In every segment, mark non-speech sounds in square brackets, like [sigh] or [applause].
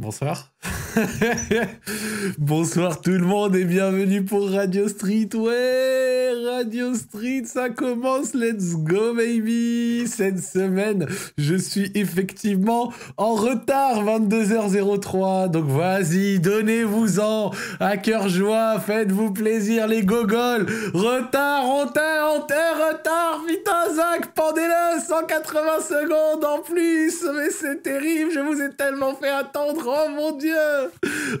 Bonsoir. [laughs] Bonsoir tout le monde et bienvenue pour Radio Street. Ouais, Radio Street, ça commence. Let's go, baby. Cette semaine, je suis effectivement en retard, 22h03. Donc vas-y, donnez-vous-en à cœur joie. Faites-vous plaisir, les gogoles. Retard, retard, retard, retard. Putain, Zach, pendez-le. 180 secondes en plus. Mais c'est terrible. Je vous ai tellement fait attendre. Oh mon dieu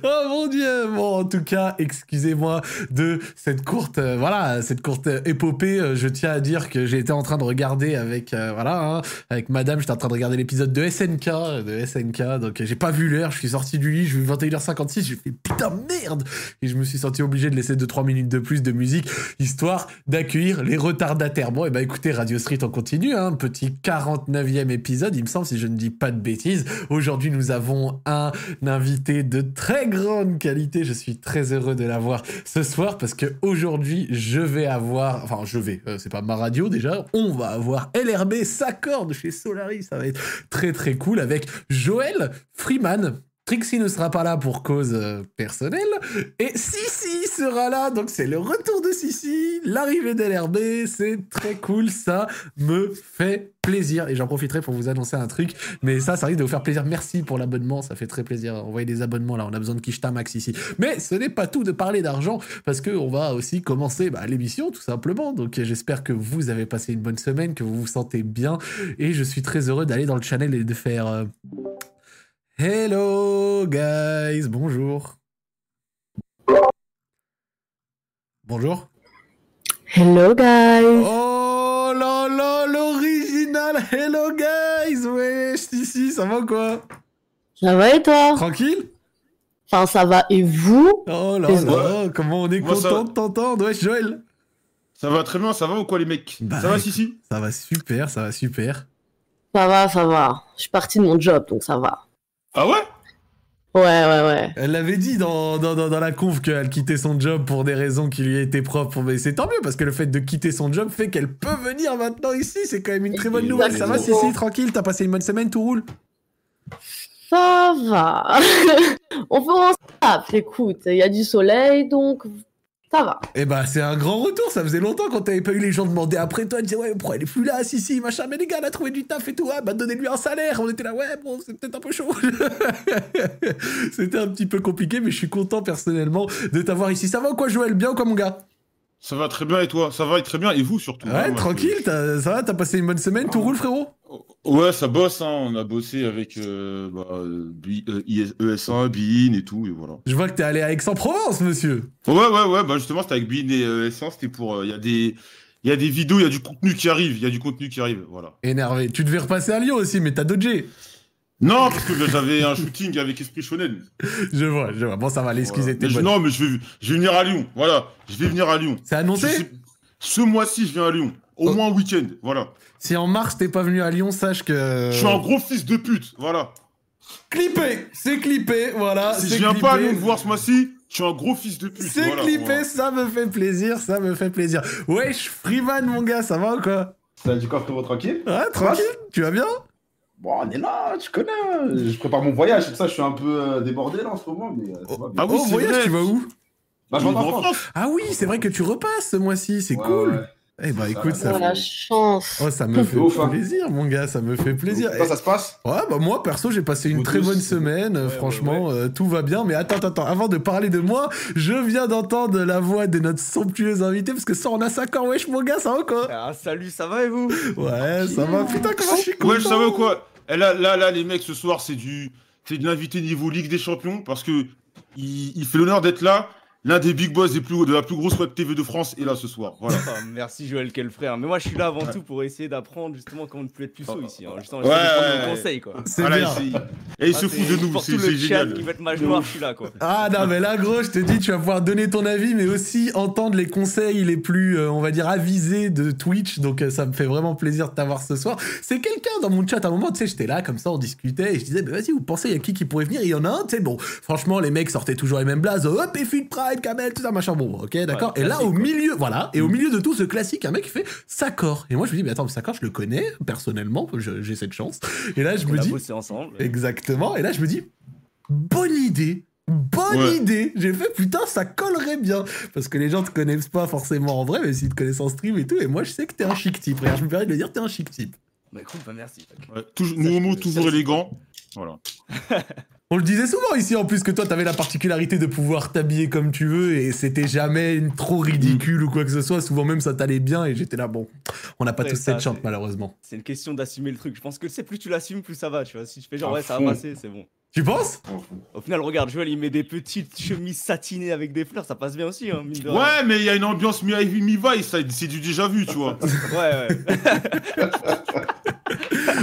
Oh mon dieu Bon, en tout cas, excusez-moi de cette courte, euh, voilà, cette courte euh, épopée. Euh, je tiens à dire que j'ai été en train de regarder avec, euh, voilà, hein, avec madame, j'étais en train de regarder l'épisode de SNK, euh, de SNK, donc euh, j'ai pas vu l'heure, je suis sorti du lit, j'ai vu 21h56, j'ai fait putain merde Et je me suis senti obligé de laisser 2-3 minutes de plus de musique, histoire d'accueillir les retardataires. Bon, et bah écoutez, Radio Street, on continue, hein, petit 49e épisode, il me semble, si je ne dis pas de bêtises. Aujourd'hui, nous avons un invité de très grande qualité. Je suis très heureux de l'avoir ce soir parce que aujourd'hui, je vais avoir, enfin, je vais, euh, c'est pas ma radio déjà, on va avoir LRB s'accorde chez Solaris. Ça va être très très cool avec Joël Freeman. Trixie ne sera pas là pour cause euh, personnelle. Et Sissi sera là. Donc c'est le retour de Sissi, l'arrivée d'LRB. C'est très cool. Ça me fait plaisir. Et j'en profiterai pour vous annoncer un truc. Mais ça, ça risque de vous faire plaisir. Merci pour l'abonnement, ça fait très plaisir. Envoyez des abonnements là, on a besoin de Kishta Max ici. Mais ce n'est pas tout de parler d'argent, parce qu'on va aussi commencer bah, l'émission tout simplement. Donc euh, j'espère que vous avez passé une bonne semaine, que vous vous sentez bien. Et je suis très heureux d'aller dans le channel et de faire... euh, Hello guys, bonjour. Bonjour. Hello guys! Oh là là, l'original Hello guys Wesh, si si, ça va ou quoi Ça va et toi? Tranquille Enfin, ça va et vous? Oh là Ouais. là, comment on est Moi, ça content de t'entendre, Oh, wesh Joël Ça va très bien, ça va ou quoi les mecs Bah, Ça va écoute. si si Ça va super, ça va super. Ça va, ça va. Je suis partie de mon job, donc ça va. Ah ouais Ouais, ouais, ouais. Elle l'avait dit dans, dans, dans, dans la conf qu'elle quittait son job pour des raisons qui lui étaient propres, mais c'est tant mieux parce que le fait de quitter son job fait qu'elle peut venir maintenant ici, c'est quand même une très bonne nouvelle. Ça va, si si, tranquille, t'as passé une bonne semaine, tout roule Ça va. [laughs] On peut en stable, écoute. Il y a du soleil, donc ça va. Eh bah, c'est un grand retour. Ça faisait longtemps qu'on t'avait pas eu les gens demander après toi, disaient ouais, pourquoi elle est plus là, si, si, machin. Mais les gars, elle a trouvé du taf et tout, ah, bah, donnez-lui un salaire. On était là, ouais, bon, c'est peut-être un peu chaud. [laughs] C'était un petit peu compliqué, mais je suis content personnellement de t'avoir ici. Ça va ou quoi, Joël Bien ou quoi, mon gars Ça va très bien et toi Ça va et très bien et vous surtout hein, Ouais, moi, tranquille, t'as- ça va, t'as passé une bonne semaine, tout roule, frérot je- Ouais, ça bosse, hein. on a bossé avec euh, bah, euh, B- euh, IS- ES1, BIN et tout, et voilà. Je vois que t'es allé à Aix-en-Provence, monsieur. Ouais, ouais, ouais, bah justement, c'était avec BIN et ES1, c'était pour. euh, Il y, a des- il y a des vidéos, il y a du contenu qui arrive, il y a du contenu qui arrive, voilà. Énervé. Tu devais repasser à Lyon aussi, mais t'as dodgé. Non, parce que bah, j'avais un shooting avec Esprit Shonen. Je vois, je vois. Bon, ça va, l'excuse Voilà. était Mais je- bonne. Non, mais je vais, je vais venir à Lyon, voilà, je vais venir à Lyon. C'est Je annoncé sais- Ce mois-ci, je viens à Lyon, au Oh. moins un week-end, voilà. Si en mars t'es pas venu à Lyon, sache que. Je suis un gros fils de pute, voilà. Clippé, c'est clippé, voilà. si c'est je viens clippé. pas à Lyon te voir ce mois-ci, je suis un gros fils de pute. C'est voilà, clippé, voilà. ça me fait plaisir, ça me fait plaisir. Wesh, Freeman, mon gars, ça va ou quoi Ça du corps frérot tranquille Ouais, tranquille, tu vas bien Bon, on est là, tu connais. hein. Je prépare mon voyage, c'est pour ça que je suis un peu euh, débordé là en ce moment, mais euh, ça va bien. Ah oui, Oh, c'est voyage, vrai. tu vas où Bah, je rentre Il est en en France. France. Ah oui, c'est vrai que tu repasses ce mois-ci, c'est Ouais, cool. ouais. Eh bah Ça écoute, va, ça Oh fait... la chance. Oh, [laughs] ça me fait ouf, hein. plaisir, mon gars, ça me fait plaisir. Ça, ça se passe Ouais, bah moi, perso, j'ai passé une Vous très tous, bonne c'est bon. semaine. euh, Ouais, Franchement, euh, tout va bien. Mais attends, attends, attends. Avant de parler de moi, je viens d'entendre la voix de notre somptueuse invitée. Parce que ça, on a 5 ans. Wesh, mon gars, ça va ou quoi Ah, salut, ça va et vous Ouais, ça va. Putain, comment je suis content. Ouais, je savais quoi. Eh, là, là, là, les mecs, ce soir, c'est du, c'est de l'invité niveau Ligue des Champions parce que il, il fait l'honneur d'être là. L'un des big boss des plus, de la plus grosse web TV de France est là ce soir. Voilà. [laughs] Enfin, Ah, Merci Joël, quel frère. Mais moi, je suis là avant tout pour essayer d'apprendre justement comment ne plus être puceau ici. Hein. Justement, j'essaie Ouais, de prendre ouais, nos ouais. conseils quoi. C'est Voilà, bien. il s'est- Et il se Ah, fout de nous, Pour c'est tout c'est le chat qui génial. va être mage noir, je suis là quoi. Ah non mais là gros je te dis tu vas pouvoir donner ton avis mais aussi entendre les conseils les plus euh, on va dire avisés de Twitch donc euh, ça me fait vraiment plaisir de t'avoir ce soir. C'est quelqu'un dans mon chat à un moment tu sais j'étais là comme ça on discutait et je disais bah, vas-y vous pensez il y a qui qui pourrait venir il y en a un tu sais bon franchement les mecs sortaient toujours les mêmes blazes hop et Fuit Prime Kamel tout ça machin bon ok d'accord Ouais, et là classique, au quoi. Mm. milieu voilà et au milieu de tout ce classique un mec qui fait Sakor et moi je me dis mais attends mais Sakor je le connais personnellement je- j'ai cette chance et là je On me a dis bossé ensemble. Exactement. Et là, je me dis, bonne idée. Bonne Ouais. idée J'ai fait putain, ça collerait bien Parce que les gens te connaissent pas forcément en vrai, mais s'ils te connaissent en stream et tout, et moi je sais que t'es un chic type. Regarde, je me permets de le dire, t'es un chic type. Bah écoute, bah merci. Ouais, toujours- nos mots, toujours élégants. Voilà. [laughs] On le disait souvent ici en plus que toi t'avais la particularité de pouvoir t'habiller comme tu veux et c'était jamais une- trop Mm. ridicule ou quoi que ce soit. Souvent même ça t'allait bien et j'étais là bon. On n'a pas Ouais, tous ça, cette chance c'est- malheureusement. C'est une question d'assumer le truc. Je pense que c'est plus tu l'assumes, plus ça va. Tu vois, si tu fais genre À ouais, ça fond. va passer, c'est bon. Tu penses Au final, regarde, Joël, il met des petites chemises satinées avec des fleurs, ça passe bien aussi, hein, mine de rien. Ouais, mais il y a une ambiance mi-ivy, mi-vice, ça, c'est du déjà vu, tu vois. ouais, ouais. [laughs]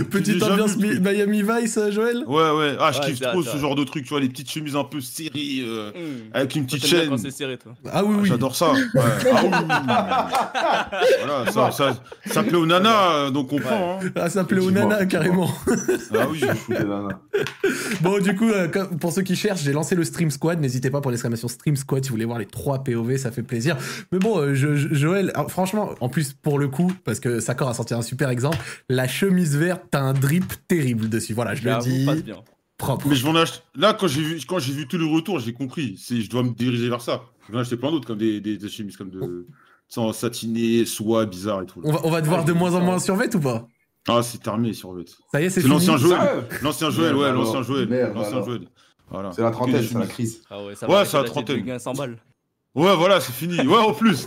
Petite déjà ambiance vu, Mi- oui. Miami Vice euh, Joël Ouais, ouais. Ah, je Ouais, kiffe ça, trop ça. ce genre de truc, tu vois, les petites chemises un peu serrées, euh, Mm. avec une Toi, petite t'aimes bien chaîne. quand c'est serré, toi. Ah oui Ah, oui. J'adore [laughs] ça. Ouais. Ah oui. voilà, ça, ça, ça plaît aux nanas, euh, donc on prend. hein. Ah ça plaît aux Effectivement, nanas carrément. Ah oui. Je fous des nanas. Bon, du coup, euh, comme- pour ceux qui cherchent, j'ai lancé le Stream Squad. N'hésitez pas pour l'exclamation Stream Squad si vous voulez voir les trois POV, ça fait plaisir. Mais bon, euh, je- je- Joël, alors, franchement, en plus, pour le coup, parce que Sakor a sorti un super exemple, la chemise verte, t'as un drip terrible dessus. Voilà, je le J'avoue, passe dis bien. propre. Mais je vais en acheter. Là, quand j'ai vu, quand j'ai vu tout le retour, j'ai compris. C'est, je dois me diriger vers ça. Je vais en acheter plein d'autres, comme des, des, des chemises comme de. Sans satiné, soie, bizarre et tout. là. On va, on va te Ah, voir de je moins en comprends. moins en survêt ou pas Ah, c'est armé, survêt. Ça y est, c'est C'est fini. l'ancien Joël. Sérieux L'ancien Joël, Merde ouais, alors. l'ancien Joël. Merde L'ancien alors. Joël. Voilà. C'est la trentaine, Que des c'est la chemises. crise. Ah ouais, ça Ouais, va. ça a trentaine. trentaine. 100 balles. Ouais, voilà, c'est fini. Ouais, en plus.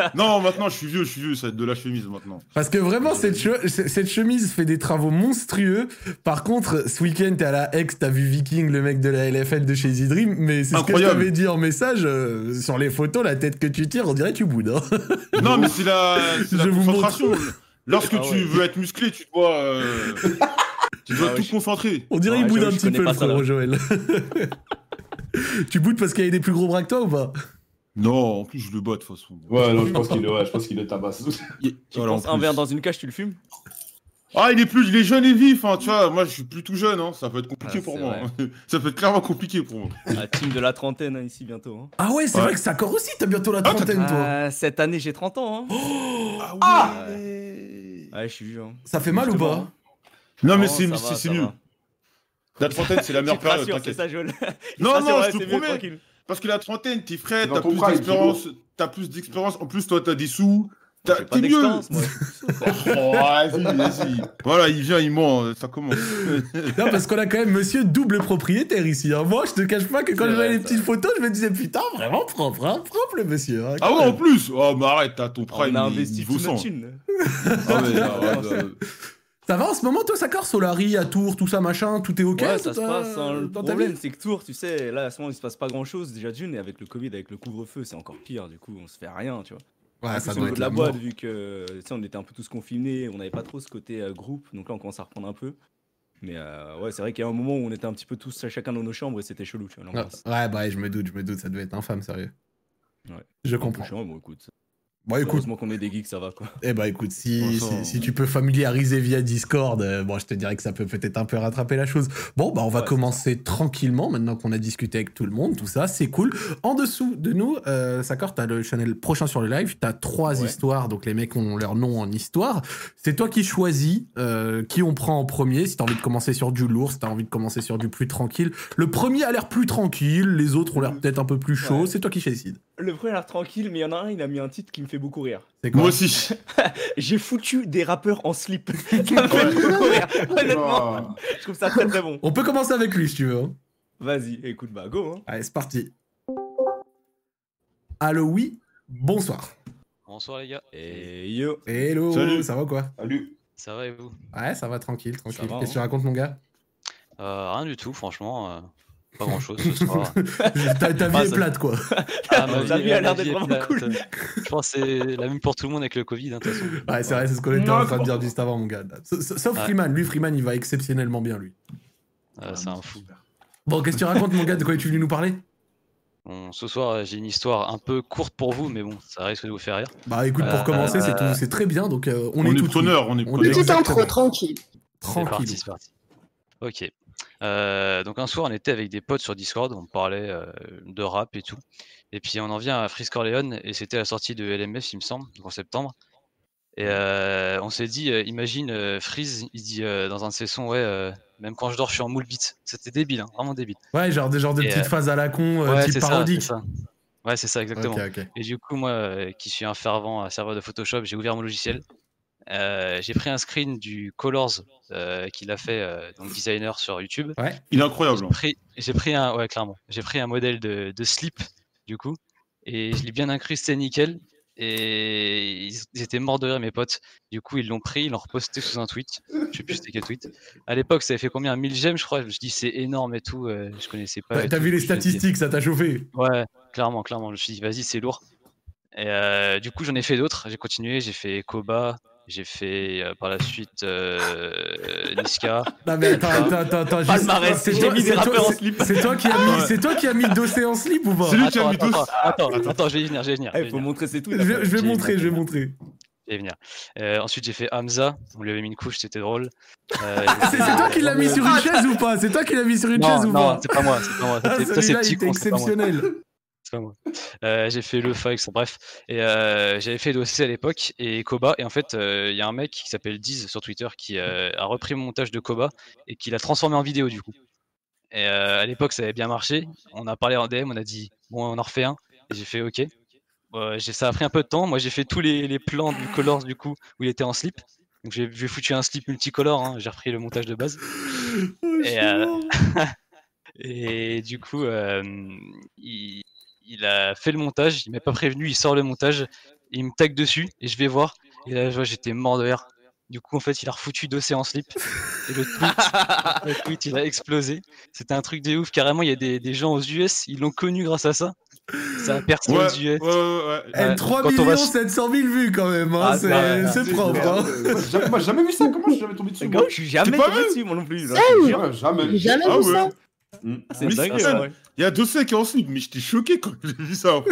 [laughs] non, maintenant, je suis vieux, je suis vieux. Ça va être de la chemise maintenant. Parce que Euh, vraiment, cette, che- c- cette chemise fait des travaux monstrueux. Par contre, ce week-end, t'es à la ex, t'as vu Viking, le mec de la LFL de chez Idream, mais c'est ce que je Incroyable. t'avais dit en message. euh, sur les photos, la tête que tu tires, on dirait que tu boudes. hein. [laughs] Non, mais c'est [laughs] la, c'est la Je vous concentration. Lorsque Ah tu ouais. veux être musclé, tu dois, [laughs] euh, tu dois Ah ouais, tout je- Ah concentrer. On dirait Ouais, il boude j'avoue, un je petit connais peu le pas ça, là. frérot Joël. [laughs] tu boudes parce qu'il y a des plus gros bras que toi ou pas Non, en plus, je le bats de toute façon. Ouais, [laughs] non, je pense qu'il le, ouais, je pense qu'il le tabasse. Il- Tu voilà, en penses un plus. verre dans une cage, tu le fumes Ah, il est plus, il est jeune et vif, hein, tu vois. Moi, je suis plus tout jeune, hein. Ça peut être compliqué Ah, pour c'est moi. hein. [laughs] Ça peut être clairement compliqué pour moi. La Ah, team de la trentaine, hein, ici, bientôt. hein. Ah ouais, c'est Ouais. vrai que ça encore aussi, t'as bientôt la Ah, t'as- trentaine toi. Oh Ah, cette année, j'ai 30 ans. Hein. Ah, Ouais, je suis vieux. Hein. Ça fait mal ou Justement. pas Non, Non, mais c'est, ça c'est, va, c'est ça mieux. va. La trentaine, c'est [laughs] la Tu meilleure te période. rassures, c'est t'inquiète. ça, Joël. [laughs] Non, Ça, c'est non, vrai, je te c'est mieux, promets. tranquille. Parce que la trentaine, t'es frais, C'est dans t'as ton plus prime, d'expérience, t'as plus d'expérience, en plus toi t'as des sous, J'ai t'as- pas t'es mieux. d'expérience, moi. Oh, [laughs] vas-y, vas-y. [laughs] Voilà, il vient, il ment, [laughs] ça commence. Non, parce qu'on a quand même monsieur double propriétaire ici. hein. Moi, je te cache pas que quand C'est je voyais vrai, les ça. petites photos, je me disais putain, vraiment propre, hein, propre le monsieur. hein, Ah quand ouais, en même. plus Oh, mais arrête, t'as ton prime, On a investi niveau toute 100. notre thune. [laughs] Ah ouais, ah ouais, bah, Ça va en ce moment, toi, ça corse Solari, à Tours, tout ça, machin, tout est ok ouais, tout, ça se euh, passe. hein. Le dans ta problème, vie c'est que Tours, tu sais, là, à ce moment, il se passe pas grand chose déjà d'une. Et avec le Covid, avec le couvre-feu, c'est encore pire. Du coup, on se fait rien, tu vois. Ouais, Plus ça au doit niveau être de la la boîte, mort. vu que, tu sais, on était un peu tous confinés, on n'avait pas trop ce côté euh, groupe. Donc là, on commence à reprendre un peu. Mais euh, ouais, c'est vrai qu'il y a un moment où on était un petit peu tous chacun dans nos chambres et c'était chelou, tu vois. Ouais, l'ambiance. Ouais, bah, je me doute, je me doute, ça devait être infâme, sérieux. Ouais. Je Un peu comprends. chiant, bon, écoute. Bon, Bah, écoute, Heureusement qu'on est des geeks, ça va, quoi. Eh bah écoute, si, Bon, si, ça- si tu peux familiariser via Discord, euh, bon, je te dirais que ça peut peut-être un peu rattraper la chose. Bon, bah on va Ouais, commencer tranquillement maintenant qu'on a discuté avec tout le monde, tout ça, c'est cool. En dessous de nous, euh, Sakor, t'as le channel prochain sur le live, t'as trois Ouais. histoires, donc les mecs ont leur nom en histoire. C'est toi qui choisis euh, qui on prend en premier, si t'as envie de commencer sur du lourd, si t'as envie de commencer sur du plus tranquille. Le premier a l'air plus tranquille, les autres ont l'air peut-être un peu plus chaud, Mm. Ouais. c'est toi qui décides. Le premier a l'air tranquille, mais il y en a un, il a mis un titre qui me fait beaucoup rire. C'est quoi Moi aussi. [laughs] J'ai foutu des rappeurs en [laughs] slip. ça me fait beaucoup rire. Honnêtement, Genre, je trouve ça très très bon. On peut commencer avec lui si tu veux. hein. Vas-y, écoute, bah go. Hein. Allez, c'est parti. Allo, oui, bonsoir. Bonsoir les gars. Et yo. Hello, Salut. ça va ou quoi Salut. Ça va et vous Ouais, ça va, tranquille, tranquille. Ça va, Qu'est-ce que hein. tu racontes, mon gars Euh, Rien du tout, franchement. euh, pas grand chose ce [laughs] soir. Ta, ta Ah, vie est ça- plate, quoi. Ah, Ta vie a l'air ma vie d'être est vraiment plate. cool. Je pense que c'est la même pour tout le monde avec le Covid. hein, de toute façon. Ouais, c'est vrai, c'est ce qu'on était en train de dire juste avant, mon gars. S- s- Sauf Ouais. Freeman, lui, Freeman, il va exceptionnellement bien, lui. Euh, c'est un fou. Bon, qu'est-ce que tu racontes, mon gars De quoi es-tu venu nous parler Bon, ce soir, euh, j'ai une histoire un peu courte pour vous, mais bon, ça risque de vous faire rire. Bah, écoute, pour Euh, commencer, c'est tout, c'est très bien, donc euh, On, on, est tout preneur, on est On est preneur. tout- Petite intro, Exactement. tranquille. C'est Tranquille. parti, c'est parti. Ok. Euh, donc un soir, on était avec des potes sur Discord, on parlait euh, de rap et tout. Et puis on en vient à Frisk Orléans, et c'était la sortie de LMF, il me semble, donc en septembre. Et euh, on s'est dit, euh, imagine euh, Freeze, il dit euh, dans un de ses sons, ouais, euh, Même quand je dors, je suis en moule beat. C'était débile, hein, vraiment débile. Ouais, genre, des- genre des Et, petites euh, phases à la con, euh, type c'est ça, parodique. c'est ça. Ouais, c'est ça, exactement. Ok, ok. Et du coup, moi, euh, qui suis un fervent euh, serveur de Photoshop, j'ai ouvert mon logiciel. Euh, j'ai pris un screen du Colors euh, qu'il a fait, euh, donc designer sur YouTube. Il est J'ai incroyable. hein. pris, j'ai pris un, ouais, clairement, j'ai pris un modèle de, de slip du coup, et je l'ai bien incrusté nickel. Et ils, ils étaient morts de rire, mes potes. Du coup, ils l'ont pris, ils l'ont reposté sous un tweet. Je sais plus c'était quel tweet. À l'époque, ça avait fait combien 1000 j'aime, je crois. Je me suis dit, c'est énorme et tout. euh, je connaissais pas. T'as- et T'as tout. vu les Je me suis dit, statistiques, ça t'a chauffé. Ouais, clairement, clairement. Je me suis dit, vas-y, c'est lourd. Et euh, du coup, j'en ai fait d'autres. J'ai continué, j'ai fait Koba, j'ai fait euh, par la suite euh, Niska. [laughs] Non mais attends, Ah. attends, attends, attends, juste- Palmarès, c'est j'ai toi- mis des c'est toi- rappeurs en c'est- slip. C'est toi qui as mis, Ouais. c'est toi qui as mis dossier en slip ou pas C'est lui qui a Attends, mis deux. attends, attends, attends, attends, je vais y venir, je vais y venir. je Eh, vais y faut venir. montrer ses tweets. Je vais, après. je vais J'ai- montrer, je vais montrer. Je vais y venir. Euh, ensuite, j'ai fait Hamza. On lui avait mis une couche, c'était drôle. [laughs] Euh, C'est c'est toi qui l'as mis sur une chaise ou pas C'est toi qui l'as mis sur une chaise non, non, ou pas c'est pas moi, c'est pas moi. Ah, C'était- toi, c'est Celui-là, il petit était con, c'est pas moi, exceptionnel. [laughs] c'est pas moi. Euh, j'ai fait le Fox, bref. Et euh, j'avais fait l'OC à l'époque et Koba. Et en fait, euh, il y a un mec qui s'appelle Diz sur Twitter qui euh, a repris mon montage de Koba et qui l'a transformé en vidéo du coup. Et euh, à l'époque, ça avait bien marché. On a parlé en DM, on a dit, bon, on en refait un. Et j'ai fait, ok. Euh, j'ai- ça a pris un peu de temps. Moi, j'ai fait tous les, les plans du Colors du coup où il était en slip. Donc, j'ai j'ai foutu un slip multicolore. hein, J'ai repris le montage de base. Oh, je suis Et, euh, mort. [laughs] Et du coup, euh, il, il a fait le montage, il m'a pas prévenu, il sort le montage, il me tag dessus et je vais voir. Et là, je vois, j'étais mort de rire. Du coup, en fait, il a refoutu d'océan slip. Et le tweet, [laughs] le tweet, il a explosé. C'était un truc de ouf. Carrément, il y a des, des gens aux US, ils l'ont connu grâce à ça. Ça a percé Ouais, aux US. ouais, ouais, ouais. Eh, ouais, 3 quand on va- 700 000 vues quand même, hein, Ah, c'est ouais, c'est C'est propre. clair. hein. Euh, j'ai jamais- Moi, j'ai jamais vu ça. Comment je suis jamais tombé dessus Les moi gars, je suis jamais T'es pas tombé vu dessus, moi non plus. là. C'est Je- Jamais, J'ai jamais. jamais Ah vu ouais. ça. C'est Mais dingue, c'est dingue. ouais. Il y a deux secs qui est en slip, mais j'étais choqué quand j'ai vu ça. ouais.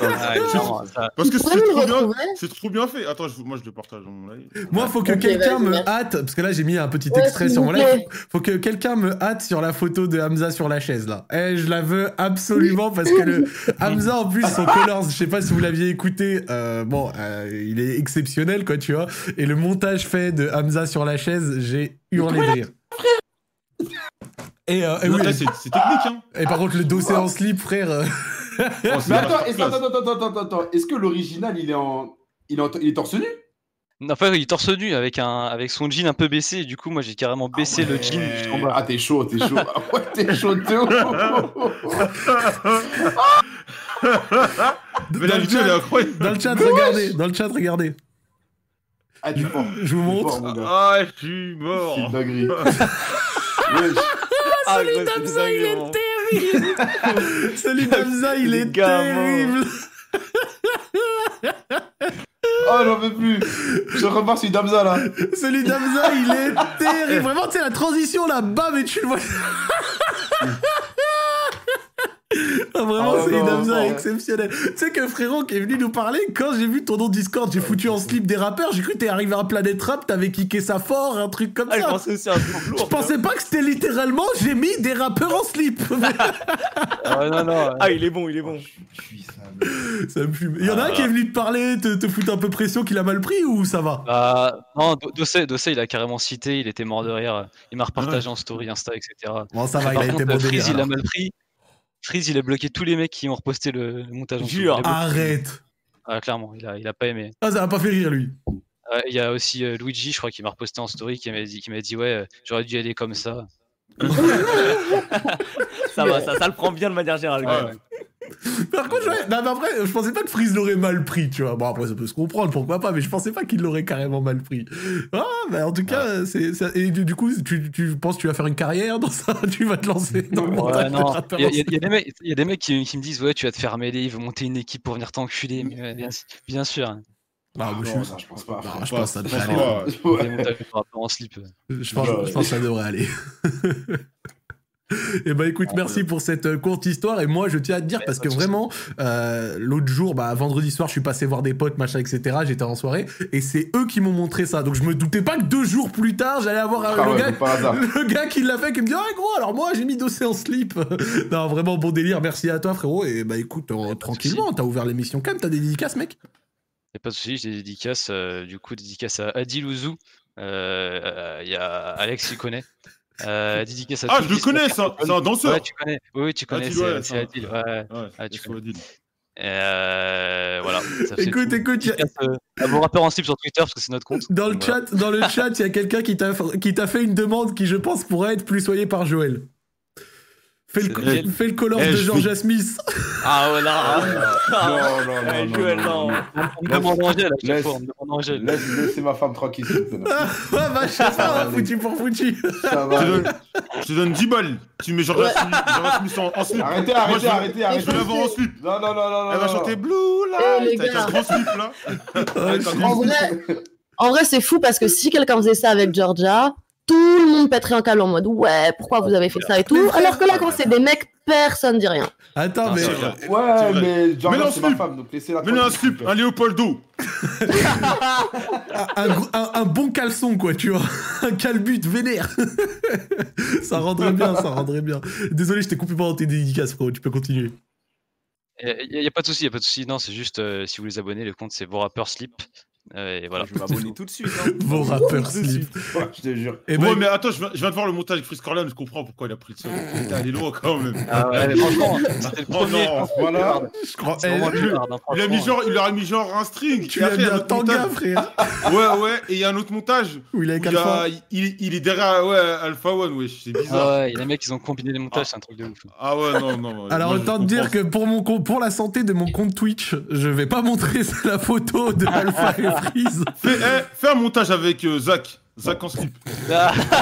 Ah, clairement, ça- Parce que Tu c'est pourrais me le trop bien. retrouver C'est trop bien fait. Attends, je vous- moi je le partage dans mon live. Moi, faut que Ok, quelqu'un vas-y, me vas-y. hâte, parce que là j'ai mis un petit Ouais, extrait s'il sur vous mon live. plaît. Faut que quelqu'un me hâte sur la photo de Hamza sur la chaise là. Eh, je la veux absolument parce [laughs] que le Hamza en plus son colors, je sais pas si vous l'aviez écouté, euh, bon, euh, il est exceptionnel quoi, tu vois. Et le montage fait de Hamza sur la chaise, j'ai hurlé de rire. Et, euh, et oui, Ouais, C'est c'est technique, hein. et par contre le dossier en slip frère. euh, Oh, Mais c'est attends, est-ce- masterclass. attends, attends, attends, attends, attends. Est-ce que l'original, il est en. Il est, en- il est torse nu Non, Enfin, il est torse nu avec, un, avec son jean un peu baissé. Et du coup, moi, j'ai carrément baissé le jean. jusqu'en bas. Ah, t'es chaud, t'es chaud. Ah ouais, t'es chaud, t'es [laughs] haut. [laughs] Mais dans la le vidéo elle est chat- incroyable. dans le chat, regardez, dans le chat, regardez. Ah, t'es fort. Je vous T'es montre. fort, mon gars. Ah, je suis C'est une mort. [laughs] dinguerie. Wesh. Ah, ouais, c'est dingue, vraiment. Celui d'Amza, il Il est est gamin. terrible. Oh, j'en peux plus. Je repars sur Damza là. Celui d'Amza, il est terrible. Vraiment, tu sais, la transition là, bam, et tu le vois. Ah, vraiment, Ah, celui non, d'Amza non, est ouais. exceptionnel. Tu sais que frérot qui est venu nous parler, quand j'ai vu ton nom Discord, j'ai foutu en slip des rappeurs, j'ai cru que t'es arrivé à Planet Rap, t'avais kické ça fort, un truc comme Ah, je ça. pensais aussi à un truc lourd. Je pensais pas que c'était littéralement, j'ai mis des rappeurs en [laughs] slip. Ah, non, non, euh, Ah, il est bon, il est Oh, bon. Je suis ça. [laughs] ça me fume. Il y en a un qui est venu te parler, te, te foutre un peu pression qu'il a mal pris ou ça va [laughs] Bah, non, Do- Dossé, Dossé, il a carrément cité, il était mort de rire. Il m'a repartagé en story, Insta, etc. Ah Bon, ça va, Par il a contre, été bon Freeze, délire, il a alors. mal pris. Freeze, il a bloqué tous les mecs qui ont reposté le le montage. en dessous. Jure. Il a bloqué. Arrête Ah, clairement, il a, il a pas aimé. Ah, ça va pas fait rire lui. Euh, Il y a aussi euh, Luigi, je crois, qui m'a reposté en story, qui m'a dit, qui m'a dit Ouais, euh, j'aurais dû y aller comme ça. Ça va, ça, ça le prend bien de manière générale. quand Ouais. même. Par contre, ouais, non, mais après, je pensais pas que Freeze l'aurait mal pris, tu vois. Bon, après, ça peut se comprendre, pourquoi pas, mais je pensais pas qu'il l'aurait carrément mal pris. Ah, bah, en tout cas, euh, c'est, ça- et du, du coup, tu, tu penses que tu vas faire une carrière dans ça [laughs] Tu vas te lancer dans le Ouais, montage Ouais, de non. rappeur Il y, a- en il y a- il y a des mecs- il y a des mecs qui, qui me disent Ouais, tu vas te faire mêler, ils veulent monter une équipe pour venir t'enculer. Mais ouais, bien, bien sûr. hein. Ah, moi, je Non, suis- ça, je pense pas. Non, je pense que ça Pas- devrait pas- aller. pas- Des Ouais. montages de rappeurs en slip. euh. Je pense, je pense que ça devrait aller. Et bah écoute, merci pour cette euh, courte histoire. Et moi, je tiens à te dire, parce que vraiment, euh, l'autre jour, bah, vendredi soir, je suis passé voir des potes, machin, etc. J'étais en soirée. Et c'est eux qui m'ont montré ça. Donc je me doutais pas que deux jours plus tard, j'allais avoir euh, Ah le, ouais, gars, comme par hasard. [laughs] le gars qui l'a fait, qui me dit Ah gros, alors moi, j'ai mis dossé en slip. [laughs] non, vraiment, bon délire. Merci à toi, frérot. Et bah écoute, euh, pas de tranquillement, t'as ouvert l'émission quand même. T'as des dédicaces, mec Y a pas de souci, j'ai des dédicaces. euh, du coup, dédicace à Adi Louzou. euh, euh, Il y a Alex qui connaît. Euh, dédicace à Ah, tous je le qui se connais, tapent c'est un- Capcom. c'est un danseur. Ouais, tu connais. Oui, oui, tu connais. Adil, c'est ouais, c'est ça- Adil. Ouais. Ouais, Ah, c'est tu sur le deal. Euh, voilà. ça fait Écoute, tout. écoute, y a- Dédicace, euh, à vos rappeurs en slip sur Twitter parce que c'est notre compte. dans le Donc, voilà. chat, dans le chat, il y a quelqu'un qui t'a qui t'a fait une demande qui, je pense, pourrait être plus soignée par Joël. Fais le, C'est co- lequel fais le color Eh, de je Georgia Smith. Ah ouais, Ah, là. non, non, non, Eh, non, Joël, non, non. non. On me demande Angèle à chaque Laisse. fois. On me demande Angèle. Laisse, laissez ma femme tranquille, s'il vous plaît. ah bah, je sais pas, va, foutu pour foutu. Ça va. Je te allez. donne- je te donne 10 balles. Tu mets Jordan Smith- Jordan Smith en- en slip. Arrêtez, Moi, arrêtez, je veux- arrêtez, Je arrêtez. veux l'avoir en slip. Non, non, non, non, non. Elle va non. chanter Blue Eh, les Light avec gars. un grand slip là. Avec un En grand slip. vrai, en vrai, c'est fou parce que si quelqu'un faisait ça avec Georgia, tout le monde pèterait un câble en mode ouais, pourquoi vous avez fait ça et tout. Alors que là, quand c'est des mecs, personne dit rien. Attends, Non, mais c'est vrai. C'est Ouais, vrai. mais Ah, Mets-le en Jordan, c'est ma slip. femme, donc laissez-la Mets-le un tranquille, s'il vous slip, plaît. un [laughs] Léopoldo. un, un- un bon caleçon, quoi, tu vois. Un calbut vénère. [laughs] ça rendrait bien, ça rendrait bien. Désolé, je t'ai coupé pendant tes dédicaces, frérot, tu peux continuer. Il n'y a, pas de souci, il a pas de souci. Non, c'est juste euh, si vous voulez abonner, le compte c'est vos rappeurs slip. Euh, et voilà. Ah, Je vais m'abonner tout de suite. hein. Vos rappeurs Tout de slip. suite. Ouais, je te jure. Eh ouais, ben, mais attends, je viens, je viens de voir le montage avec Chris Corlan, je comprends pourquoi il a pris le seul. Putain, Elle est loin quand même. Ah ouais, mais franchement, c'était le Oh premier. non, Voilà. je crois. C'est vraiment eh, du hard, hein, il, a mis franchement. genre, il leur a mis genre un string. tu et l'as après, il mis y a un un autre tanga, montage. frère. Ouais, ouais, et il y a un autre montage. Où il a où il, quatre y a- fois. il- il est derrière ouais, Alpha One, wesh, c'est bizarre. [laughs] Ah ouais, les mecs ils ont combiné les montages, c'est un truc de ouf. Ah ouais, non, non. Alors moi, je autant te dire comprends. que pour mon compte- pour la santé de mon compte Twitch, je vais pas montrer la photo de Alpha [laughs] et Freeze. Fais, eh, fais un montage avec euh, Zach. Zach en slip. Ah. [laughs]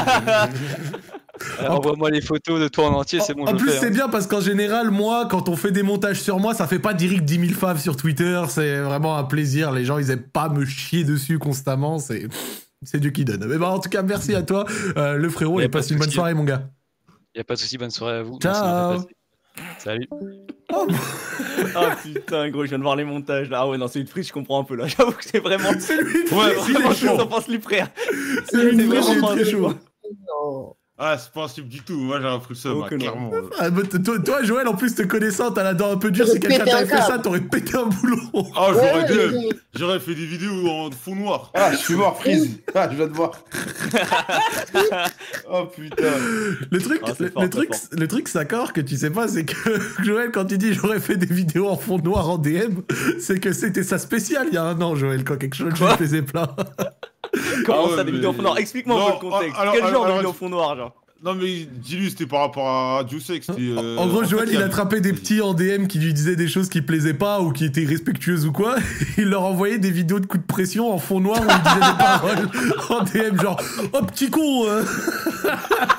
Alors, Ah, Envoie-moi les photos de toi en entier, c'est bon. En, en je le plus fais, c'est hein. bien parce qu'en général moi quand on fait des montages sur moi ça fait pas direct 10 000 faves sur Twitter, c'est vraiment un plaisir, les gens ils aiment pas me chier dessus constamment, c'est c'est Dieu qui donne. Mais bah en tout cas merci à toi Euh, le frérot Y a et pas de passe une bonne souci. soirée mon [laughs] gars. Y a pas de souci, bonne soirée à vous. Ciao. Merci de Oh. m'avoir passé. Salut. Ah putain, gros, je viens de voir les montages là. Ah ouais, non, celui de Fritz, je comprends un peu là. [laughs] J'avoue que c'est vraiment. C'est lui de Ouais, Freeze, il est il est Franchement, chaud. j'en pense les frères. C'est lui de C'est Freeze, il est vraiment très chaud. chaud. Ah, c'est pas un slip du tout. Moi, j'aurais pris le seum, Oh, hein, que non. clairement. Ah, bah, t- toi, toi, Joël en plus te connaissant t'as la dent un peu dure, si J'aurais quelqu'un pété t'avait un fait câble. ça t'aurais pété un boulon. Ah, j'aurais Ouais, bien- j'aurais fait des vidéos en fond noir. Ah, je suis mort, Freeze. Ah, je viens de [laughs] voir. oh putain. Le truc, Ah, c'est le, fort, le c'est truc, fort. le truc, ça corps que tu sais pas, c'est que [laughs] Joël, quand il dit j'aurais fait des vidéos en fond noir en DM, c'est que c'était sa spéciale il y a un an, Joël, quand quelque chose Quoi lui plaisait plein. [laughs] Comment Ah ouais, ça, des mais- vidéos en fond noir Explique-moi un peu le Non, contexte. alors- Quel alors- genre de alors- vidéo en fond noir, genre Non, mais dis-lui, c'était par rapport à Dieu sait que c'était. euh, en gros, fait, Joël, il a- attrapait des Vas-y. petits en DM qui lui disaient des choses qui plaisaient pas ou qui étaient respectueuses ou quoi. [laughs] Il leur envoyait des vidéos de coups de pression en fond noir où il disait des paroles [laughs] en DM, genre Oh petit con, euh,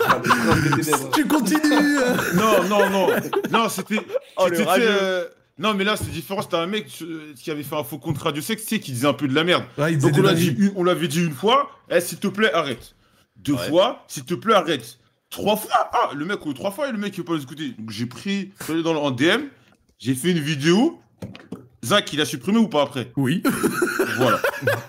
Ah, putain, je m'étais dit, [laughs] tu continues euh. [laughs] Non, non, non. Non, c'était. Oh, le c'était, rageux. euh, Non, mais là, c'est différent. C'était un mec euh, qui avait fait un faux contrat Dieu sait que c'est qui disait un peu de la merde. Ouais, il disait Donc des on l'a dingueries. dit, une- on l'avait dit une fois, eh, s'il te plaît arrête. Deux Ouais. fois, s'il te plaît arrête. Trois fois, ah le mec, oh, trois fois et le mec il veut pas nous écouter. Donc j'ai pris, je suis allé dans le en DM, j'ai fait une vidéo. Zach, il a supprimé ou pas après Oui, Voilà.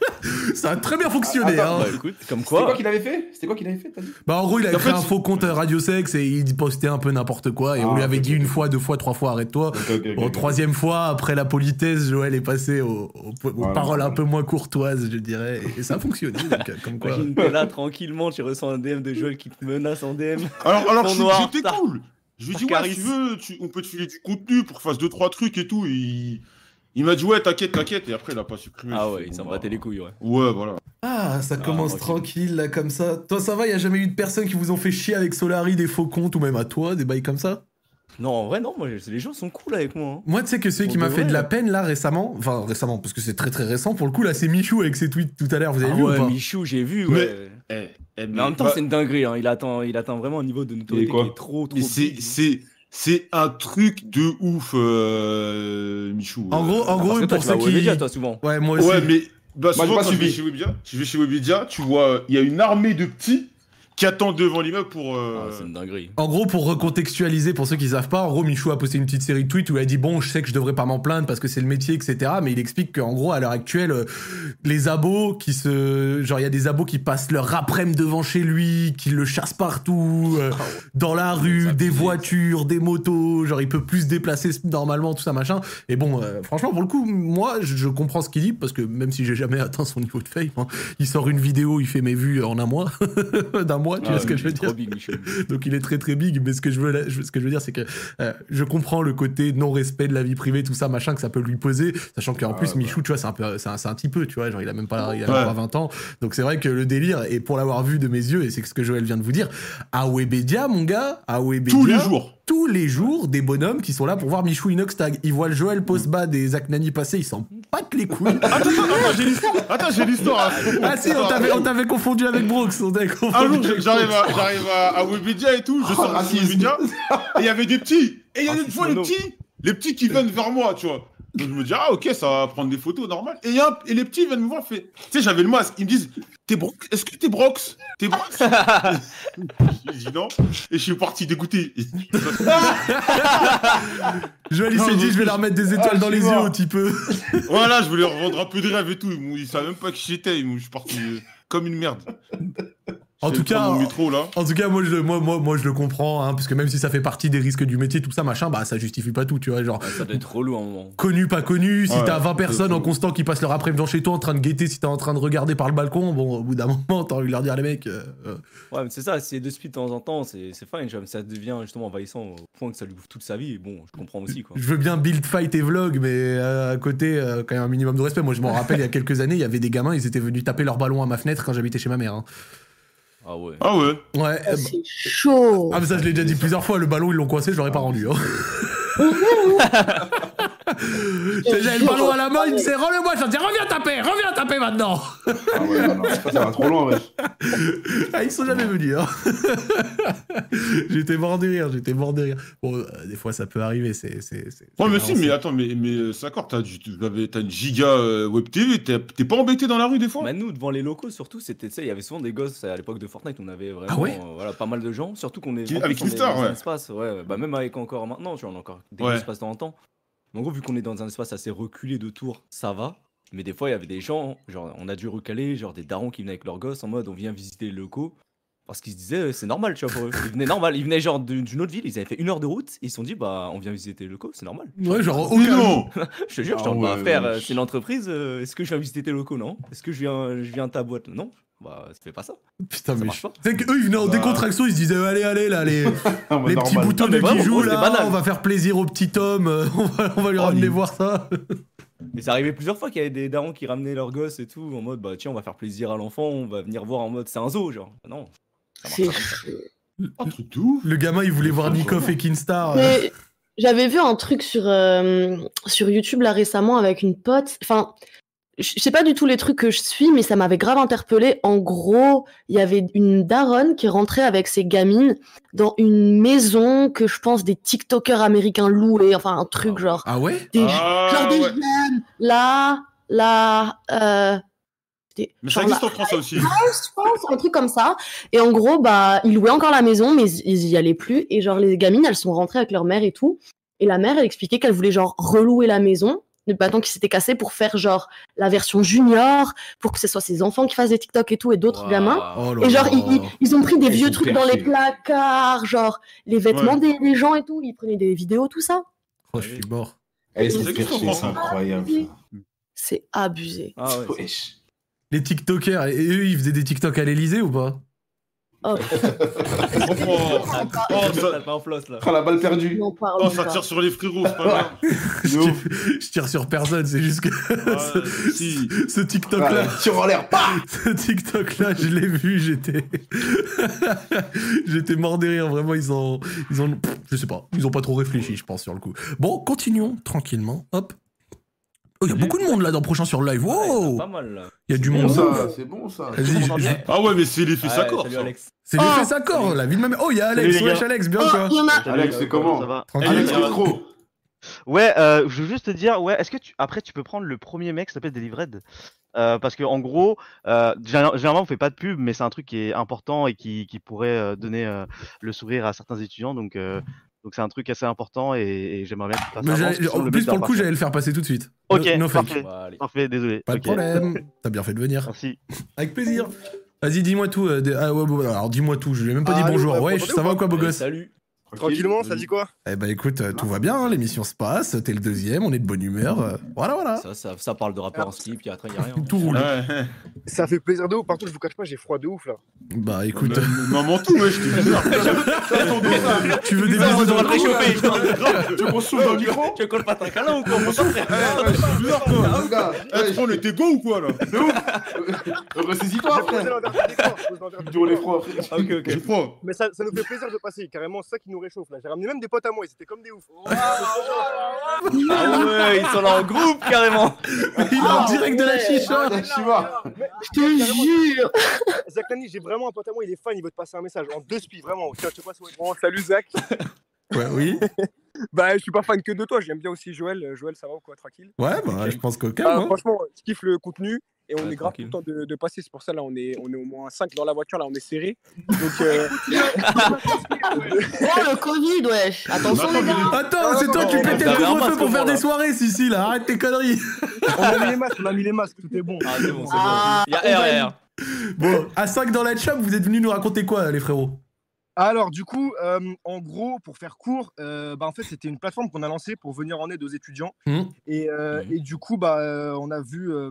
[laughs] ça a très bien fonctionné. Attends, hein. Bah écoute, comme C'était quoi quoi. qu'il avait fait C'était quoi qu'il avait fait t'as dit Bah en gros il avait En fait fait, un faux compte à Radio Sex et il postait un peu n'importe quoi et on Ah, lui avait ok, dit ok. une fois, deux fois, trois fois arrête-toi. Ok, ok, ok, Bon ok. troisième fois après la politesse Joël est passé aux, aux- aux Voilà. paroles un peu moins courtoises je dirais et, et ça a fonctionné donc euh, comme quoi. Imagine, t'es là tranquillement, tu ressens un DM de Joël qui te menace en DM. Alors, alors que Ton noir, j'étais ça. cool. Je lui ai dit, ouais, Carcaris. si tu veux, tu- on peut te filer du contenu pour que fasse deux, trois trucs et tout. Et il, il m'a dit, ouais, t'inquiète, t'inquiète. Et après, il a pas supprimé. Ah Je ouais, fais, il bon, s'en bah, battait les couilles, ouais. Ouais, voilà. Ah ça commence tranquille là comme ça. Toi ça va y a jamais eu de personne qui vous ont fait chier avec Solari des faux comptes ou même à toi des bails comme ça. Non, en vrai, non, moi, je- les gens sont cool avec moi. hein. Moi tu sais que celui Pour qui m'a de fait de vrai. la peine là récemment enfin récemment parce que c'est très très récent pour le coup là c'est Michou avec ses tweets tout à l'heure vous avez Ah vu ou ouais, pas Michou, j'ai vu, Mais- ouais. Eh, eh, Mais en même temps, bah, c'est une dinguerie, hein. il, atteint, il atteint vraiment un niveau de notoriété qui quoi est trop, trop Mais c'est, big. c'est, c'est un truc de ouf, euh, Michou. En gros en Parce gros que toi, pour tu vas ceux au qui Webedia, toi, souvent. Ouais moi aussi. ouais, mais bah, Moi, j'ai souvent, pas quand je vais suivi. chez Webedia, je vais chez Webedia, tu vois, euh, il y a une armée de petits qui attendent devant l'immeuble pour. euh, Ah, c'est une dinguerie. En gros, pour recontextualiser, pour ceux qui savent pas, en gros, Michou a posté une petite série de tweets où il a dit bon, je sais que je devrais pas m'en plaindre parce que c'est le métier, etc. Mais il explique qu'en gros, à l'heure actuelle, euh, les abos qui se, genre, il y a des abos qui passent leur après-midi devant chez lui, qui le chassent partout, euh, dans la rue, abusé, des Ah ça. voitures, des motos, genre, il peut plus se déplacer normalement, tout ça, machin. Et bon, euh, franchement, pour le coup, moi, je, je comprends ce qu'il dit parce que même si j'ai jamais atteint son niveau de fame, hein, il sort une vidéo, il fait mes vues en un mois, [laughs] d'un mois. moi, tu Ah vois ouais, ce que je veux il est dire trop big, Michel. [laughs] donc il est très très big, mais ce que je veux, là- je- ce que je veux dire, c'est que euh, je comprends le côté non-respect de la vie privée, tout ça, machin, que ça peut lui peser, sachant qu'en Ah, plus, bah. Michou, tu vois, c'est un, peu- c'est un, c'est un petit peu, tu vois, genre il a même pas, il a Ouais. même pas 20 ans, donc c'est vrai que le délire, et pour l'avoir vu de mes yeux, et c'est ce que Joël vient de vous dire, à Webedia, mon gars, à Webedia, Tous les jours. tous les jours des bonhommes qui sont là pour voir Michou Inox tag. Ils voient le Joël Postba des Zaknani passer, ils s'en battent les couilles. Attends, attends, attends, j'ai l'histoire. Attends, j'ai l'histoire. hein. ah si, on t'avait- on t'avait confondu avec Brooks. On t'avait confondu Un jour, avec je- Brooks. j'arrive à, j'arrive à, à Webedia et tout, je Oh, sors de racisme. Webedia, et il y avait des petits. Et il y a une Racisme, fois, les non. petits, les petits qui viennent vers moi, tu vois. Donc je me dis, ah ok, ça va prendre des photos, normal. Et, il y a un- et les petits viennent me voir, fait, tu sais, j'avais le masque, ils me disent, t'es Brox, est-ce que t'es Brox T'es Brox Je dis non, et je suis parti dégoûté. Joël, il Non, s'est dit, je- je vais leur mettre des étoiles Ah, dans je les suis yeux, mort. un petit peu. [laughs] voilà, je voulais leur vendre un peu de rêve et tout, ils, m'ont- ils savaient même pas qui j'étais, ils m'ont- je suis parti euh, comme une merde. En Je tout vais prendre cas, mon métro là. En tout cas, moi je, le- moi, moi, moi, je le comprends, hein, parce que même si ça fait partie des risques du métier, tout ça, machin, bah ça justifie pas tout, tu vois, genre Ah, ça doit être relou à un moment. connu, pas connu, si Ouais, t'as 20 personnes c'est- en constant qui passent leur après-midi devant chez toi en train de guetter, si t'es en train de regarder par le balcon, bon, au bout d'un moment, t'as envie de leur dire, les mecs, euh, euh, Ouais, mais c'est ça, s'il y a deux speeds de temps en temps, c'est c'est fine, tu vois, mais ça devient justement envahissant au point que ça lui bouffe toute sa vie. Et bon, je comprends aussi, quoi. je veux bien build, fight et vlog, mais euh, à côté, euh, quand même un minimum de respect. Moi je m'en rappelle, il y a quelques années, il y avait des gamins, ils étaient venus taper leur ballon à ma fenêtre quand j'habitais chez ma mère. hein. Ah ouais. Ah ouais. Ouais. euh, C'est chaud. Ah, mais ça, je l'ai déjà dit plusieurs fois, le ballon, ils l'ont coincé, je l'aurais pas rendu. hein. [laughs] [laughs] T'as déjà le ballon à la main, il me dit, rends-le-moi, je leur dis, reviens taper, reviens taper maintenant. Ah ouais, non, non, ça, ça va trop loin, wesh. Ah, ils sont jamais venus, hein. [laughs] j'étais mort de rire, j'étais mort de rire. Bon, euh, des fois, ça peut arriver, c'est. c'est, c'est- Ouais, mais c'est si, marrant, mais attends, mais, mais euh, c'est d'accord, t'as, du- t'avais- t'as une giga euh, web TV, t'es, t'es pas embêté dans la rue des fois Bah, nous, devant les locaux, surtout, c'était, tu sais, il y avait souvent des gosses à l'époque de Fortnite, on avait vraiment Ah ouais euh, voilà, pas mal de gens, surtout qu'on est Qui- en plus, avec on est Twister, dans ouais. un espace, ouais, bah même avec encore maintenant, tu vois, on a encore des Ouais. espaces de temps en temps. Mais en gros, vu qu'on est dans un espace assez reculé de tours, ça va. Mais des fois, il y avait des gens, genre, on a dû recaler, genre des darons qui venaient avec leurs gosses en mode on vient visiter les locaux. Parce qu'ils se disaient, euh, c'est normal, tu vois, pour eux. Ils venaient normal, ils venaient genre d'une d'une autre ville, ils avaient fait une heure de route, ils se sont dit, bah, on vient visiter les locaux, c'est normal. [laughs] Ouais, genre, oh Mais aucun- non Je te jure, je Ah t'en bah, ouais, frère, ouais. euh, c'est l'entreprise. euh, Est-ce que je viens visiter tes locaux Non. Est-ce que je viens, je viens à ta boîte Non. Bah, ça fait pas ça. Putain, ça mais. marche pas. C'est qu'eux, ils venaient en Bah. décontraction, ils se disaient, allez, allez, là, les, Ah, bah, les petits normal. boutons Ah, mais de vraiment, Bijou, gros, c'est là, banal. on va faire plaisir au petit homme, euh, [laughs] on va, on va lui Oh, ramener lui. voir ça. Mais ça arrivait plusieurs fois qu'il y avait des darons qui ramenaient leurs gosses et tout, en mode, bah tiens, on va faire plaisir à l'enfant, on va venir voir en mode, c'est un zoo, genre. Bah, Non. Ça marche C'est pas comme ça. [laughs] chaud. Un truc de ouf Le gamin, il voulait voir Nikoff et Kinstar. euh. Mais J'avais vu un truc sur, euh, sur YouTube là récemment avec une pote. Enfin, je je sais pas du tout les trucs que je suis, mais ça m'avait grave interpellée. En gros, il y avait une daronne qui rentrait avec ses gamines dans une maison que je pense des TikTokers américains louaient. Enfin, un truc Ah ouais. genre. Ah ouais Des Ah, genre des ouais. jeunes, là, là, euh, des- Mais ça genre là, existe en France ça aussi. je pense, un truc comme ça. Et en gros, bah, ils louaient encore la maison, mais ils ils y allaient plus. Et genre, les gamines, elles sont rentrées avec leur mère et tout. Et la mère, elle expliquait qu'elle voulait genre relouer la maison, le bâton qui s'était cassé pour faire genre la version junior, pour que ce soit ses enfants qui fassent des TikTok et tout, et d'autres Waouh. gamins. Oh là Et genre, là. ils, ils- ils ont pris des Ils vieux sont trucs dans les perchés. placards, genre les vêtements des, des gens et tout. Ils prenaient des vidéos, tout ça. Oh, je suis mort. Eh, C'est c'est perché, c'est incroyable. ça. C'est abusé. hein. Ah ouais. c'est- Wesh. Les TikTokers, et eux, ils faisaient des TikTok à l'Elysée ou pas Oh, Oh, oh, Ça ça, part en flosse, là. Ah, la balle perdue. on en parle. oh, ça pas. tire sur les frérots, c'est pas [laughs] je, De ouf. tire, je tire sur personne, c'est juste que bien. Ouais, si. ce Ah, TikTok-là, là, Tire en l'air, paf [laughs] ce TikTok-là, je l'ai vu, j'étais, [laughs] j'étais mort de rire. Vraiment, ils ont, ils ont, pff, je sais pas, ils ont pas trop réfléchi, je pense sur le coup. Bon, continuons tranquillement. Hop. Oh, il y a beaucoup de monde là dans prochain sur le live. Ah, il y en a Wow, pas mal, là. il y a du C'est Bon, monde. hein. ça, c'est bon ça. Vas-y, Tout le je- monde en je- vient. Ah ouais, mais c'est l'effet Ouais, s'accord. salut, ça. Alex. C'est les Ah. fesses à corps, la vie de ma mère. Oh, il y a Salut, Alex. les gars. Wesh, Alex, bien Oh, quoi. il y en a. Alex, c'est comment ça va Tranquille. Alex Allez, Castro. Ouais, euh, je veux juste te dire, ouais, est-ce que tu... après tu peux prendre le premier mec qui s'appelle Delivered euh, Parce que en gros, euh, général- généralement on fait pas de pub, mais c'est un truc qui est important et qui, qui pourrait euh, donner euh, le sourire à certains étudiants. Donc euh, donc c'est un truc assez important et, et j'aimerais bien que tu fasses Mais avance, j'allais- parce que sinon, en le plus, mec pour le va coup, partir. j'allais le faire passer tout de suite. Ok, No- no fake. parfait. Bah, allez. Parfait, désolé. Pas ok. de [laughs] problème. T'as bien fait de venir. Merci. Avec plaisir. Vas-y, dis-moi tout. euh, des- ah, ouais, ouais, ouais, alors, dis-moi tout. Je lui ai même pas dit Allô, bonjour. vous Ouais, m'entendez ça ou va pas ou quoi, beau Allez, gosse Salut. Tranquillement, ça dit quoi Eh bah, écoute, euh, tout va bien. hein, L'émission se passe. T'es le deuxième. On est de bonne humeur. euh, voilà, [laughs] voilà. Ça, ça, ça parle de rappeur en slip, il y a, y a rien. Tout roule. Ouais. Ça fait plaisir de ouf. Par contre, je vous cache pas, j'ai froid de ouf là. Euh, Bah écoute, Maman tout, ouais, je te [laughs] jure. Ça, ton dos, ça. tu veux des Ça, on bisous devra dans le le cou réchauffer. [laughs] Tu me souffles dans le micro Tu veux qu'on le fasse un câlin ou quoi On Ah, s'en Eh, ouais, je te jure, toi. Les gars, Eh, tu prends le Tego ou quoi, là ressaisis-toi, J'ai posé frère. l'interdiction des corps, j'ai posé l'interdiction Dure des les corps. froids après. Ah, Ok, ok. Je crois. Mais ça, ça nous fait plaisir de passer, carrément, c'est ça qui nous réchauffe là. J'ai ramené même des potes à moi, ils étaient comme des ouf. Ah ouais, ils sont là en groupe carrément. Il est en direct de la chicha Ah, tu vois. Je te jure [laughs] Zach Nani, j'ai vraiment un pote à moi, il est fan, il veut te passer un message en deux spies, vraiment. Tiens, je te passe, ouais. Bon, salut [laughs] Zach. Ouais, oui. Bah, je suis pas fan que de toi, j'aime bien aussi Joël. Euh, Joël, ça va ou quoi, tranquille Ouais, bah je pense qu'au Ah, calme. hein. Franchement, je kiffe le contenu et on Ouais, est grave tranquille. content de, de passer. C'est pour ça, là, on est, on est au moins 5 dans la voiture, là, on est serré. Donc, [laughs] euh, Oh, le Covid, wesh Attention, les gars Attends, c'est toi qui On pétais le avait un couvre-feu masque pour au faire moins, des là. soirées, Sissi, là. Arrête tes conneries. on a mis les masques, on a mis les masques, tout est bon. Ah c'est bon, c'est Ah, bon. Il y a RR. Bon, à 5 dans la shop, vous êtes venus nous raconter quoi, les frérots Alors, du coup, euh, en gros, pour faire court, euh, bah, en fait, c'était une plateforme qu'on a lancée pour venir en aide aux étudiants. Mhm. Et, euh, Mhm. et du coup, bah, euh, on a vu, euh,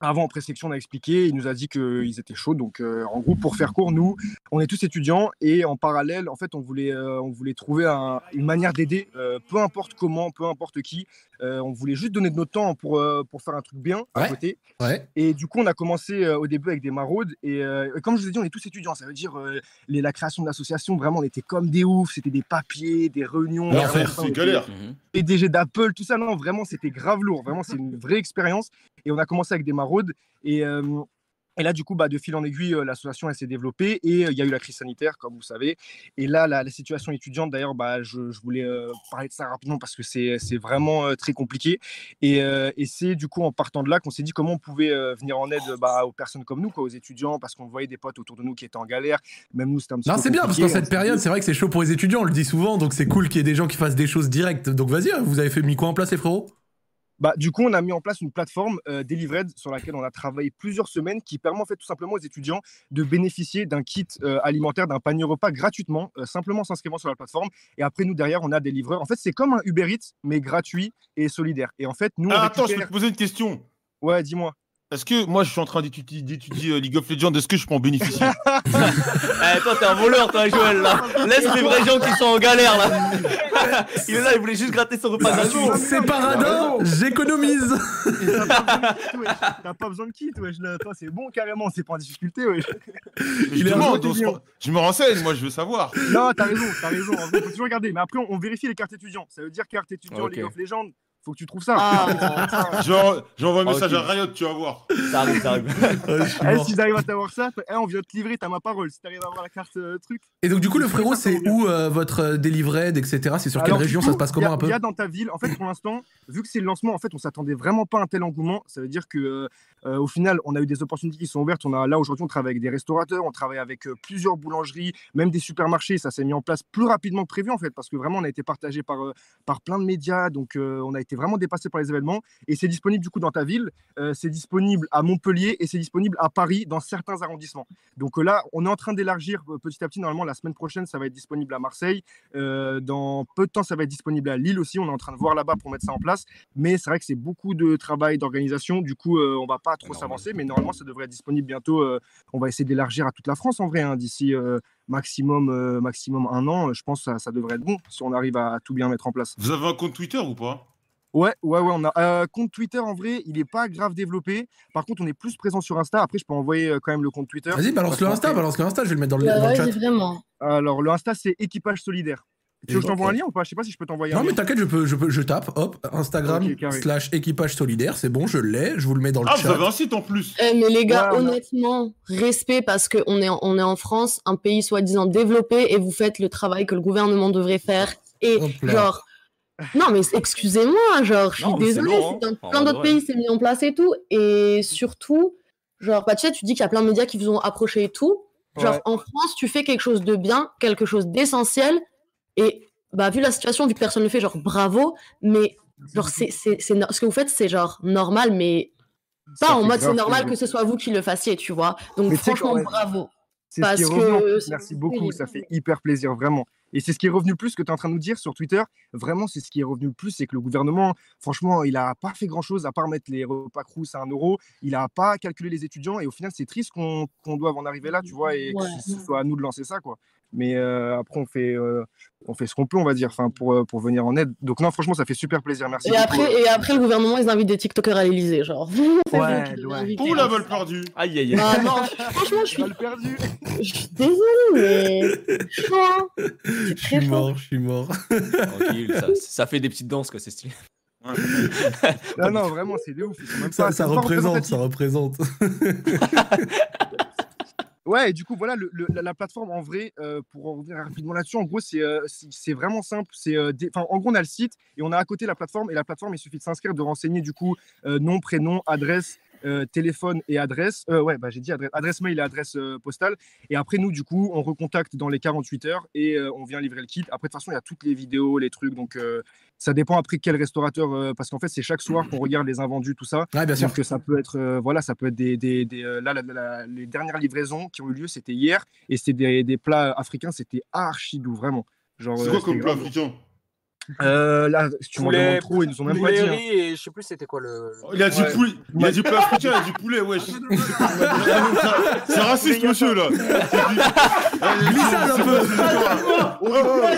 avant en pré-section, on a expliqué, il nous a dit qu'ils étaient chauds. Donc, euh, en gros, pour faire court, nous, on est tous étudiants et en parallèle, en fait, on voulait, euh, on voulait trouver un- une manière d'aider, euh, peu importe comment, peu importe qui. Euh, on voulait juste donner de notre temps pour, euh, pour faire un truc bien à Ouais. côté. Ouais. Et du coup, on a commencé euh, au début avec des maraudes. Et euh, comme je vous ai dit, on est tous étudiants. Ça veut dire euh, les- la création de l'association, vraiment, on était comme des oufs. C'était des papiers, des réunions. L'enfer, vraiment, on C'est était galère. Mhm. PDG d'Apple, tout ça. Non, vraiment, c'était grave lourd. Vraiment, c'est une vraie expérience. Et on a commencé avec des maraudes. Et, euh, et là, du coup, bah, de fil en aiguille, euh, l'association, elle s'est développée. Et euh, il y a eu la crise sanitaire, comme vous savez. Et là, la, la situation étudiante, d'ailleurs, bah, je, je voulais euh, parler de ça rapidement parce que c'est c'est vraiment euh, très compliqué. Et, euh, et c'est du coup, en partant de là, qu'on s'est dit comment on pouvait euh, venir en aide euh, bah, aux personnes comme nous, quoi, aux étudiants, parce qu'on voyait des potes autour de nous qui étaient en galère. Même nous, c'était un petit Non, peu c'est bien, parce compliqué. qu'en On cette s'est dit, période, c'est vrai que c'est chaud pour les étudiants, on le dit souvent, donc c'est cool qu'il y ait des gens qui fassent des choses directes. Donc vas-y, hein, vous avez fait mis quoi en place, les frérots Bah, du coup, on a mis en place une plateforme euh, Delivered sur laquelle on a travaillé plusieurs semaines qui permet en fait tout simplement aux étudiants de bénéficier d'un kit euh, alimentaire, d'un panier repas gratuitement, euh, simplement en s'inscrivant sur la plateforme. Et après, nous, derrière, on a des livreurs. En fait, c'est comme un Uber Eats, mais gratuit et solidaire. Et en fait, nous, on Ah, attends, je peux récupère- te poser une question. Ouais, dis-moi. Est-ce que moi je suis en train d'étudier d'étudier, euh, League of Legends, est-ce que je peux en bénéficier Eh, toi t'es un voleur toi Joël là. Laisse les vrais gens qui sont en galère [laughs] là. Il est là, il voulait juste gratter son repas Ah gratuit. Bah, C'est paradin, j'économise Et T'as pas besoin de kit, wesh. [laughs] T'as pas besoin de kit, wesh. Là, toi, c'est bon carrément, c'est pas en difficulté, wesh. Je est demande, revenu, on se- Lyon. Je me renseigne, moi je veux savoir. Non, Ah, t'as raison, t'as raison. En vrai, faut toujours regarder. Mais après, on, on vérifie les cartes étudiants. Ça veut dire carte étudiant, Ah, Ok. League of Legends. Faut que tu trouves ça. Ah. J'en- J'envoie un Ah, message ok. à Riot, tu vas voir. Ça arrive, ça arrive. Ah, je suis Eh, mort. si t'arrives à t'avoir ça, t- eh, on vient te livrer, t'as ma parole. Si t'arrives à avoir la carte euh, truc. Et donc du coup, le frérot, c'est où euh, votre euh, Delivered, etc. C'est sur quelle Alors, région Ça se Il passe y, comment a- un peu il y a dans ta ville, en fait, pour l'instant, vu que c'est le lancement, en fait, on s'attendait vraiment pas à un tel engouement. Ça veut dire que, euh, euh, au final, on a eu des opportunités qui sont ouvertes. On a là aujourd'hui, on travaille avec des restaurateurs, on travaille avec euh, plusieurs boulangeries, même des supermarchés. Ça s'est mis en place plus rapidement que prévu, en fait, parce que vraiment, on a été partagé par euh, par plein de médias. Donc, euh, on a été vraiment dépassé par les événements. Et c'est disponible du coup dans ta ville. Euh, c'est disponible à Montpellier et c'est disponible à Paris dans certains arrondissements. Donc euh, là, on est en train d'élargir euh, petit à petit. Normalement, la semaine prochaine, ça va être disponible à Marseille. Euh, dans peu de temps, ça va être disponible à Lille aussi. On est en train de voir là-bas pour mettre ça en place. Mais c'est vrai que c'est beaucoup de travail d'organisation. Du coup, euh, on va pas trop Normal. s'avancer. Mais normalement, ça devrait être disponible bientôt. Euh, on va essayer d'élargir à toute la France en vrai hein, d'ici. euh, Maximum, euh, maximum un an, euh, je pense que ça, ça devrait être bon si on arrive à tout bien mettre en place. Vous avez un compte Twitter ou pas Ouais, ouais, ouais, on a euh, compte Twitter en vrai, il est pas grave développé. Par contre, on est plus présent sur Insta. Après, je peux envoyer euh, quand même le compte Twitter. Vas-y, balance Parce le qu'on Insta, fait- balance le Insta, je vais le mettre dans le, Bah dans le ouais, chat. j'ai vraiment. Alors, le Insta, c'est Équipage Solidaire. Tu veux que je t'envoie un lien ou pas Je sais pas si je peux t'envoyer un Non mais lien. t'inquiète, je peux, je peux, je tape, hop, Instagram Ok, carré. slash équipage solidaire, c'est bon, je l'ai, je vous le mets dans le Ah, vous chat. avez un site en plus Eh, mais les gars, Ouais, on a- honnêtement, respect parce qu'on est, en- on est en France, un pays soi-disant développé, et vous faites le travail que le gouvernement devrait faire. Et Hop là. genre. Non, mais excusez-moi, genre, je suis Non, mais c'est désolée, lourd, hein. c'est dans Enfin, plein en d'autres vrai. pays, c'est mis en place et tout. Et surtout, genre, bah, tu sais, tu dis qu'il y a plein de médias qui vous ont approché et tout. Genre, Ouais. en France, tu fais quelque chose de bien, quelque chose d'essentiel. Et bah, vu la situation, vu que personne ne le fait, genre, bravo. Mais genre, c'est, c'est, c'est no- ce que vous faites, c'est genre normal, mais pas Ça en fait mode c'est grave normal plaisir. que ce soit vous qui le fassiez, tu vois. Donc, Mais tu sais franchement, quoi, ouais. bravo. C'est ce qui parce est revenu en que- plus. Merci beaucoup, ça fait hyper plaisir, vraiment. Et c'est ce qui est revenu le plus que tu es en train de nous dire sur Twitter. Vraiment, c'est ce qui est revenu le plus, c'est que le gouvernement, franchement, il a pas fait grand-chose à part mettre les repas crous à un euro. Il a pas calculé les étudiants. Et au final, c'est triste qu'on qu'on doive en arriver là, tu vois, et Ouais. que ce soit à nous de lancer ça, quoi. Mais euh, après, on fait, euh, on fait ce qu'on peut, on va dire, enfin, pour, euh, pour venir en aide. Donc non, franchement, ça fait super plaisir. Merci. Et beaucoup. après, et après, le gouvernement, ils invitent des TikTokers à l'Elysée, genre. [laughs] C'est vous Ouais, qui les ouais. invitez. Pour la balle perdue. Bah, Aïe aïe aïe. Bah, Ah, non, [laughs] franchement, je suis, Balle perdue. je suis désolée, mais je suis chaud, hein. C'est Je très suis chaud. mort, je suis mort. Tranquille, ça, ça fait des petites danses quoi, c'est stylé. [laughs] Non, non, vraiment, c'est de ouf. ils sont même pas- Ça, ils ça sont pas représente, représentatifs. ça représente. Ouais, et du coup, voilà, le- le- la, la plateforme en vrai, euh, pour en revenir rapidement là-dessus, en gros, c'est euh, c'est- c'est vraiment simple. C'est, euh, des- enfin, en gros, on a le site et on a à côté la plateforme. Et la plateforme, il suffit de s'inscrire, de renseigner du coup euh, nom, prénom, adresse, euh, téléphone et adresse. Euh, ouais, bah, j'ai dit adresse, adresse mail et adresse euh, postale. Et après, nous, du coup, on recontacte dans les 48 heures et euh, on vient livrer le kit. Après, de toute façon, il y a toutes les vidéos, les trucs. Donc, euh, ça dépend après quel restaurateur, euh, parce qu'en fait, c'est chaque soir qu'on regarde les invendus, tout ça. Ouais, bien sûr. Donc, euh, ça peut être, euh, voilà, ça peut être des, des, des, euh, là, la- la- les dernières livraisons qui ont eu lieu, c'était hier, et c'était des, des plats africains, c'était archi doux, vraiment. Genre, C'est euh, quoi c'était comme plat grave. africain Euh, là, si tu m'en Poulet, demandes trop, ils nous ont même pas dit. Poulet, hein. riz et je sais plus c'était quoi le. Oh, Il a dit Ouais. poulet. Il a dit plat africain, il a dit poulet, wesh. [laughs] C'est raciste, monsieur, là. hein. [laughs] Glissade un peu. Ouais, ouais, ouais.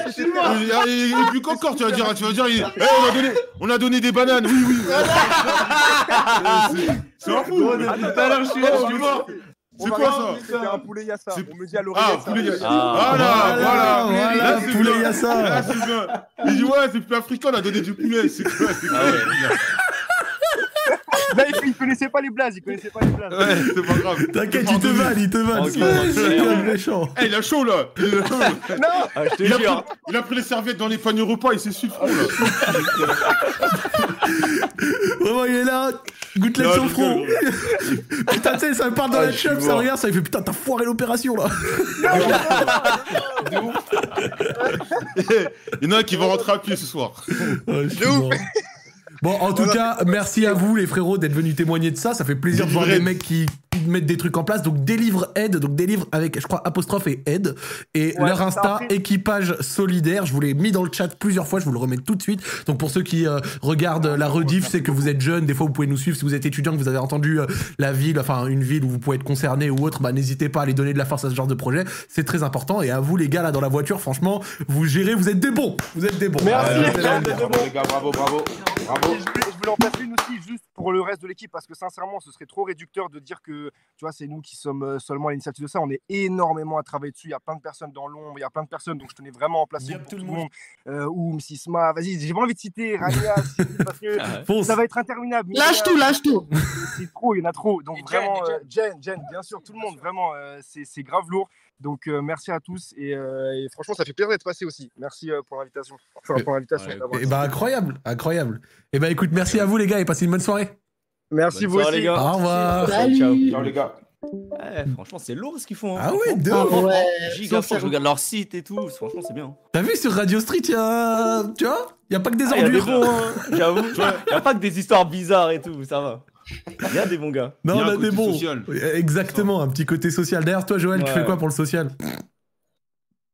Et- Et et puis qu'encore tu vas dire, tu vas dire, il- Eh, on, a donné, on a donné des bananes, oui, [laughs] oui. Euh, c'est- C'est un fou. mais- tout à l'heure, je suis là, je suis mort. C'est quoi ça C'était un poulet yassa. C'est- On me dit à l'oreille. Ah, yassa. poulet. Ah. Voilà, voilà, voilà, Là, c'est poulet bien. yassa. Là, c'est bien. Il dit, ouais, c'est plus africain, on a donné du poulet. C'est quoi C'est Ah quoi Là, ils, ils connaissaient pas les blazes, ils connaissaient pas les blazes. Ouais, c'est pas grave. T'inquiète, C'est il te pardonné. vanne, il te vanne. Ok. C'est [laughs] c'est un méchant. Eh, il a chaud, là. Il a chaud. Ah, je te Il a, jure. pris, il a pris les serviettes dans les paniers repas, il s'est su le front, là. Vraiment, il est là, gouttelette Non, sur le je front. rigole, [laughs] Putain, tu sais, ça part dans Ah, la je suis chef, ça mort. regarde, ça il fait putain, t'as foiré l'opération là. [laughs] Il y en a un qui va rentrer à pied ce soir. Ah, je suis mort. Bon, en tout cas, merci à vous les frérots d'être venus témoigner de ça. Ça fait plaisir de voir des Délivre mecs qui mettent des trucs en place. Donc, délivre aide, donc délivre avec, je crois, apostrophe et aide. Et Ouais, leur Insta, ça, après- équipage solidaire. Je vous l'ai mis dans le chat plusieurs fois, je vous le remets tout de suite. Donc, pour ceux qui euh, regardent la rediff, c'est que vous êtes jeunes. Des fois, vous pouvez nous suivre. Si vous êtes étudiant, que vous avez entendu euh, la ville, enfin, une ville où vous pouvez être concerné ou autre, bah, n'hésitez pas à aller donner de la force à ce genre de projet. C'est très important. Et à vous, les gars, là, dans la voiture, franchement, vous gérez, vous êtes des bons. Vous êtes des bons. Merci, Ah, les c'est la gars, lumière. Bravo, les gars, bravo, bravo. Et Bravo. je, voulais, je voulais en passer une aussi, juste pour le reste de l'équipe, parce que sincèrement, ce serait trop réducteur de dire que, tu vois, c'est nous qui sommes euh, seulement à l'initiative de ça. On est énormément à travailler dessus. Il y a plein de personnes dans l'ombre, il y a plein de personnes, donc je tenais vraiment à en placer Yep, une pour tout tout le le monde. monde. Euh, Oum, Sisma, vas-y, j'ai pas envie de citer Rania, Cyril, parce que Ah ouais. Fonce. ça va être interminable. mais Lâche voilà, tout, lâche tout. C'est trop, il y en a trop. Donc Et Jen, vraiment, et euh, Jen, Jen, bien sûr, tout le monde, vraiment, euh, c'est c'est grave lourd. Donc euh, merci à tous et, euh, et franchement, ça fait plaisir d'être passé aussi. Merci euh, pour l'invitation. Enfin, pour l'invitation. Ouais, d'avoir Et été. bah incroyable, incroyable. Et bah écoute, merci à vous les gars et passez une bonne soirée. Merci Bonne vous soirée, aussi. les gars. Au revoir. Salut. Ciao, les gars. Eh, franchement, c'est lourd ce qu'ils font. hein. Ah ouais, de Franchement, ouf. Ouais. Giga fort, je regarde leur site et tout. Franchement, c'est bien. T'as vu sur Radio Street, y a... tu vois, y a pas que des Ah, y a des ordures. bons, hein, j'avoue. Y a pas que des histoires bizarres et tout, ça va. Y a des bons gars. [laughs] non, Y a on un a côté des bons. social. Oui, Exactement, un petit côté social. D'ailleurs, toi, Joël, tu Ouais. fais quoi pour le social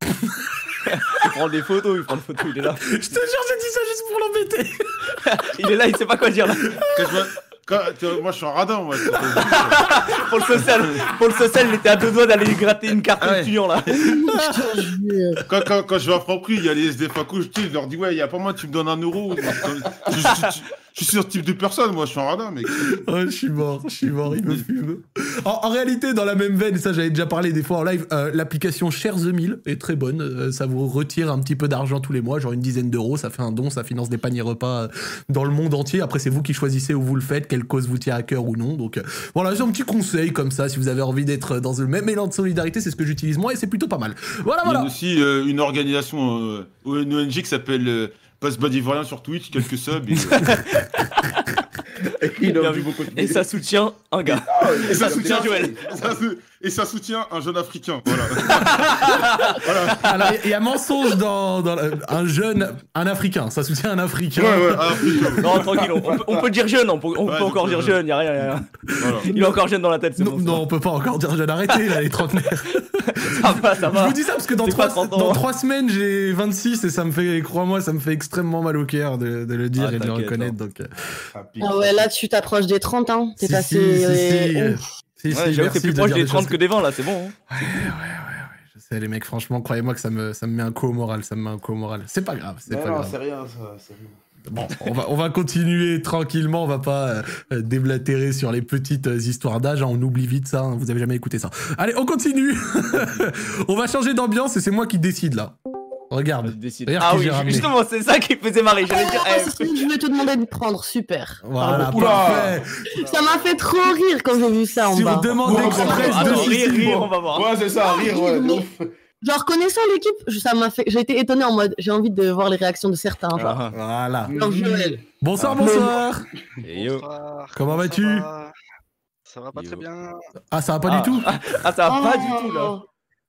Il prend des photos, il prend des photos, il est là. [laughs] Je te jure, j'ai dit ça juste pour l'embêter. Il est là, il sait pas quoi dire. Là. Quand je vois- quand- tu vois, moi, je suis un radin, moi. euh. [laughs] Pour le social, pour le social, il était à deux doigts d'aller lui gratter une carte Ah ouais. étudiant là. Je te jure. [laughs] Quand, quand, quand je vais à Franprix, il y a les SDF à couche, tu sais, je leur dis, ouais, il y a pas moi, tu me donnes un euro. Je, je- je- je suis sur ce type de personne, moi, je suis un radin, mec. Oh, je suis mort, je suis mort, il me fume. En, en réalité, dans la même veine, et ça j'avais déjà parlé des fois en live, euh, l'application Share the Meal est très bonne. Euh, ça vous retire un petit peu d'argent tous les mois, genre une dizaine d'euros, ça fait un don, ça finance des paniers repas euh, dans le monde entier. Après, c'est vous qui choisissez où vous le faites, quelle cause vous tient à cœur ou non. Donc euh, voilà, c'est un petit conseil comme ça, si vous avez envie d'être euh, dans le même élan de solidarité, c'est ce que j'utilise moi et c'est plutôt pas mal. Voilà, Il y voilà. a aussi euh, une organisation, euh, [laughs] une ONG qui s'appelle euh, Passe Bad Ivoirien sur Twitch, quelques subs. et, euh, il a Bien du vu. beau côté. Et ça soutient un gars. Et ça soutient Joël. ça sou- Et ça soutient un jeune africain. [laughs] Voilà. Alors, il y- y a mensonge dans, dans la- un jeune, un Africain. Ça soutient un Africain. Ouais, ouais, un africain. Non, tranquille, on, on peut, on peut dire jeune, on peut, on Ouais, peut encore je peux dire jeune, y a rien, y a rien. Voilà. Il est encore jeune dans la tête, c'est Non, bon. ça. non, on peut pas encore dire jeune arrêté, là, les trentenaires. [laughs] ça va, ça Je va. vous dis ça parce que dans C'est pas trois, 30 ans. hein dans trois semaines, j'ai 26 et ça me fait, crois-moi, ça me fait extrêmement mal au cœur de, de le dire Ah, et de le t'inquiète, reconnaître. Donc, euh, Ah, pique. Ah ouais, là, tu t'approches des 30, hein. T'es si, passé. si, si, si, euh, euh, ouf. si, si, Ouais, J'avoue, merci t'es plus de proche dire des choses 30 que que- des 20 là, c'est bon. hein. Ouais, ouais, ouais, ouais. Je sais, les mecs, franchement, croyez-moi que ça me, ça me met un coup au moral. Ça me met un coup au moral. C'est pas grave, c'est Mais pas non, grave. c'est rien, ça, c'est rien. Bon, on va, on va continuer tranquillement, on va pas euh, euh, déblatérer sur les petites euh, histoires d'âge, hein, on oublie vite ça, hein, vous avez jamais écouté ça. Allez, on continue [laughs] On va changer d'ambiance et c'est moi qui décide là. Regarde. Décide. D'ailleurs, Ah que oui, j'ai ramené. justement, c'est ça qui faisait marrer. J'allais dire, Ah, eh, c'est ce que je voulais te demander de prendre, super. Voilà, Oula. parfait Ça m'a fait trop rire quand j'ai vu ça en bas. Sur demande Ouais, express bah, attends, de attends, rire, Justine. rire, on va voir. Ouais, c'est ça, rire, ouais. de ouf. Genre, connaissant l'équipe, je- ça m'a fait... j'ai été étonné en mode j'ai envie de voir les réactions de certains. Genre, Ah, Voilà. Genre, Joël. Mmh. Mmh. Bonsoir, bonsoir et yo. Comment vas-tu Ça va pas Yo. très bien. Ah, ça va pas Ah. [laughs] du tout Ah, ça va pas du tout là.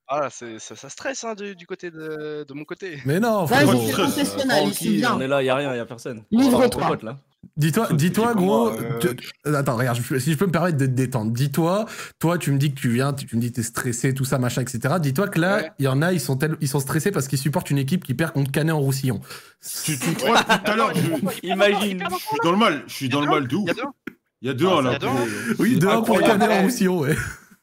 Ah, c'est- ça, ça stresse hein, du, du côté de, de mon côté. Mais non, Vas-y, c'est frérot. Tranquille, professionnel, ici, Tranquille, bien. on est là, y a rien, y a personne. Livre Voilà, on trois. pote, là. Dis-toi, Sauf dis-toi, que pour gros. moi, euh, tu- euh, Attends, regarde, je- si je peux me permettre de te détendre. Dis-toi, toi, tu me dis que tu viens, tu, tu me dis que t'es stressé, tout ça, machin, etc. Dis-toi que là, il Ouais. y en a, ils sont, tel- ils sont stressés parce qu'ils supportent une équipe qui perd contre Canet en Roussillon. Tu, tu crois que tout à l'heure, je, je suis Imagine. dans le mal. Je suis dans le mal de ouf. Il y a deux. Il y a deux, Ah, là. il y a deux. Oui, de un pour incroyable. Canet en Roussillon, ouais.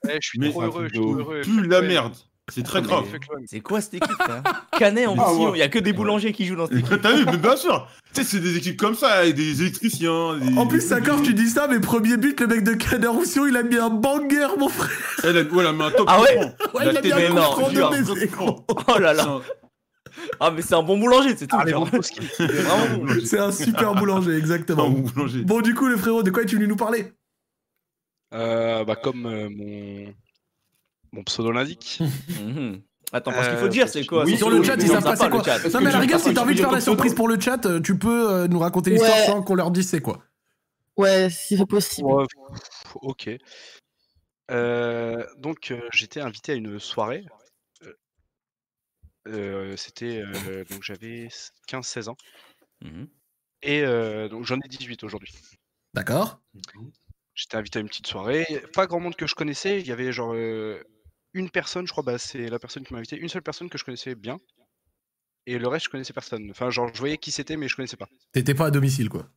Eh, je suis Mais trop c'est un heureux, truc je suis de trop ouf. heureux. Pue fuck la l'OM. merde. C'est très Mais grave. fuck l'OM. C'est quoi cette équipe hein là Canet en Ah, Roussillon, ouais. y a que des boulangers qui jouent dans cette équipe. T'as vu, mais bien sûr. Tu sais, c'est des équipes comme ça, avec des électriciens. des- En plus, d'accord, tu [laughs] dis ça, mais premier but, le mec de Canet en Roussillon, il a mis un banger, mon frère. Elle a, ouais, elle a mis un top. Ah ouais coup franc. Ouais, il a La mis mais un tête- non, coup franc jure. de baiser, gros. Oh là C'est là. un- Ah, mais c'est un bon boulanger, c'est tout. Ah, les genre. Lewandowski. C'est vraiment bon. C'est un super boulanger, c'est un exactement. boulanger. Bon, du coup, le frérot, de quoi es-tu venu nous parler Euh, bah, comme euh, mon... mon pseudo [laughs] l'indique. Mmh. Mhm. Attends, parce qu'il faut Euh, dire, c'est quoi oui, c'est- sur le c'est- chat, c'est- ils c'est savent pas c'est le quoi. chat. Est-ce Non, que mais tu- alors, regarde, attends, si t'as je envie de peux faire dire la ton pseudo surprise pour le chat, euh, tu peux euh, nous raconter l'histoire Ouais. sans qu'on leur dise c'est quoi. Ouais, si c'est possible. Ouais, pff, ok. Euh, donc, euh, j'étais invité à une soirée. Euh, euh, C'était. euh, donc, j'avais 15-16 ans. Mhm. Et euh, donc, j'en ai 18 aujourd'hui. D'accord J'étais invité à une petite soirée. Pas grand monde que je connaissais. Il y avait genre euh, une personne, je crois, bah, c'est la personne qui m'a invité. Une seule personne que je connaissais bien. Et le reste, je connaissais personne. Enfin, genre, je voyais qui c'était, mais je connaissais pas. T'étais pas à domicile, quoi.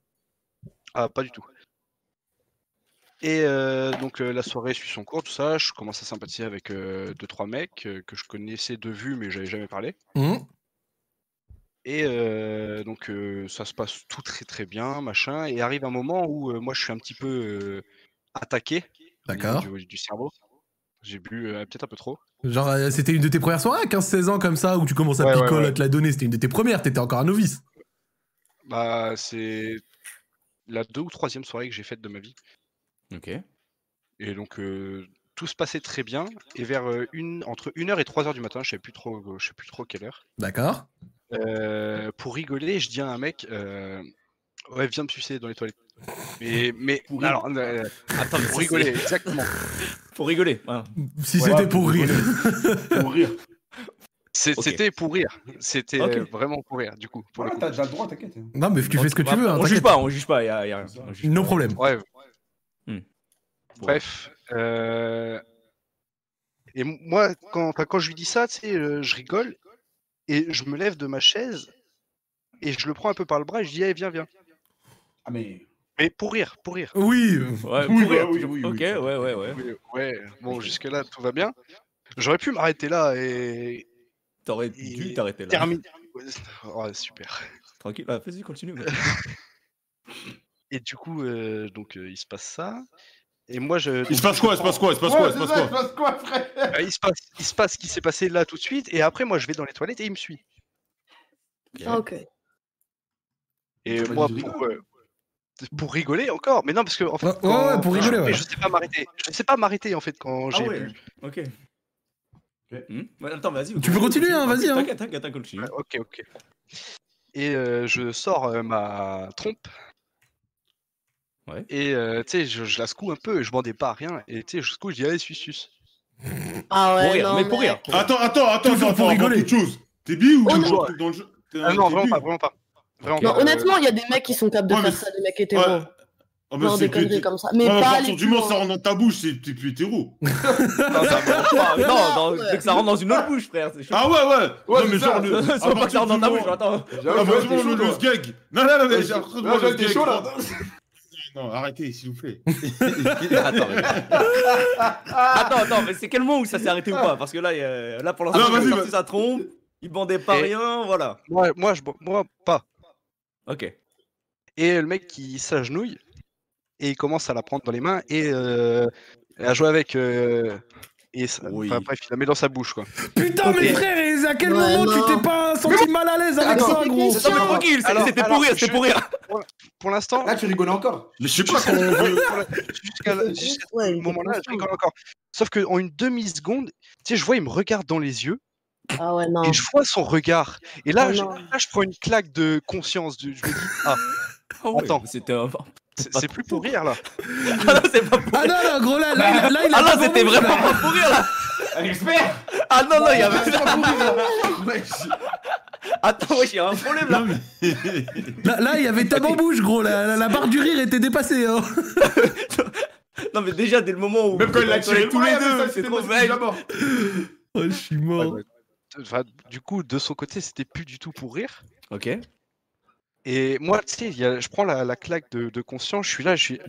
Ah, pas du tout. Et euh, donc, euh, la soirée suit son cours, tout ça. Je commence à sympathiser avec euh, deux, trois mecs euh, que je connaissais de vue, mais j'avais jamais parlé. Hmm Et euh, donc, euh, ça se passe tout très, très bien, machin. Et arrive un moment où euh, moi, je suis un petit peu euh, attaqué. au niveau D'accord. Du, du cerveau. J'ai bu euh, peut-être un peu trop. Genre, euh, c'était une de tes premières soirées à 15-16 ans comme ça, où tu commences à Ouais, ouais, picoler, ouais. à te la donner. C'était une de tes premières, t'étais encore un novice. Bah, c'est la deux ou troisième soirée que j'ai faite de ma vie. Ok. Et donc, euh, tout se passait très bien. Et vers euh, une, entre 1h et 3h du matin, je sais plus trop, euh, je sais plus trop quelle heure. D'accord euh, pour rigoler, je dis à un mec, euh, ouais, viens me sucer dans les toilettes. Mais, mais Pour alors, euh, Attends, mais pour ça, rigoler, c'est- exactement. [laughs] Pour rigoler. voilà. Si Ouais, c'était pour rire. Pour rire. C'est- Ok. C'était pour rire. C'était Ok. euh, vraiment pour rire, du coup. Pour le Voilà, coup. t'as déjà le droit, t'inquiète. Non, mais tu fais ce que tu veux. hein, Bah, On juge t'inquiète. pas, on juge pas, y a y a rien. On juge No pas. Hmm. problème. Ouais, Bon. Bref. euh, Et m- moi, quand, enfin, quand je lui dis ça, tu sais, euh, je rigole et je me lève de ma chaise et je le prends un peu par le bras et je dis, allez, viens, viens. Ah, mais. Mais pour rire, pour rire. Oui Ouais, Oui, pour rire, bah oui, toujours. oui, oui. Ok, ouais, ouais, ouais. Oui, Ouais, bon, jusque-là, tout va bien. J'aurais pu m'arrêter là et T'aurais Et- dû t'arrêter là. terminer. Ouais, oh, super. Tranquille, bah, vas-y, continue. [laughs] mec. [laughs] Et du coup, euh, donc, euh, il se passe ça. Et moi, je. Il se passe quoi Il se passe quoi Il se passe quoi Il se passe quoi passe quoi, frère Ah, il se passe, il se passe ce qui s'est passé là tout de suite. Et après, moi, je vais dans les toilettes et il me suit. Ah, ok. Et Bah, moi, tu pour, euh, pour rigoler encore. Mais non, parce que en fait, Ouais, ouais, ouais, pour je- rigoler, mais ouais. je sais pas m'arrêter. Je sais pas m'arrêter en fait quand Ah j'ai ouais, bu. ok. Ok. Hmm Ouais, attends, vas-y. Tu peux continuer, hein, vas-y, hein. T'inquiète, t'inquiète, t'inquiète, continue. Ouais, Ok, ok. Et euh, je sors euh, ma trompe. Et euh, tu sais, je, je la secoue un peu et je bandais pas à rien. Et tu sais, je secoue, je dis, allez, suis, sus. Ah ouais, non, mais- Attends, attends, attends, Toujours attends, pour pour rigoler. rigoler. T'es bi ou t'es Honnêtement. toujours dans le jeu T'es dans Ah le non, jeu, vraiment t'es pas, bi vraiment pas. Vraiment Non, pas. honnêtement, il y a des mecs qui sont capables de faire ça, des mecs hétéros. Ah, Genre c'est des que conneries t'es- comme ça. Ah, Mais à pas hein. partir les du plus moment où ça grands. rentre dans ta bouche, c'est- t'es plus [laughs] hétéro. Ah, mais non, Non, dans- ouais. dès que ça rentre dans une autre bouche, frère. c'est chaud. Ah ouais, ouais Ouais, Non, mais c'est genre, ça. le. C'est pas que ça rentre dans ta bouche, attends. Ah, franchement, le loose gag Non, non, non, mais j'ai l'impression de Là, voir le Joël, t'es loose chaud, gag. là. Non, arrêtez, s'il vous plaît. attends, mais- attends, attends, mais c'est quel moment où ça s'est arrêté ou pas Parce que là, il y a- là pour l'instant, Non, il a vas-y, sorti vas- sa trompe, il bandait pas Et- rien, voilà. Moi, moi, je, bo- moi, pas. Ok. Et le mec, il s'agenouille et il commence à la prendre dans les mains et euh, à jouer avec. euh, et ça- enfin, bref, il la met dans sa bouche, quoi. Putain, Ok. mais frère, et à quel Ouais, moment non. tu t'es pas senti mal à l'aise avec Attends, ça, gros c'est pas tranquille, c'est- Alors- c'était pour alors, rire, c'était je- pour rire. Pour l'instant. Là, tu rigoles encore. Mais je sais pas comment on veut. Jusqu'à la- jusqu'à ce moment-là, je rigole encore. Sauf qu'en une demi-seconde, tu sais, je vois, il me regarde dans les yeux. Ah ouais, non. Et je vois son regard. Et là, Oh je, non. là, je prends une claque de conscience. de- je me dis, ah, ouais, attends. C'était C'est c'est plus pour rire, là. Ah non, non, gros, là, là, il a- là, il a Ah pas non, c'était vendu, vraiment là. pas pour rire là Expert Ah non, non, il y avait. Attends, wesh, il y a un problème là. Là, là, il y avait ta bouche, gros. La, la- la barre du rire était dépassée. hein. [laughs] Non, mais déjà, dès le moment où. Même quand il l'a tiré, tous ouais, les mais ça, deux, c'est c'était trop possible vague. [laughs] d'abord. Oh, je suis mort. Enfin, du coup, de son côté, c'était plus du tout pour rire. Ok. Et moi, tu sais, il y a- je prends la, la claque de, de conscience, je suis là, je suis.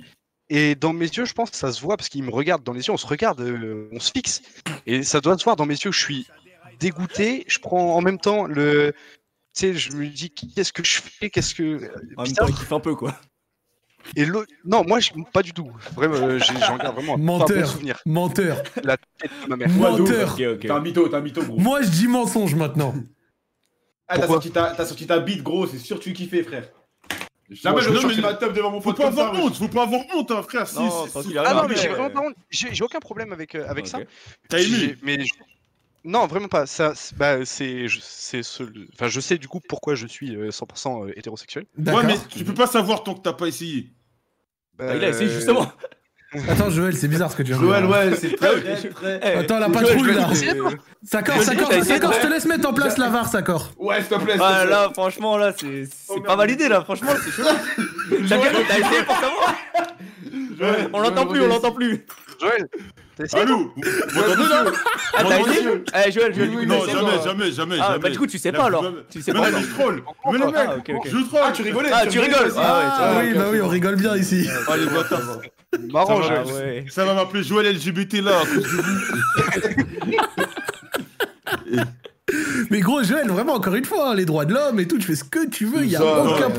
Et dans mes yeux, je pense que ça se voit parce qu'il me regarde dans les yeux, on se regarde, euh, on se fixe. Et ça doit se voir dans mes yeux que je suis dégoûté. Je prends en même temps le. Tu sais, je me dis, qu'est-ce que je fais Qu'est-ce que. En même temps, il kiffe un peu quoi. Et l'autre. Non, moi, je- pas du tout. Vraiment, euh, j'ai- j'en garde vraiment un pas bon Menteur. souvenir. Menteur. La tête de ma mère. Menteur. T'es Ah, un mytho, t'es un mytho, gros. Moi, je dis mensonge maintenant. Ah, t'as sorti, ta- t'as sorti ta bite, gros, c'est sûr que tu kiffais, frère. Jamais Moi, je non, sorti mais- ma teub devant mon Faut pote pas comme ça. avoir honte, faut pas avoir honte, hein, frère. Si, Non, si, tranquille, si. ah non, mais j'ai vraiment pas honte. J'ai j'ai aucun problème avec, euh, avec ça. T'as aimé J'ai- mais je- Non, vraiment pas. Ça, c'est- bah, c'est, je- c'est ce- enfin, je sais du coup pourquoi je suis euh, 100% euh, hétérosexuel. Ouais, mais tu peux pas savoir tant que t'as pas essayé. Ben, Ah, Ah, Bah, il a essayé, justement. Attends, Joël, c'est bizarre ce que tu veux. Joël, ouais, c'est [laughs] très, très, Eh, très. Attends, la Joël, je patrouille, vais là. essayer, moi. D'accord, Joël, d'accord, t'as essayé, d'accord, je te toi laisse mettre en place la VAR, d'accord. Ouais, s'il te plaît. Ah là, franchement, là, c'est c'est pas validé là, franchement, c'est chaud. T'as bien t'as essayé pour savoir On l'entend plus, on l'entend plus. Joël, t'as essayé Allô m'entendez, là Ah, Vous t'as m'entendez essayé Eh, Joël, Joël, du coup, t'as Non, essayé, jamais, toi jamais, jamais. Ah, bah jamais. du coup, tu sais La pas plus- alors. Tu sais pas Mais non, mais alors. je troll. Mais non, Ah, ok, mec, ok. je troll. Ah, tu rigolais, Ah, tu tu rigolais, rigolais, vas-y. ah ouais, Ah ça oui, va, bah ok, oui, ok. on rigole bien ici. Ah, les bâtards. Marrant, Ça va- Joël. Ah ouais. Ça va m'appeler Joël LGBT là. à cause de Mais gros, Joël, vraiment, encore une fois, hein, les droits de l'homme et tout, tu fais ce que tu veux, il y a aucun Non,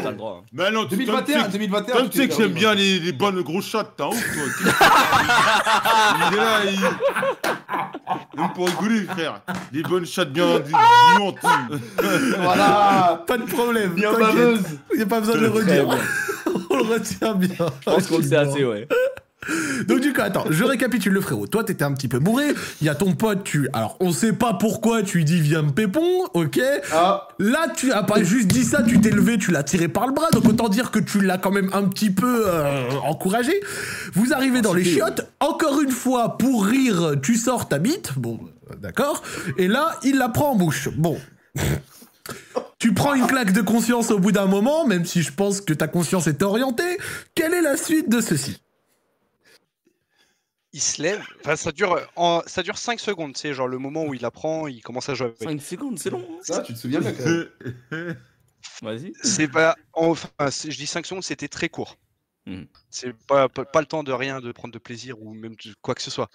problème. Ah, Mais non, tu- 2021, Tom, tu sais- 2021, Tom, tu tu sais t'es que j'aime permis, bien les, les bonnes gros chattes, t'as honte, toi. Qu'est-ce que- [laughs] il est là, il. Il est pour rigoler, frère. Les bonnes chattes bien honte. [laughs] Voilà. Ah Pas de problème. Bien t'inquiète. baveuse. Il n'y a pas besoin de le Très redire. bien. [laughs] On le retient bien. Je pense qu'on le sait assez, ouais. Donc du coup, attends, je récapitule le frérot. Toi, t'étais un petit peu bourré. Il y a ton pote, tu... Alors, on sait pas pourquoi tu lui dis viens me pépon, ok Là, tu as pas juste dit ça, tu t'es levé, tu l'as tiré par le bras. Donc autant dire que tu l'as quand même un petit peu euh, encouragé. Vous arrivez dans les chiottes. Encore une fois, pour rire, tu sors ta bite. Bon, euh, d'accord. Et là, il la prend en bouche. Bon, [laughs] tu prends une claque de conscience au bout d'un moment, même si je pense que ta conscience est orientée. Quelle est la suite de ceci il se lève. Enfin, ça dure, euh, en- ça dure 5 secondes, tu sais, genre le moment où il apprend, il commence à jouer avec. 5 secondes, c'est hein. hein. long. Ça, tu te souviens bien, quand [laughs] même. Vas-y. C'est pas. Enfin, c'est- je dis 5 secondes, c'était très court. Mhm. C'est pas, pas, pas le temps de rien, de prendre de plaisir ou même de quoi que ce soit.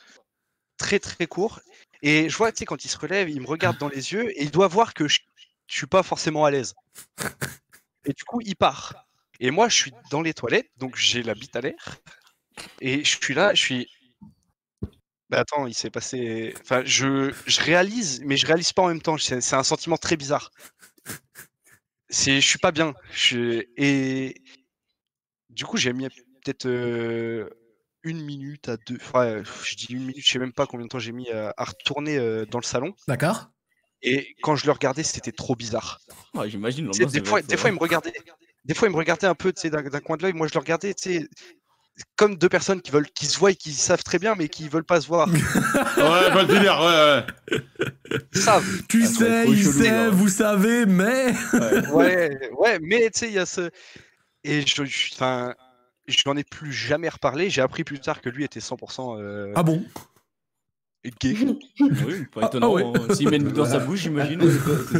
Très très court. Et je vois, tu sais, quand il se relève, il me regarde dans les yeux et il doit voir que je, je suis pas forcément à l'aise. Et du coup, il part. Et moi, je suis dans les toilettes, donc j'ai la bite à l'air. Et je suis là, je suis. Bah attends, il s'est passé. Enfin, je, je réalise, mais je réalise pas en même temps. C'est c'est un sentiment très bizarre c'est je suis pas bien je suis- et du coup j'ai mis peut-être euh, une minute à deux enfin, je dis une minute je sais même pas combien de temps j'ai mis à, à retourner euh, dans le salon D'accord et quand je le regardais c'était trop bizarre Ouais, Ah, J'imagine. Tu sais, l'ambiance des devait fois être, des euh, fois il me regardait Des fois, il me regardait un peu tu sais, d'un d'un coin de l'œil. Moi, je le regardais, tu sais, comme deux personnes qui veulent, qui se voient et qui savent très bien, mais qui veulent pas se voir. [laughs] Ouais, pas le délire, ouais, Ils savent. Tu ça doit sais, être il chelou, sait, là, ouais. vous savez, mais. [laughs] ouais, ouais, mais tu sais, il y a ce. Et je, je, enfin, je n'en ai plus jamais reparlé. J'ai appris plus tard que lui était 100% euh, Ah bon gay. Oui, pas Ah, étonnant. ah hein. S'il met une dans sa bouche, j'imagine. ouais.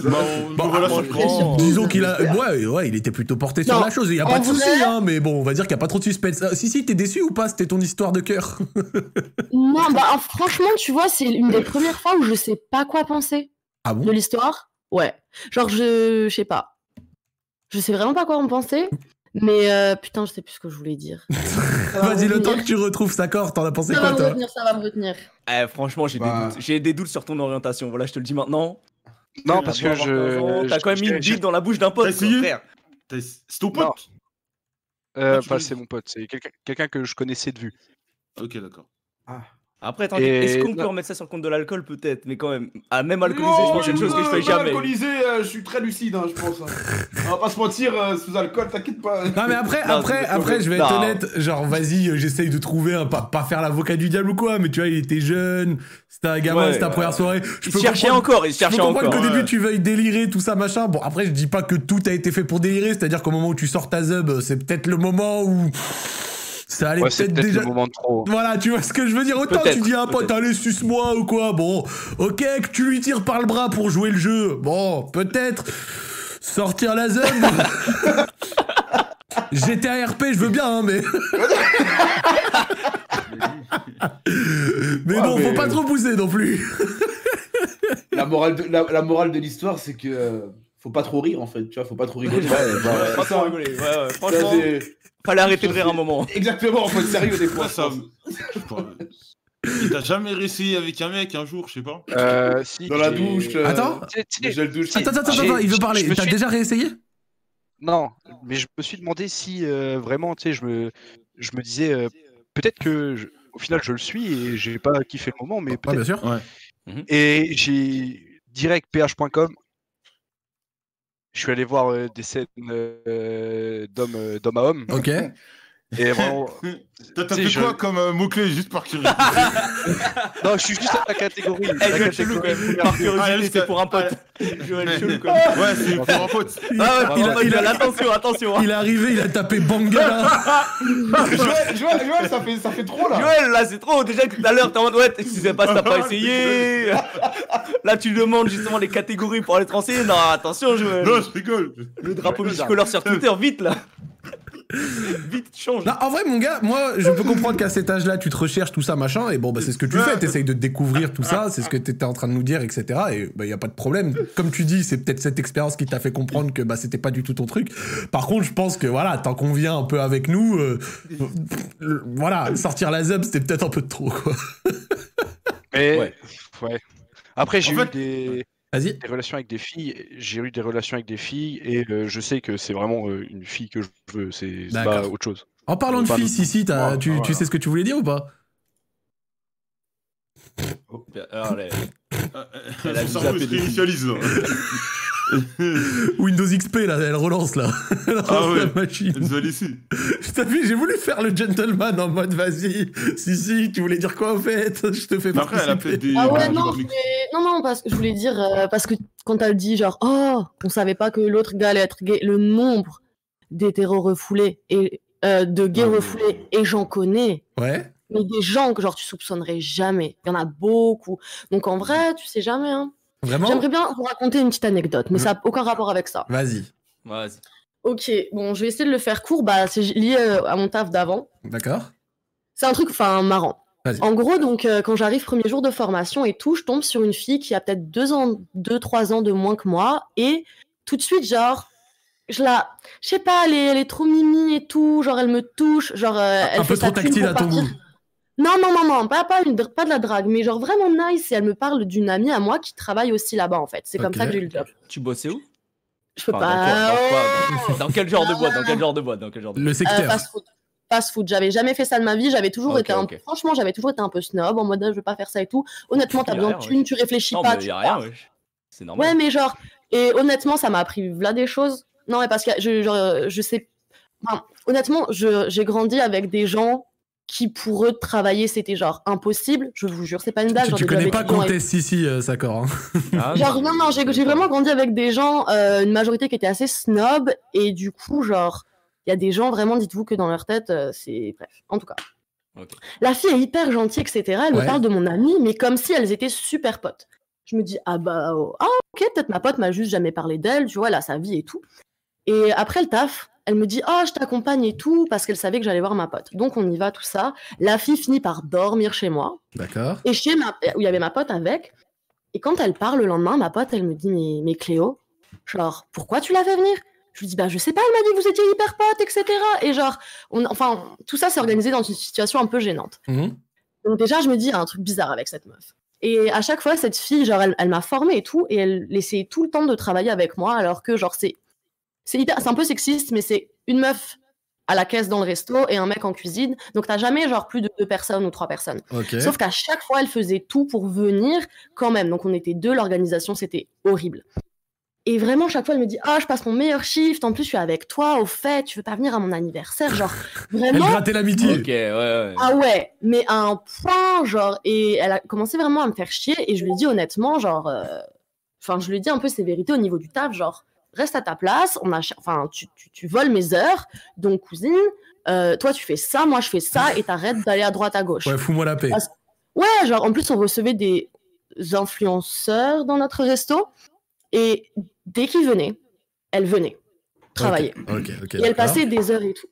[laughs] Bah, on nous voilà sur le cran. Disons qu'il a. Ouais, ouais, il était plutôt porté sur Non, la chose. Il n'y a en pas de souci, vrai- hein, mais bon, on va dire qu'il n'y a pas trop de suspense. Ah, si, si, t'es déçu ou pas C'était ton histoire de cœur. Euh, Non, bah ah, franchement, tu vois, c'est une des premières fois où je sais pas quoi penser Ah de bon l'histoire. Ouais. Genre, je je sais pas. Je sais vraiment pas quoi en penser. Mais euh, putain, je sais plus ce que je voulais [laughs] dire. Ça va me Vas-y, le temps que revenir. tu retrouves sa corde, t'en as pensé Ça quoi, va me toi retenir, ça va me retenir. Eh, franchement, j'ai des Bah. doutes. J'ai des doutes sur ton orientation. Voilà, je te le dis maintenant. Non, Tu parce vas que avoir 15 ans, je. T'as je- quand même mis je- une j'ai- bite dans la bouche d'un pote. T'as essayé quoi, frère. T'es- C'est ton pote euh, Ah, tu pas veux- c'est mon pote, c'est quelqu'un quelqu'un que je connaissais de vue. Ok, d'accord. Ah. Après, attends, Et- est-ce qu'on peut non. remettre ça sur le compte de l'alcool peut-être Mais quand même, ah, même alcoolisé, je pense que c'est une Non, chose que je fais non, jamais. Alcoolisé, euh, je suis très lucide, hein, je pense. hein. On va pas se mentir, euh, sous alcool, t'inquiète pas. Non mais après, Non, après, c'est- après, je vais être non. honnête, genre vas-y, euh, j'essaye de trouver un pas, pas faire l'avocat du diable ou quoi, mais tu vois, il était jeune, c'était un gamin, Ouais, c'était ta ouais. première soirée. Je Il peux se cherchait comprendre, encore, il se je peux cherchait comprendre encore. qu'au ouais. début tu veuilles délirer, tout ça, machin. Bon, après, je dis pas que tout a été fait pour délirer, c'est-à-dire qu'au moment où tu sors ta zub, euh, c'est peut-être le moment où ça allait Ouais, c'est peut-être peut-être déjà. le moment de trop. Voilà, tu vois ce que je veux dire. Autant Peut-être, tu dis à un pote, peut-être. allez, suce-moi ou quoi. Bon, ok, que tu lui tires par le bras pour jouer le jeu. Bon, peut-être sortir [laughs] la zone. J'étais à RP, je veux bien, hein, mais. mais Ah, Ouais, non, Ah, faut mais- pas euh, trop pousser non plus. La morale de, la, la morale de l'histoire, c'est que euh, faut pas trop rire en fait, tu vois, faut pas trop rigoler. [laughs] Ouais, pas c'est ça. hein. trop rigoler. Ouais, ouais, Ça, Franchement, c'est- fallait arrêter de rire un moment. [laughs] Exactement, faut être sérieux des fois. Ouais, ça- je pense. Je sais pas. Et T'as jamais réessayé avec un mec un jour, je sais pas Euh, si, Dans la j'ai- douche. euh, Attends. Tu sais- tu Le sais- gel douche. Si, Attends, attends, j'ai- attends, il veut je- parler. je me T'as suis- déjà réessayé Non, mais je me suis demandé si euh, vraiment, tu sais, je me, je me disais, euh, peut-être que je- au final je le suis et j'ai pas kiffé le moment, mais Ah, peut-être. sûr. Mhm. Et j'ai direct ph.com. Je suis allé voir euh, des scènes euh, d'homme euh, d'homme à homme. Ok. Et [laughs] vraiment, T'as t'as Si, fait je- quoi comme euh, mot-clé juste par curiosité [laughs] non, je suis juste à la catégorie. Eh, la Joël catégorie Chelou, quand même. première. Par [laughs] curiosité, parce c'est que- pour un pote. Joël Chelou, quand même. Ouais, c'est pour un pote. Ah ouais, Ah. il, a- il il a- attention, attention. hein. il est arrivé, il a tapé Bangala. Joël, Joël, Joël, ça fait, ça fait trop Oh là. Joël, là, c'est trop. Déjà que tout à l'heure, t'es en mode, ouais, tu sais pas si [laughs] t'as pas essayé. [laughs] Là, tu demandes justement les catégories pour aller te renseigner. Non, attention, Joël. Non, je rigole. Le drapeau multicolore sur Twitter, vite là. Vite, change. Non, en vrai, mon gars, moi, je peux comprendre qu'à cet âge-là, tu te recherches tout ça, machin, et bon, bah, c'est ce que tu fais, t'essayes de découvrir tout ça, c'est ce que t'étais en train de nous dire, etc. Et bah, y a pas de problème. Comme tu dis, c'est peut-être cette expérience qui t'a fait comprendre que bah, c'était pas du tout ton truc. Par contre, je pense que voilà, tant qu'on vient un peu avec nous, euh, euh, voilà, sortir la zeb, c'était peut-être un peu de trop, quoi. Mais Ouais. ouais. Après, j'ai En eu fait- des, Vas-y. des relations avec des filles. J'ai eu des relations avec des filles et euh, je sais que c'est vraiment euh, une fille que je veux. C'est c'est pas D'accord. autre chose. En parlant de Pardon. fils ici, t'as- Ouais, tu, tu voilà. sais ce que tu voulais dire [laughs] ou pas [coughs] Alors, là, Euh, euh, Elle a Son zappé cerveau se des réinitialise. là. Windows XP, là, elle relance, là. [laughs] Elle relance Ah ouais. la machine. Elle nous a laissé. [laughs] Je t'appuie, j'ai voulu faire le gentleman en mode vas-y, si si, tu voulais dire quoi en fait [laughs] Je te fais Mais Après, elle a participer. peut-être des. Ah ouais, des- non, des- des- mais- Non, non, parce que je voulais dire, euh, parce que quand t'as dit genre, oh, on savait pas que l'autre gars allait être gay, le nombre d'hétéros refoulés et euh, de gays refoulés, et j'en connais, Ouais. mais des gens que genre tu soupçonnerais jamais. Il y en a beaucoup. Donc en vrai, tu sais jamais. Hein. Vraiment J'aimerais bien vous raconter une petite anecdote, mais ça n'a aucun rapport avec ça. Vas-y. [laughs] vas-y. Ok, bon, je vais essayer de le faire court, bah, c'est lié euh, à mon taf d'avant. D'accord. C'est un truc, enfin, marrant. Vas-y. En gros, donc, euh, quand j'arrive premier jour de formation et tout, je tombe sur une fille qui a peut-être deux ans, deux, trois ans de moins que moi, et tout de suite, genre, je la, je sais pas, elle est, elle est trop mimi et tout, genre, elle me touche, genre, euh, elle Un fait peu sa trop thune tactile pour à ton partir. goût. Non, non, non, non, pas, pas, une dr- pas de la drague, mais genre vraiment nice. Et elle me parle d'une amie à moi qui travaille aussi là-bas, en fait. C'est comme Ok. ça que j'ai eu le job. Tu bossais où Je peux Enfin, pas. dans, quoi, dans, quoi, dans- dans quel genre de boîte Dans quel genre de boîte Dans quel genre de Le Euh, secteur. fast food. Fast food. J'avais jamais fait ça de ma vie. J'avais toujours Ok, été un... ok. franchement, j'avais toujours été un peu snob en mode ah, je veux pas faire ça et tout. Honnêtement, Y t'as a besoin rien, de thunes, tu réfléchis Non, pas. mais tu y a pars. rien, wesh. C'est normal. ouais, mais genre et honnêtement, ça m'a appris là des choses. Non, mais parce que je, je, je sais. enfin, honnêtement, je- j'ai grandi avec des gens qui, pour eux, travailler, c'était genre impossible. Je vous jure, c'est pas une blague. Tu, genre tu des connais gens pas avec qui on a- Comtesse ici, euh, Sakor. hein. Ah Genre, non, non, j'ai j'ai vraiment grandi avec des gens, euh, une majorité qui était assez snob, et du coup, genre, il y a des gens, vraiment, dites-vous que dans leur tête, euh, c'est. Bref, en tout cas. La fille est hyper gentille, etc. Elle Ouais. me parle de mon amie, mais comme si elles étaient super potes. Je me dis, ah bah, oh, ah, ok, peut-être ma pote m'a juste jamais parlé d'elle, tu vois, là, sa vie et tout. Et après le taf, elle me dit Ah, je t'accompagne et tout, parce qu'elle savait que j'allais voir ma pote. Donc on y va, tout ça. La fille finit par dormir chez moi. D'accord. Et chez ma. où il y avait ma pote avec. Et quand elle part le lendemain, ma pote, elle me dit Mais, mais Cléo, genre, pourquoi tu l'as fait venir Je lui dis Bah, je sais pas, elle m'a dit que vous étiez hyper potes, etc. Et genre, on, enfin, tout ça s'est organisé dans une situation un peu gênante. Mmh. Donc déjà, je me dis, il y a un truc bizarre avec cette meuf. Et à chaque fois, cette fille, genre, elle, elle m'a formée et tout, et elle laissait tout le temps de travailler avec moi, alors que, genre, c'est c'est hyper- c'est un peu sexiste, mais c'est une meuf à la caisse dans le resto et un mec en cuisine. Donc t'as jamais, genre, plus de deux personnes ou trois personnes. Ok. Sauf qu'à chaque fois, elle faisait tout pour venir quand même. Donc on était deux, l'organisation, c'était horrible. Et vraiment, chaque fois, elle me dit Ah, je passe mon meilleur shift, en plus, je suis avec toi, au fait, tu veux pas venir à mon anniversaire [laughs] Genre, Elle vraiment. grattait l'amitié. Ok, ouais, ouais. Ah ouais, mais à un point, genre, et elle a commencé vraiment à me faire chier, et je lui ai dit honnêtement, genre, euh, enfin, je lui ai dit un peu ses vérités au niveau du taf, genre, reste à ta place, on a, ch- enfin, tu, tu, tu voles mes heures, donc cousine, euh, toi tu fais ça, moi je fais ça, et t'arrêtes d'aller à droite à gauche. Ouais, fous-moi la paix. Parce- Ouais, genre, en plus, on recevait des influenceurs dans notre resto, et dès qu'ils venaient, elle venait travailler. Ok, ok. et elle d'accord. passait des heures et tout.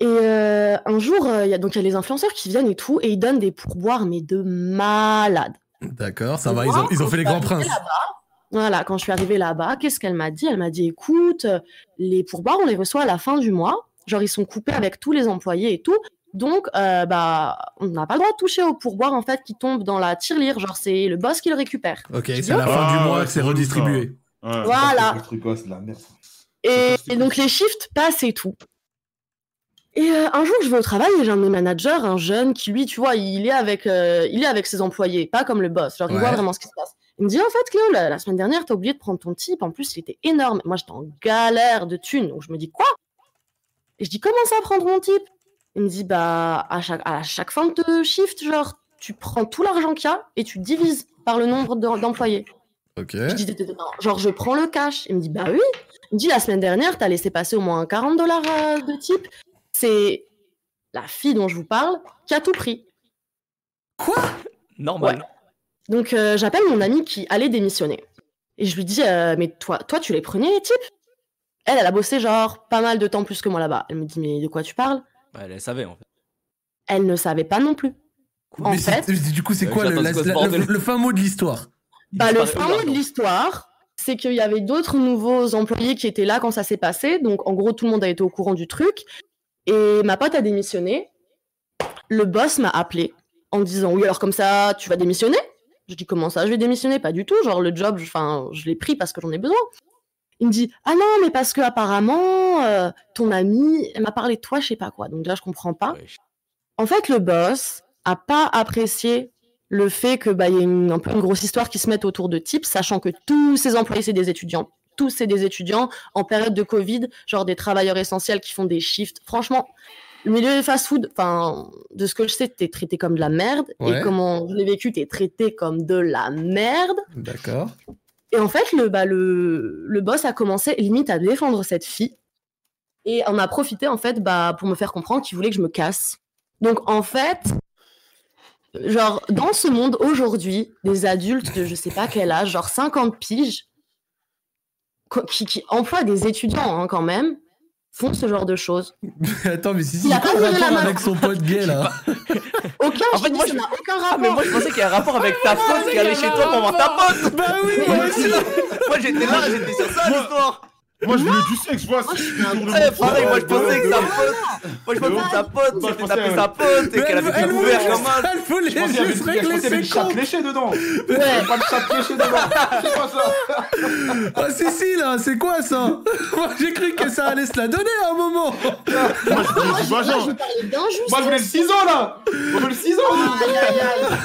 Et euh, un jour, euh, il y a donc il y a les influenceurs qui viennent et tout, et ils donnent des pourboires, mais de malades. [laughs] D'accord, ça va, ils ont, ils ont fait les grands princes. Voilà, quand je suis arrivée là-bas, qu'est-ce qu'elle m'a dit Elle m'a dit écoute, euh, les pourboires, on les reçoit à la fin du mois. Genre, ils sont coupés avec tous les employés et tout. Donc, euh, bah, on n'a pas le droit de toucher aux pourboires en fait qui tombent dans la tirelire. Genre, c'est le boss qui le récupère. Ok, Je dis, c'est à la Ok. fin Ah, du mois ouais, que c'est c'est relou, redistribué. Voilà. C'est quoi, c'est de la merde. ça. Et, et donc les shifts passent et tout. Et euh, un jour, je vais au travail et j'ai un de mes managers, un jeune, qui lui, tu vois, il est avec, euh, il est avec ses employés, pas comme le boss. Genre, il voit Ouais. vraiment ce qui se passe. Il me dit, en fait, Cléo, la, la semaine dernière, t'as oublié de prendre ton type. En plus, il était énorme. Moi, j'étais en galère de thunes. Donc, je me dis, quoi Et je dis, comment ça, prendre mon type Il me dit, bah, à chaque, à chaque fin de shift, genre, tu prends tout l'argent qu'il y a et tu divises par le nombre d'em- d'employés. Ok. Je dis, Non, genre, je prends le cash. Il me dit, bah oui. Il me dit, la semaine dernière, t'as laissé passer au moins 40 dollars euh, de type. C'est la fille dont je vous parle qui a tout pris. Normal. Donc, euh, j'appelle mon amie qui allait démissionner. Et je lui dis, euh, mais toi, toi, tu les prenais, les types Elle, elle a bossé genre pas mal de temps plus que moi là-bas. Elle me dit, mais de quoi tu parles Bah, elle savait en fait. Elle ne savait pas non plus. En Mais c'est- fait, du coup, c'est Euh, quoi le, j'attends la- ce la- bordel. le- le fin mot de l'histoire Bah, le disparaît fin au mot de l'histoire, c'est qu'il y avait d'autres nouveaux employés qui étaient là quand ça s'est passé. Donc, en gros, tout le monde a été au courant du truc. Et ma pote a démissionné. Le boss m'a appelé en me disant Oui, alors comme ça, tu vas démissionner Je dis Comment ça, je vais démissionner Pas du tout. Genre, le job, je, 'fin, je l'ai pris parce que j'en ai besoin. Il me dit Ah non, mais parce que apparemment, euh, ton ami, elle m'a parlé de toi, je sais pas quoi. Donc, déjà, je comprends pas. En fait, le boss a pas apprécié le fait que bah, il y ait une, un peu une grosse histoire qui se mette autour de types, sachant que tous ces employés, c'est des étudiants. Tous c'est des étudiants en période de Covid, genre des travailleurs essentiels qui font des shifts. Franchement, le milieu des fast-food, enfin, de ce que je sais, t'es traité comme de la merde. Ouais. Et comment je l'ai vécu, t'es traité comme de la merde. D'accord. Et en fait, le, bah, le, le boss a commencé limite à défendre cette fille. Et on a profité, en fait, bah, pour me faire comprendre qu'il voulait que je me casse. Donc, en fait, genre, dans ce monde aujourd'hui, des adultes de je sais pas quel âge, genre 50 piges, co- qui, qui emploient des étudiants hein, quand même, font ce genre de choses. [laughs] Attends, mais si, si, Il a quoi pas le donné la rapport main. avec son [laughs] pote gay là Aucun, En je fait, te dis, moi, ça je- n'a aucun rapport. Ah, mais moi je pensais qu'il y a un rapport avec ta pote qui allait chez toi pour voir ta pote Bah [laughs] oui, moi aussi Moi j'étais là, j'étais sur ça l'histoire Moi, je voulais du sexe, moi. c'est toujours le Eh, bon pareil, sens. moi je pensais que sa Ouais, pote, moi je pensais que sa pote, Moi, je s'était pensais, tapé ouais. sa pote et qu'elle avait bien voulait ouvert comme un. elle voulait Je pensais qu'il y avait- juste je pensais qu'il y régler avait une ses chatte comptes léchée dedans. Il y avait pas de chatte léchée dedans. C'est quoi ça Ah si si là, c'est quoi ça Moi j'ai cru que ça allait se la donner à un moment Moi, je voulais Moi, du je, moi, vagin. je parlais d'injustice. bah, Moi, je voulais le ciseau là. Je voulais le ciseau. Aïe, aïe, aïe.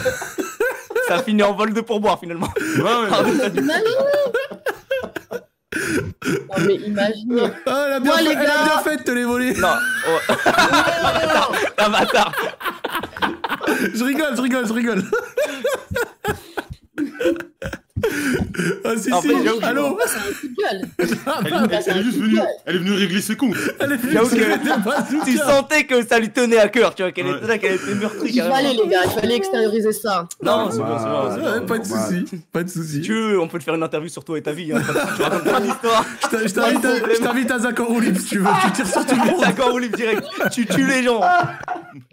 Ça finit en vol de pourboire finalement. Ouais, ouais. Bah oui, oui. Non, mais imaginez. Ah, elle a bien, Moi, fait, les elle a gars- bien fait de te les voler. Non, oh. Un bâtard. Je rigole, je rigole, je rigole. ah si, En si, fait, j'ai oublié. allô Ah, bah, C'est un coup de gueule. hein. Elle, elle- elle est juste venue, elle est venue régler ses comptes. Elle est J'avoue que- c'était pas tout Tu cas. sentais que ça lui tenait à cœur, tu vois, qu'elle Ouais. était là, qu'elle était meurtrie Il fallait, carrément. les gars, il fallait extérioriser ça. Non, c'est bon, c'est Normal. bon. c'est bon. Ouais, Pas de Normal. soucis, pas de soucis. Si tu veux, on peut te faire une interview sur toi et ta [laughs] vie. Hein, comme ça, tu racontes ton histoire. Je t'a- je t'invite à- je t'invite à Zakor Olive si tu veux, tu tires sur tout le monde. D'accord, Olive direct. Tu tues les gens.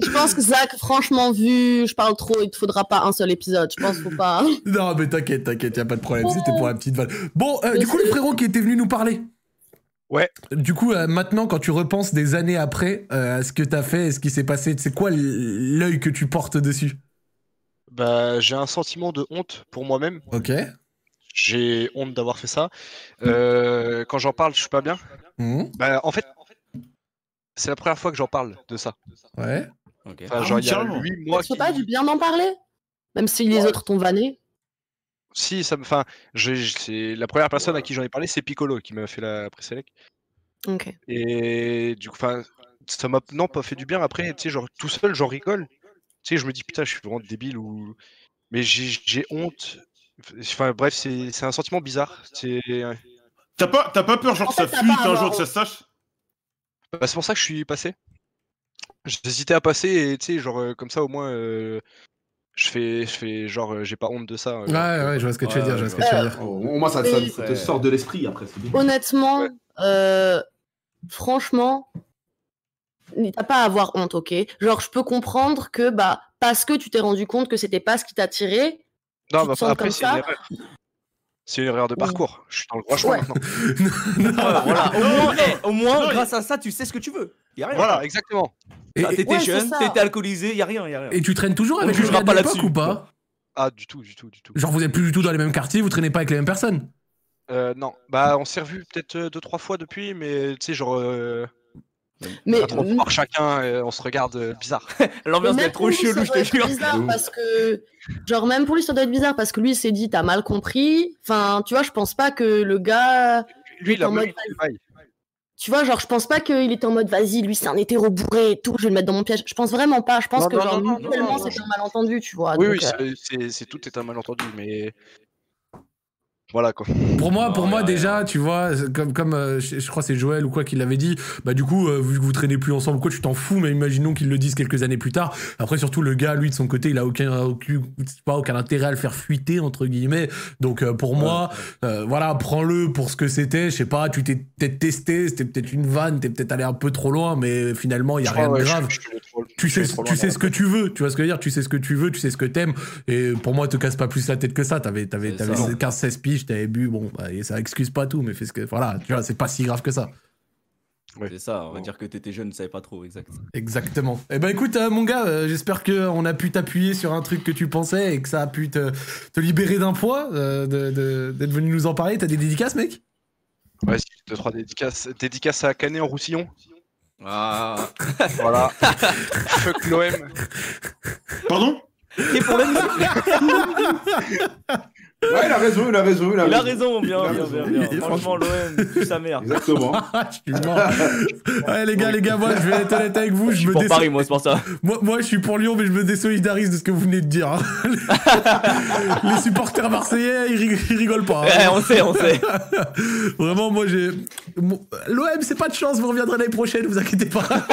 Je pense que Zach, franchement, vu je parle trop, il te faudra pas un seul épisode. Je pense qu'il faut pas. Non mais t'inquiète, t'inquiète, y a pas de problème, c'était pour la petite vanne. Bon, euh, du coup le frérot qui était venu nous parler. Ouais. Du coup, euh, maintenant, quand tu repenses des années après euh, à ce que t'as fait et ce qui s'est passé, c'est quoi l- l'œil que tu portes dessus Bah, j'ai un sentiment de honte pour moi-même. Ok. J'ai honte d'avoir fait ça. Mm. Euh, quand j'en parle, je suis pas bien. Mhm. Bah, en fait, c'est la première fois que j'en parle de ça. Ouais. Ok. Enfin, Ah Bah, genre, oui, il y a carrément. 8 mois Tu peux qui... pas du bien d'en parler Même si les autres t'ont vanné. Si, ça me... Enfin, je- je- c'est la première personne à qui j'en ai parlé, c'est Piccolo qui m'a fait la préselec. Ok. Et du coup, enfin, ça m'a non pas fait du bien. Après, tu sais, genre tout seul, j'en rigole. Tu sais, je me dis putain, je suis vraiment débile ou. Mais j'ai j'ai honte. Enfin, bref, c'est c'est un sentiment bizarre. C'est T'as pas, t'as pas peur, genre, En que ça fait, t'as fuite pas à un avoir jour, que ça se sache bah, c'est pour ça que je suis passé. J'hésitais à passer et tu sais, genre euh, comme ça, au moins, euh, je fais, je fais genre, euh, j'ai pas honte de ça. euh, Ouais, ouais, je vois ce que tu veux dire, je vois ce que tu veux dire. Oh, Au moins, ça, ça- Mais- ça te sort de l'esprit après. c'est bien. Honnêtement, Ouais. euh, franchement, t'as pas à avoir honte, ok Genre, je peux comprendre que, bah, parce que tu t'es rendu compte que c'était pas ce qui t'attirait. Non, tu bah, te sens après, comme c'est une ça erreur. C'est une erreur de parcours. Je suis dans le droit chemin Ouais. maintenant. Ah, voilà. Au moins, eh, au moins, Non, grâce à ça, tu sais ce que tu veux. Y a rien. Voilà, exactement. Et, Ah, et- T'étais Ouais, c'est jeune, ça. t'étais alcoolisé, y a rien, y a rien. et tu traînes toujours On avec les jugera gars de pas l'époque là-dessus, ou pas quoi. Ah, du tout, du tout, du tout. Genre vous êtes plus du tout dans les mêmes quartiers, vous traînez pas avec les mêmes personnes. Euh, non, bah on s'est revu peut-être euh, deux trois fois depuis, mais tu sais genre euh, Mais quand on part chacun, euh, on se regarde euh, bizarre. L'ambiance Mais est même pour trop lui, ça chelou, je doit te être jure. bizarre De ouf. parce que, genre, même pour lui, ça doit être bizarre parce que lui, il s'est dit, t'as mal compris. Enfin, tu vois, je pense pas que le gars. Lui, il a en même mode- pas eu de bail. Tu vois, genre, je pense pas qu'il était en mode, vas-y, lui, c'est un hétéro bourré et tout, je vais le mettre dans mon piège. Je pense vraiment pas. Je pense Non, que, non, genre, non, non, non, tellement non, c'est je- un malentendu, tu vois. Oui, donc, oui, euh, c'est- c'est c'est- tout est un malentendu, mais voilà quoi. Pour moi, pour Ouais, moi ouais, déjà, tu vois, c'est comme comme euh, je, je crois c'est Joël ou quoi qui l'avait dit. Bah du coup, euh, vu que vous traînez plus ensemble, quoi, tu t'en fous. Mais imaginons qu'ils le disent quelques années plus tard. Après surtout le gars, lui de son côté, il a aucun aucun, c'est pas aucun intérêt à le faire fuiter entre guillemets. Donc euh, pour moi, euh, voilà, prends-le pour ce que c'était. Je sais pas, tu t'es peut-être testé, c'était peut-être une vanne, t'es peut-être allé un peu trop loin, mais finalement il y a Je crois, rien de ouais, je- grave. je suis allé trop- tu je suis sais, allé trop tu loin sais dans ce que tu veux, tu vois ce que je veux dire, tu sais ce que tu veux, tu sais ce que t'aimes, et pour moi, te casse pas plus la tête que ça, t'avais, t'avais, C'est t'avais ça. 15-16 piges, t'avais bu, bon, bah, et ça excuse pas tout, mais fais ce que, voilà, tu vois, c'est pas si grave que ça. Ouais. C'est ça, on va dire que t'étais jeune, tu savais pas trop, exact. [laughs] Exactement. Eh ben écoute, euh, mon gars, euh, j'espère que on a pu t'appuyer sur un truc que tu pensais et que ça a pu te, te libérer d'un poids, euh, de- de- d'être venu nous en parler, t'as des dédicaces, mec la- Ouais, si, deux trois dédicaces, dédicaces à Canet en Roussillon. Ah. [laughs] Voilà. Fuck l'OM. Pardon Et pour la musique, Ouais, il a raison, il a raison, il a il a raison. raison, bien, Il bien, a bien, raison. bien. Il est Franchement, l'OM, tue sa mère. Exactement. [laughs] Ah, je suis [laughs] mort. Ouais, les gars, les gars, moi, je vais être honnête avec vous, Je je suis me pour déçois. Paris, moi, c'est pour ça. Moi, moi, je suis pour Lyon, mais je me désolidarise de ce que vous venez de dire. hein. [laughs] Les- Les supporters marseillais, ils, rig- ils rigolent pas. Eh, hein. on sait, on sait. [laughs] Vraiment, moi, j'ai. mon- L'OM, c'est pas de chance, vous reviendrez l'année prochaine, vous inquiétez pas. [laughs]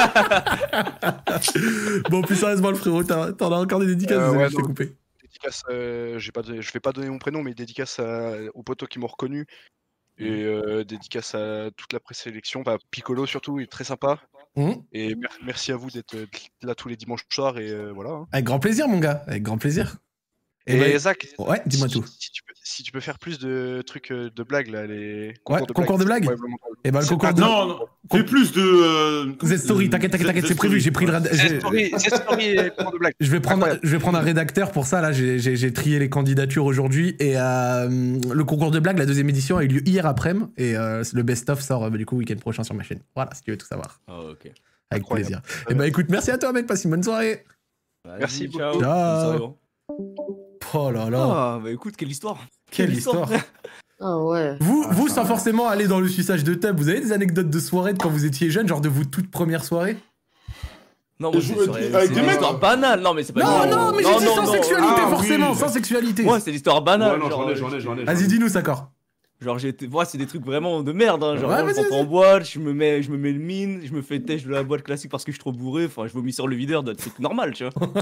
bon, plus sérieusement, le frérot, t'as- t'en as encore des dédicaces, Euh, désolé, ouais, je t'ai non. coupé. Dédicace, euh, j'ai pas donné- je vais pas donner mon prénom, mais dédicace à- aux potos qui m'ont reconnu. Et Mm. euh, dédicace à toute la présélection, bah, Piccolo surtout, il est très sympa. Mhm. Et mer- merci à vous d'être euh, là tous les dimanches soirs et euh, voilà. hein. Avec grand plaisir, mon gars, avec grand plaisir. Et, Eh ben, Zach, ouais, dis-moi si tu- tout. Si tu, peux, si tu peux faire plus de trucs euh, de blagues là, les concours de concours de blagues Ouais, vraiment. Et bah, le c'est concours pas- de. Non, non. Fais plus de. euh, comme- Z Story, t'inquiète, t'inquiète, t'inquiète, Z c'est prévu, Story. j'ai pris le rad- j'ai- C'est story, c'est story et concours de blagues. Je vais prendre, Incroyable. je vais prendre un rédacteur pour ça. Là, j'ai- j'ai j'ai trié les candidatures aujourd'hui et euh, le concours de blagues, la deuxième édition a eu lieu hier après-midi et euh, le best-of sort euh, du coup week-end prochain sur ma chaîne. Voilà, si tu veux tout savoir, Ah, Oh, ok. avec Incroyable. plaisir. Et bah écoute, merci à toi mec, passe une bonne soirée. Vas-y, Merci ciao. beaucoup. Ciao. Bonne soirée, gros. Oh là là, Ah, bah écoute, quelle histoire. quelle histoire. ouais, [laughs] Ah ouais. Vous, vous, sans forcément aller dans le suissage de table, vous avez des anecdotes de soirée de quand vous étiez jeune, genre de vos toutes premières soirées Non, Et moi, jouer c'est sur- avec- c'est avec des une mecs, histoire hein. banale. Non, mais c'est pas Non, non, mais j'ai dit sans non. sexualité, Ah, oui. forcément, sans sexualité. Moi, c'est l'histoire banale. Ouais, non, genre, euh, j'en ai, j'en ai, j'en ai. Vas-y, dis-nous, d'accord. Genre j'ai été- moi c'est des trucs vraiment de merde hein, genre Ouais, moi, je vas-y, rentre vas-y. en boîte, je me mets je me mets le mine, je me fais têche de la boîte classique parce que je suis trop bourré, enfin je vomis sur le videur, des trucs normal, tu [laughs] vois.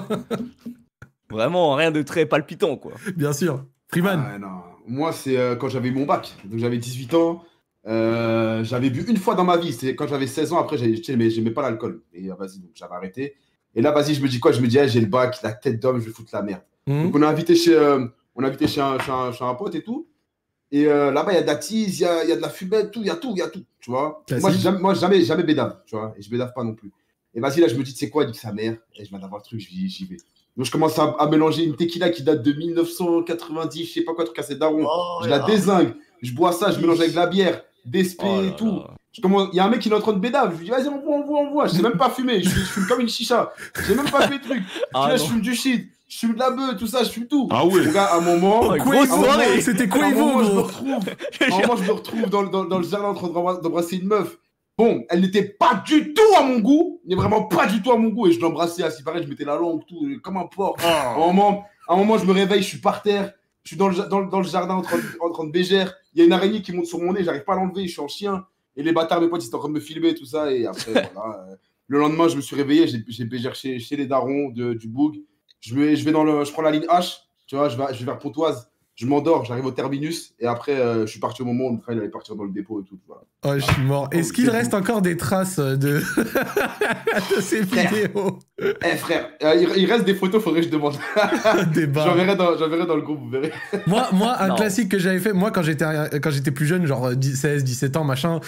vraiment rien de très palpitant quoi. Bien sûr. Freeman. Ah, non. Moi, c'est euh, quand j'avais mon bac. Donc, j'avais 18 ans. Euh, j'avais bu une fois dans ma vie. C'est quand j'avais 16 ans. Après, j'avais- tu sais, mais j'aimais pas l'alcool. Et euh, vas-y, donc j'avais arrêté. Et là, vas-y, je me dis quoi Je me dis, ah, j'ai le bac, la tête d'homme, je vais foutre la merde. Hmm. Mhm. Donc, on a invité chez, euh, on a invité chez, un, chez, un, chez un pote et tout. Et euh, là-bas, il y a de la tease, il y a, il y a de la fumée, tout, il y a tout, il y a tout. Tu vois Moi, Classique. j'ai jamais, moi, jamais, jamais bédave. Tu vois Et je bédave pas non plus. Et vas-y, là, je me dis, tu sais quoi, dit sa mère. Et je viens d'avoir le truc, j'y j'y vais. Donc je commence à, à mélanger une tequila qui date de 1990, je sais pas quoi, truc assez daron. Oh je la dézingue, je bois ça, je mélange avec de la bière, des spé Oh là et tout. là. Je commence- Il y a un mec qui est en train de bédave, je lui dis vas-y on boit, on boit, on boit. J'ai même pas fumé, je, je fume comme une chicha. J'ai même pas fait le truc. Tu Ah, vois, non. je fume du shit, je fume de la bœuf, tout ça, je fume tout. Ah ouais. Mon gars, à un moment, Oh, à grosse un moment, soirée. C'était à un moment, Quavo, je me gros. retrouve [laughs] à un moment, je me retrouve dans, le- dans- dans le jardin en train d'embra- d'embrasser une meuf. Bon, elle n'était pas du tout à mon goût, mais vraiment pas du tout à mon goût. Et je l'embrassais, assis pareil, je mettais la langue, tout, euh, comme un porc. À un, moment, à un moment, je me réveille, je suis par terre, je suis dans le, ja- dans le- dans le jardin en train, de- en train de bégère. Il y a une araignée qui monte sur mon nez, j'arrive pas à l'enlever, je suis en chien. Et les bâtards, mes potes, ils étaient en train de me filmer, tout ça. Et après, [laughs] voilà. euh, le lendemain, je me suis réveillé, j'ai- j'ai bégère chez, chez les darons de- du Boug. Je, vais- je vais dans le, je prends la ligne H, tu vois, je vais, je vais vers Pontoise. Je m'endors, j'arrive au terminus et après euh, je suis parti au moment où le train allait partir dans le dépôt et tout. [laughs] Voilà. Oh, je suis mort. Est-ce qu'il reste encore des traces de, de ces vidéos Eh frère, euh, il, il reste des photos, faudrait que je [laughs] demande. Débat. J'enverrai dans, j'enverrai dans le groupe, vous verrez. Moi, moi un Non. classique que j'avais fait, moi, quand j'étais quand j'étais plus jeune, genre euh, 10, 16, 17 ans, machin,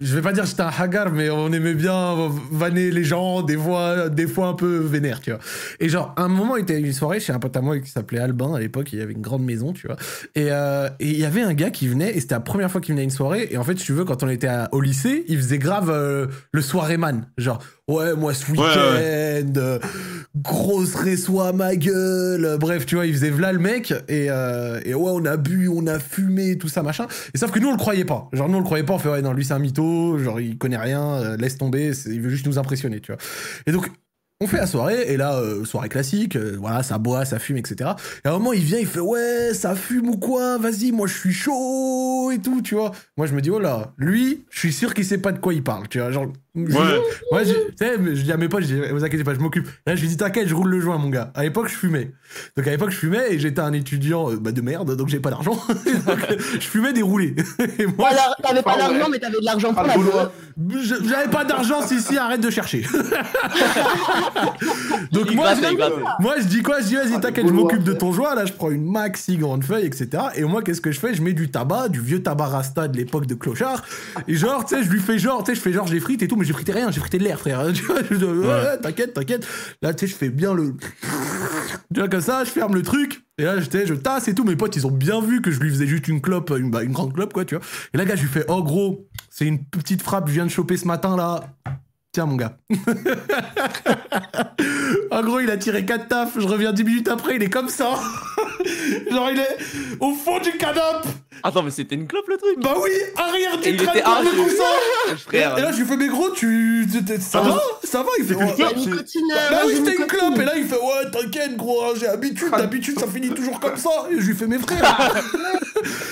je vais pas dire que j'étais un hagar, mais on aimait bien vanner les gens, des fois, des fois un peu vénère, tu vois. Et genre, à un moment, il était à une soirée chez un pote à moi qui s'appelait Albin à l'époque, il avait une grande maison, tu vois. Et euh, et il y avait un gars qui venait, et c'était la première fois qu'il venait à une soirée, et en fait, si tu veux, quand on était à- au lycée, il faisait grave euh, le soirée man. Genre, ouais, moi, ce ouais. week-end, euh, grosse resto à ma gueule. Euh, Bref, tu vois, il faisait v'là le mec. Et, euh, et ouais, on a bu, on a fumé, tout ça, machin. Et sauf que nous, on le croyait pas. Genre, nous, on le croyait pas. On fait, ouais, non, lui, c'est un mytho. Genre, il connaît rien. euh, laisse tomber. c'est- Il veut juste nous impressionner, tu vois. Et donc, on fait la soirée. Et là, euh, soirée classique. euh, voilà, ça boit, ça fume, etc. Et à un moment, il vient, il fait, ouais, ça fume ou quoi Vas-y, moi, je suis chaud et tout, tu vois. Moi, je me dis, oh là, lui, je suis sûr qu'il sait pas de quoi il parle, tu vois. Genre, je- Ouais. Ouais, je, tu sais, mais je dis à mes potes, je dis, vous inquiétez pas, je m'occupe. Là, je lui dis, t'inquiète, je roule le joint, mon gars. À l'époque, je fumais. Donc, à l'époque, je fumais et j'étais un étudiant euh, bah, de merde, donc j'ai pas d'argent. [laughs] Donc, je fumais des roulés. Et moi, Alors, t'avais pas Ah ouais. d'argent, mais t'avais de l'argent pour Ah, le la Gaulois. bouffe. je- j'avais pas d'argent, si, si, arrête de chercher. donc, Il moi, grattait, il je, grattait. [laughs] moi, je dis quoi Je dis, vas-y, Ah, t'inquiète, le je m'occupe de Gaulois, ton joint. Là, je prends une maxi grande feuille, etc. Et moi, qu'est-ce que je fais Je mets du tabac, du vieux tabac rasta de l'époque de Clochard. Et genre, tu sais, je lui fais genre, tu sais, je fais genre, j'ai frites et tout, mais j'ai frité rien, j'ai frité de l'air, frère. [laughs] Tu vois, je dis, ouais, ouais, t'inquiète, t'inquiète. Là, tu sais, je fais bien le. Tu vois, comme ça, je ferme le truc. Et là, j'étais, je tasse et tout. Mes potes, ils ont bien vu que je lui faisais juste une clope, une, bah, une grande clope, quoi, tu vois. Et là, gars, je lui fais, oh, gros, c'est une petite frappe, je viens de choper ce matin, là. Tiens, mon gars. en gros, il a tiré 4 tafs. Je reviens 10 minutes après, il est comme ça. [laughs] Genre, il est au fond du canapé. Attends mais c'était une clope le truc. Bah oui, arrière Et du il train était comme archi le [laughs] coussin. frère. Et là, je lui fais, mais gros, tu. tu- tu- Ça Ah, Attends, va Ça va Il fait, ouais. La nicotine, euh, Bah moi, oui, j'ai c'était une une copine. clope. Et là, il fait Ouais, t'inquiète, gros, hein, j'ai habitude. Ah. D'habitude, ça finit toujours comme ça. Et je lui fais Mes frères.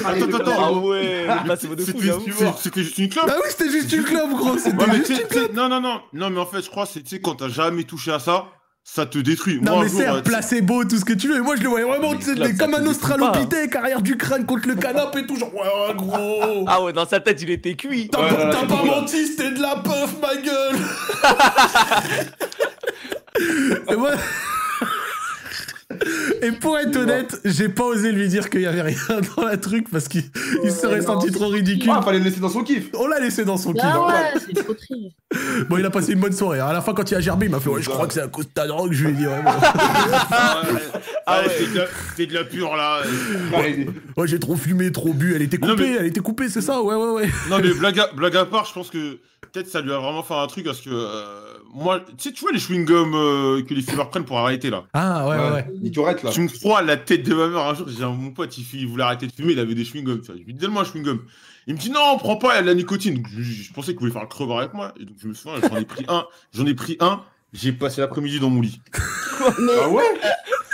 Allez, attends, le- attends. Ah ouais, bah, là c'est de fou C'était j'avoue. hein. c'est- c'était juste une clope. bah oui, c'était juste une clope, gros. C'était Ouais, mais juste tu sais- une tu sais- clope. non, non, non, non, mais en fait, je crois, c'est tu sais, quand t'as jamais touché à ça, ça te détruit. Non, Moi, mais un jour, euh, c'est tu sais- placebo, tout ce que tu veux. Et moi, je le voyais vraiment Mais tu sais, clope, des- ça comme te un détruit pas, hein. australopithèque, arrière du crâne contre le canapé et tout. Genre, ouais, ouais, gros. Ah ouais, dans sa tête il était cuit. T'as Ouais, pas- ouais, t'as c'est pas drôle. menti, c'était de la puff, ma gueule. et moi. [laughs] Et pour être honnête, j'ai pas osé lui dire qu'il y avait rien dans la truc parce qu'il il se serait non. senti trop ridicule. Ah, fallait le laisser dans son kiff. On l'a laissé dans son kiff. Ah ouais, c'est trop triste. Bon, il a passé une bonne soirée. À la fin, quand il a gerbé, il m'a fait Ouais, je crois que c'est à cause de ta drogue. Je lui ai dit Ouais, bon. Ah ouais, Ah ouais, ouais. c'est de la- C'est de la pure là. Allez, [laughs] Ouais, j'ai trop fumé, trop bu. Elle était coupée, Non, mais- elle était coupée, c'est ça Ouais, ouais, ouais. Non mais blague à, blague à part, je pense que peut-être ça lui a vraiment fait un truc parce que euh, moi, tu sais, tu vois les chewing-gums euh, que les fumeurs prennent pour arrêter là. Ah, ouais, ouais, ouais. Les tourettes, là. Tu me crois la tête de ma mère un jour, j'ai un mon pote, il, fait- il voulait arrêter de fumer, il avait des chewing-gums, tu vois. Je lui dis donne-moi un chewing-gum. Il me dit non, on prend pas, il y a de la nicotine. Donc, je, je pensais qu'il voulait faire le crevard avec moi. Et donc je me souviens, j'en ai pris un, j'en ai pris un, j'ai passé l'après-midi dans mon lit. Mais, Ah ouais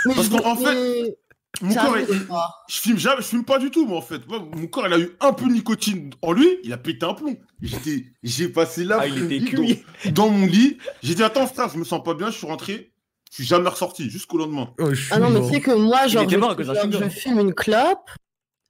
mais parce je- qu'en fait, mais- Mon ça corps, arrive il- des fois. je fume jamais, je fume pas du tout, moi en fait. Moi, mon corps, il a eu un peu de nicotine en lui, il a pété un plomb. J'étais, j'ai passé là Ah, il était cuit. dans, dans mon lit. J'ai dit attends frère, je me sens pas bien, je suis rentré, je suis jamais ressorti jusqu'au lendemain. Oh, je suis Ah non, mais mort. tu sais que moi, genre, était je, mort à cause d'un genre, chewing-gum. je fume une clope,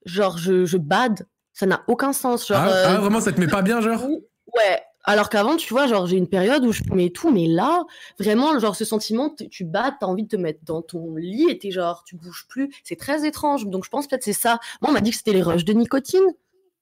genre, je, je bade. Ça n'a aucun sens. Genre, Ah, euh, ah, vraiment, ça te met pas bien, genre ouais. Alors qu'avant, tu vois, genre, j'ai une période où je fumais et tout, mais là, vraiment, genre, ce sentiment, tu- tu bades, t'as envie de te mettre dans ton lit et t'es genre, tu bouges plus. C'est très étrange. Donc, je pense peut-être c'est ça. Moi, on m'a dit que c'était les rushs de nicotine.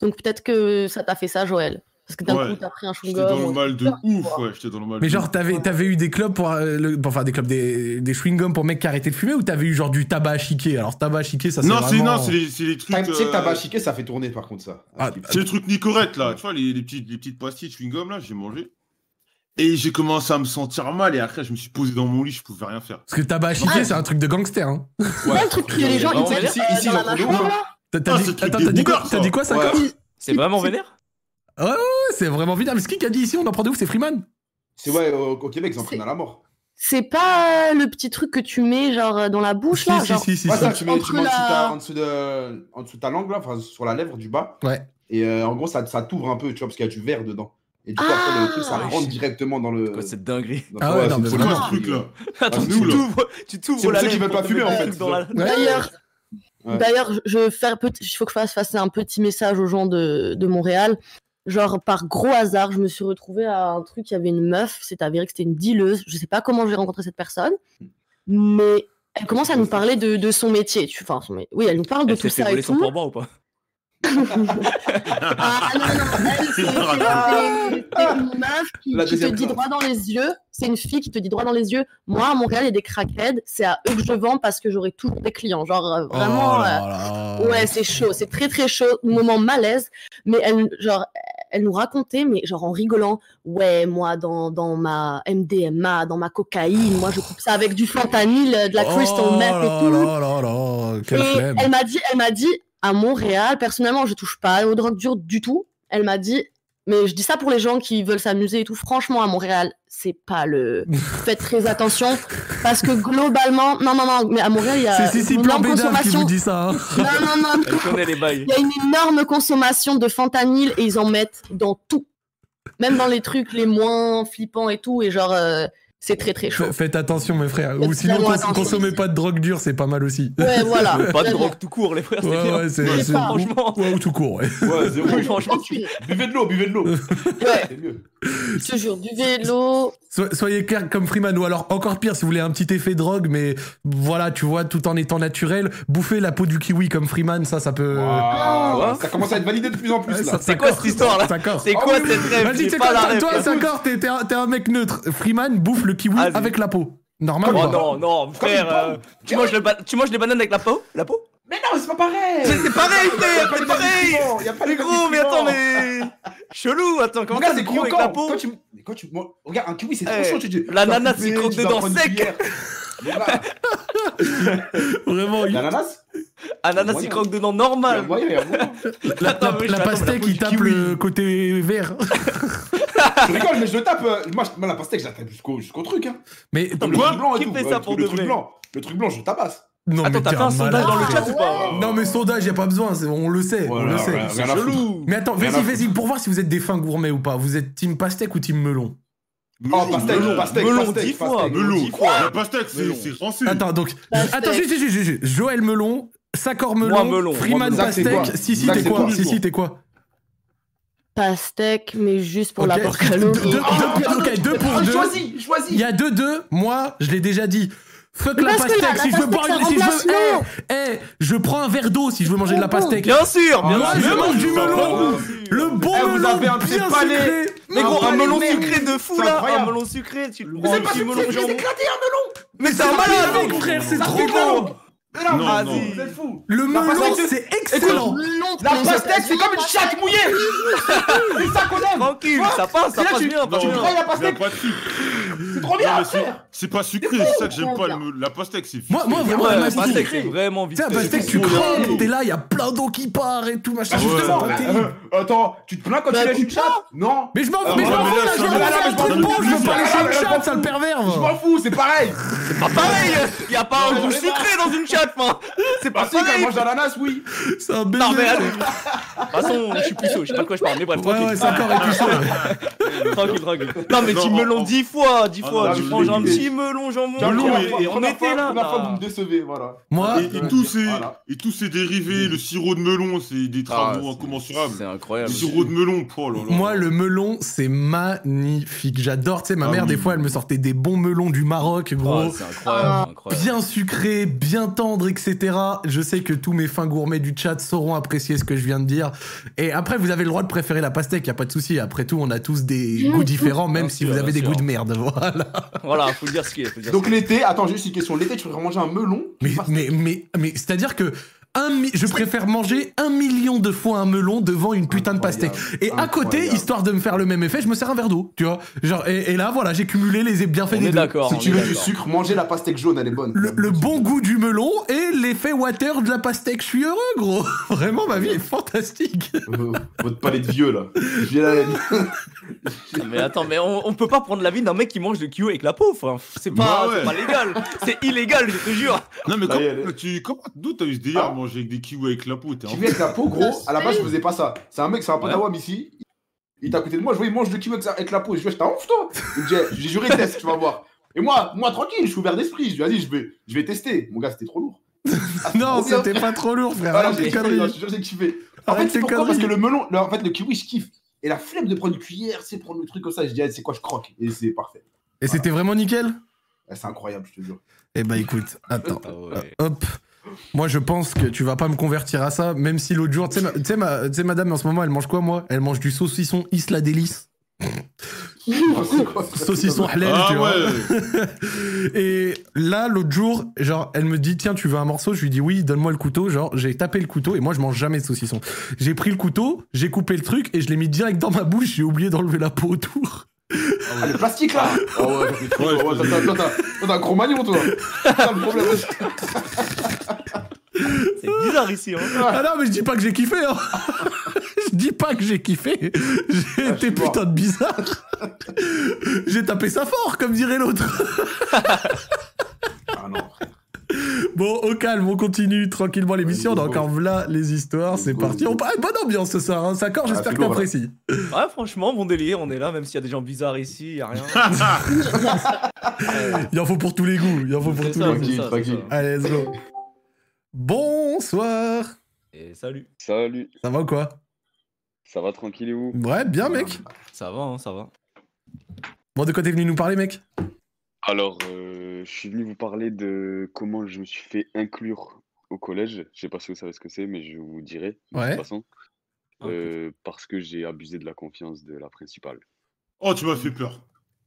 Donc, peut-être que ça t'a fait ça, Joël. Parce que d'un Ouais. coup, t'as pris un J'étais dans le chewing-gum. mal de ouf, ouais, j'étais dans le mal. Mais de genre, ouf. t'avais avais eu des clubs pour. euh, le- enfin, des clubs, des, des chewing-gums pour mecs qui arrêtaient de fumer ou t'avais eu genre du tabac à chiquer Alors, tabac à chiquer, ça c'est. non, c'est non, vraiment- c'est les, c'est les trucs. Tu sais euh, que t'as bachiqué, ça fait tourner par contre ça. Ah, C'est le truc Nicorette là, tu vois, les, les petites, les petites pastilles de chewing-gum là, j'ai mangé. Et j'ai commencé à me sentir mal et après je me suis posé dans mon lit, je pouvais rien faire. Parce que tabac à chiquer, Ah. c'est un truc de gangster, hein. C'est pas le truc que les gens, ils Vraiment, mettent ici- euh, ici, dans la j'en fais mâchoire, beaucoup. là. T'as t'as Ah, dit, c'est le truc attends, des t'as dit quoi, boomers, t'as dit quoi ça Ouais. encore C'est vraiment vénère Ouais, C'est vraiment vénère. Mais c'est qui qui a dit ici On en prend de ouf, c'est Freeman C'est ouais, au, au Québec, ils en prennent à la mort. C'est pas le petit truc que tu mets genre euh, dans la bouche là, Si, si, genre. si, si, Ouais, si. ça, tu mets, tu Entre mets en, dessous de ta- la- en dessous de, en dessous de ta langue, là, enfin, sur la lèvre du bas. Ouais. Et euh, en gros, ça, ça t'ouvre un peu, tu vois, parce qu'il y a du verre dedans. Et du coup, après, le truc, ça Ah. rentre directement dans le. Quoi, cette dinguerie dans- Ah ouais, non, mais c'est C'est quoi vraiment ce truc là [laughs] Attends, c'est tu nul. t'ouvres, tu t'ouvres C'est pour la ceux qui lèvre veulent pas pour te fumer, mettre en le fait, truc c'est dans ça. la- D'ailleurs, Ouais. d'ailleurs, je- je vais faire petit- il faut que je fasse, fasse un petit message aux gens de, de Montréal. Genre par gros hasard, je me suis retrouvée à un truc, il y avait une meuf, c'est avéré que c'était une dealeuse. Je sais pas comment j'ai rencontré cette personne, mais elle commence à nous parler de, de son métier. Tu, enfin, son mé- oui, elle nous parle de Elle tout s'est fait ça et voler son tout. pourboire ou pas [laughs] Ah non, non, elle, c'est- c'est- [laughs] c'est c'est une meuf qui, La qui te deuxième dit classe. droit dans les yeux. C'est une fille qui te dit droit dans les yeux. Moi, à Montréal, il y a des crackheads. C'est à eux que je vends parce que j'aurai toujours des clients. Genre, euh, vraiment. Oh euh, là là. Ouais, c'est chaud, c'est très très chaud, moment malaise, mais elle, genre, elle nous racontait, mais genre en rigolant, ouais, moi dans, dans ma MDMA, dans ma cocaïne, moi je coupe ça avec du fentanyl, euh, de la crystal meth et Oh tout. là là là, quelle Et flemme. elle m'a dit, elle m'a dit, à Montréal, personnellement, je touche pas aux drogues dures du tout. Elle m'a dit, mais je dis ça pour les gens qui veulent s'amuser et tout. Franchement, à Montréal, c'est pas [laughs] le. Faites très attention parce que globalement, non, non, non, mais à Montréal, il y a C'est si, si, une plan énorme bédave qui consommation. vous dit ça. hein. Non, non, non, Elle connaît les bails. il y a une énorme consommation de fentanyl et ils en mettent dans tout. Même dans les trucs les moins flippants et tout. Et genre, euh, c'est très très chaud. F- Faites attention, mes frères. Ou Faites sinon, vraiment cons- attention. consommez pas de drogue dure, c'est pas mal aussi. Ouais, voilà. Ou [laughs] Pas de Vraiment. drogue tout court, les frères, c'est Ouais, bien. ouais, c'est. Ouais, c'est- pas. Franchement. Ouais, ou tout court, ouais. Ouais, zéro. [laughs] Franchement, Aucune. Buvez de l'eau, buvez de l'eau. Ouais, C'est mieux. je te jure, buvez de l'eau. So- soyez clair comme Freeman, ou alors encore pire, si vous voulez un petit effet drogue, mais voilà, tu vois, tout en étant naturel, bouffer la peau du kiwi comme Freeman, ça, ça peut. Waouh, ouais. ça commence à être validé de plus en Ouais, plus ça- là. ça hein. C'est quoi corse, cette histoire, là Ça corse. c'est Ah quoi oui, cette rêve Vas-y, J'ai t'es pas comme la toi, rêve. toi, là. ça corse, t'es t'es un, t'es un mec neutre. Freeman bouffe le kiwi Vas-y. avec la peau. Normal. Oh ou pas non, non, frère, Comme une euh, tu, manges le ba- tu manges les bananes avec la peau La peau Mais non, c'est pas pareil. Mais c'est pareil, frère, pas c'est les pareil nutriments, y a pas Mais les gros, mais nutriments. attends, mais. Chelou, attends, comment Regarde, ça, c'est c'est kiwi avec la croquant. peau Quand tu, mais quand tu, moi, regarde, un kiwi, c'est trop Eh, chaud. Tu dis, l'ananas, tu dois il croque couper, tu dois dedans prendre une sec. cuillère. Mais [laughs] là, Vraiment, il- L'ananas, Ananas, il moyen. croque dedans il y a normal moyen, il y a moyen. la, Attends, la- mais la Ah, attends, mais pastèque, peau il du tape kiwi. le côté vert. [laughs] Je rigole, mais je le tape. euh, moi, je- moi, la pastèque, je la tape jusqu'au jusqu'au truc. Hein. Mais Comme le Quoi truc blanc et Qui tout. fait euh, ça le pour truc- de le truc vrai blanc. Le truc blanc, je tabasse. non, mais Attends, t'as t'es fait un malade. sondage dans le chat ou pas Non, mais sondage, y a pas besoin, c'est- on le sait, on Voilà, le sait. voilà, C'est rien à foutre. chelou Mais attends, Rien vas-y, à foutre. vas-y, pour voir si vous êtes des fins gourmets ou pas, vous êtes team pastèque ou team melon Oh, pastèque, melon, pastèque, melon, pastèque, dix fois, pastèque, Melon, dix fois. la pastèque, c'est Melon. c'est rancé. Attends, donc, Pastèque. attends, juste, juste, juste, juste, Joël Melon, Sacor Melon, Moi, melon, moi, Freeman melon. Zach, c'est Pastèque, quoi si, si, Zach, t'es c'est quoi quoi Si, si, t'es quoi Pastèque, mais juste pour Ok. la Deux- porcalorie. deux- ok, deux pour deux. Ah, Choisis, choisis. Il y a deux, deux, moi, je l'ai déjà dit. Fuck Mais la parce que la- pastèque, la si je veux pastèque, ça pas, si je remplace veux, l'eau. Eh, eh, je prends un verre d'eau si je veux manger de la Bon, bon. pastèque. Bien sûr, bien Moi, sûr je mange du Bien melon. sûr. Le bon Eh, vous melon, avez un bien petit sucré. palais. Mais gros, un Ah, melon mais- sucré de fou c'est là Un incroyable. melon sucré, tu le Mais prends c'est avec pas du du melon tout, jambon. c'est éclaté, hein, Mais c'est un malade Avec, frère, c'est Ça trop fait bon. mal. Mais non, Vas-y. non, non. Vous êtes fous. Le La melon, pastèque, c'est excellent. La pastèque, c'est comme une chatte mouillée. [laughs] C'est ça qu'on aime. Tranquille, ça passe, ça Viens, passe tu- bien tu franchement. travailles la Il y a pastèque. pas de sucre. C'est trop bien Non, mais à c'est- faire C'est pas sucré, C'est c'est ça que trop j'aime pas. bien. le- La pastèque, c'est Moi, moi, sucré. vraiment, Ouais, la la pastèque, pastèque, c'est c'est vraiment vite Tiens, fait. pastèque, tu trop bien. croques, t'es là, il y a plein d'eau qui part et tout, machin. Ah, justement, c'est pas terrible. euh, attends, tu te plains quand Bah, tu lèches une écoute, chatte Non Mais je m'en Ah, mais je ouais, m'en mais fous, là, là, ça j'ai me- là, regardé là, un je truc m'en- bon, là, je veux pas lécher une là, je m'en chatte, sale Ah, fous. euh, Je pervers m'en fous, c'est pareil C'est pas pareil Il a pas un goût sucré dans une chatte, moi C'est Bah pas si, quand elle pareil mange d'ananas, oui C'est un bébé Non, mais allez De toute façon, je suis plus chaud, je sais pas de quoi je parle, mais bref, Ouais, ouais, tranquille. c'est encore avec ça. [laughs] Tranquille, tranquille. Non, mais Non, tu on- me l'ont on- dix fois, dix Ah, fois. non, Tu je prends l'ai un dit. petit melon, jambon, Tiens, Melon jambon, première et- fois- et on première était fois- là. Première fois, vous me décevez, voilà. Moi, Et, et tous ces, Voilà. et tous ces dérivés, le sirop de melon, c'est des travaux C'est incommensurables. Le incroyable. sirop de melon, oh là là. Moi, le melon, c'est magnifique. J'adore. Tu sais, ma Ah mère, des oui. fois, elle me sortait des bons melons du Maroc, gros. Oh, C'est incroyable, incroyable. Bien sucré, bien tendre, etc. Je sais que tous mes fins gourmets du chat sauront apprécier ce que je viens de dire. Et après, vous avez le droit de préférer la pastèque, y a pas de souci. Après tout, on a tous des goûts différents, même Bien si sûr, vous bien avez des sûr. goûts de merde. [laughs] Voilà. Voilà, faut le dire ce qu'il est. faut le dire Donc ce qu'il est. l'été, attends, juste une question. L'été, tu préfères manger un melon Mais, mais, mais, mais c'est-à-dire que un mi- je préfère manger un million de fois un melon devant une putain de pastèque. Et à côté, Incroyable. histoire de me faire le même effet, je me sers un verre d'eau, tu vois. Genre, et, et là, voilà, j'ai cumulé les bienfaits On des est deux. d'accord. Si on tu est veux du d'accord. sucre, manger la pastèque jaune, elle est bonne. Le, le bon goût du melon et l'effet water de la pastèque. Je suis heureux, gros. [laughs] Vraiment, ma vie est fantastique. Euh, Votre palais de vieux, là. J'ai la haine. [laughs] Mais attends, mais on, on peut pas prendre la vie d'un mec qui mange le Q avec la peau, enfin, c'est pas, Bah ouais. c'est pas légal, c'est illégal, je te jure. Non, mais Là, comment, il Bah, y a- tu, comment, d'où t'as eu ce délire Ah. à manger avec des kiwis avec la peau t'es un- Kiwi avec la peau, gros. À la base, je faisais pas ça. C'est un mec, c'est un pote à Wam ici. Il était à côté de moi, je vois, il mange le kiwi avec sa- avec la peau. Je lui dis, t'as honte, toi Il me dit, Eh, j'ai juré, teste, tu vas voir. Et moi, moi, tranquille, je suis ouvert d'esprit. Je lui ai dit, je vais, je vais tester. Mon gars, c'était trop lourd. Ah, c'est Non, trop bien. c'était pas trop lourd, frère. Ah, là, Arrête j'ai tes kiffé, conneries. non, je te jure, j'ai kiffé. En Arrête fait, c'est tes pourquoi Parce que conneries. le melon, le- en fait, le kiwi, je kiffe. Et la flemme de prendre une cuillère, c'est prendre le truc comme ça. Je dis, ah, c'est quoi, je croque. Et c'est parfait. Et c'était vraiment nickel Ah, C'est incroyable, je te jure. Eh bah écoute, attends. Ah ouais. Hop. Moi, je pense que tu vas pas me convertir à ça, même si l'autre jour, tu sais, ma- tu sais, ma- tu sais, madame, en ce moment, elle mange quoi, moi Elle mange du saucisson Isla Délice. [laughs] C'est quoi, ça Saucisson halal, Ah tu vois. ouais, [laughs] Et là, l'autre jour, genre, elle me dit, tiens, tu veux un morceau Je lui dis, oui, donne-moi le couteau. Genre, j'ai tapé le couteau et moi, je mange jamais de saucisson. J'ai pris le couteau, j'ai coupé le truc et je l'ai mis direct dans ma bouche. J'ai oublié d'enlever la peau autour. Ah, le plastique là Ah ouais, ouais, Ouais, ouais, t'as- je- t'as- t'as- t'as- t'as un gros magnon [laughs] toi Putain, le problème C'est bizarre ici, hein. Ah non, mais je dis pas que j'ai kiffé. Hein. [laughs] je dis pas que j'ai kiffé. J'ai Ah, je été suis mort. putain de bizarre. [laughs] j'ai tapé ça fort, comme dirait l'autre. Ah non, frère. Bon, au calme, on continue tranquillement l'émission. On a Vas-y, go. encore là les histoires. C'est Go, parti. go. On... Ah, bonne ambiance ce soir, hein. ça corps. Ah, J'espère c'est que lourd, là. t'apprécies. Ouais, franchement, bon délire, on est là, même s'il y a des gens bizarres ici, y a [laughs] rien. Ouais, Il en faut pour tous les goûts. Il en faut pour c'est tous ça, les goûts. c'est goûts. ça, c'est ça. Allez, let's go. Bonsoir. Et salut, Salut, Ça va ou quoi ça va tranquille et vous Ouais, bien, mec. ça va, hein, ça va. Bon, de quoi t'es venu nous parler, mec Alors, euh, je suis venu vous parler de comment je me suis fait inclure au collège. Je sais pas si vous savez ce que c'est, mais je vous dirai de Ouais. toute façon. Euh, parce que j'ai abusé de la confiance de la principale. oh, tu m'as fait peur.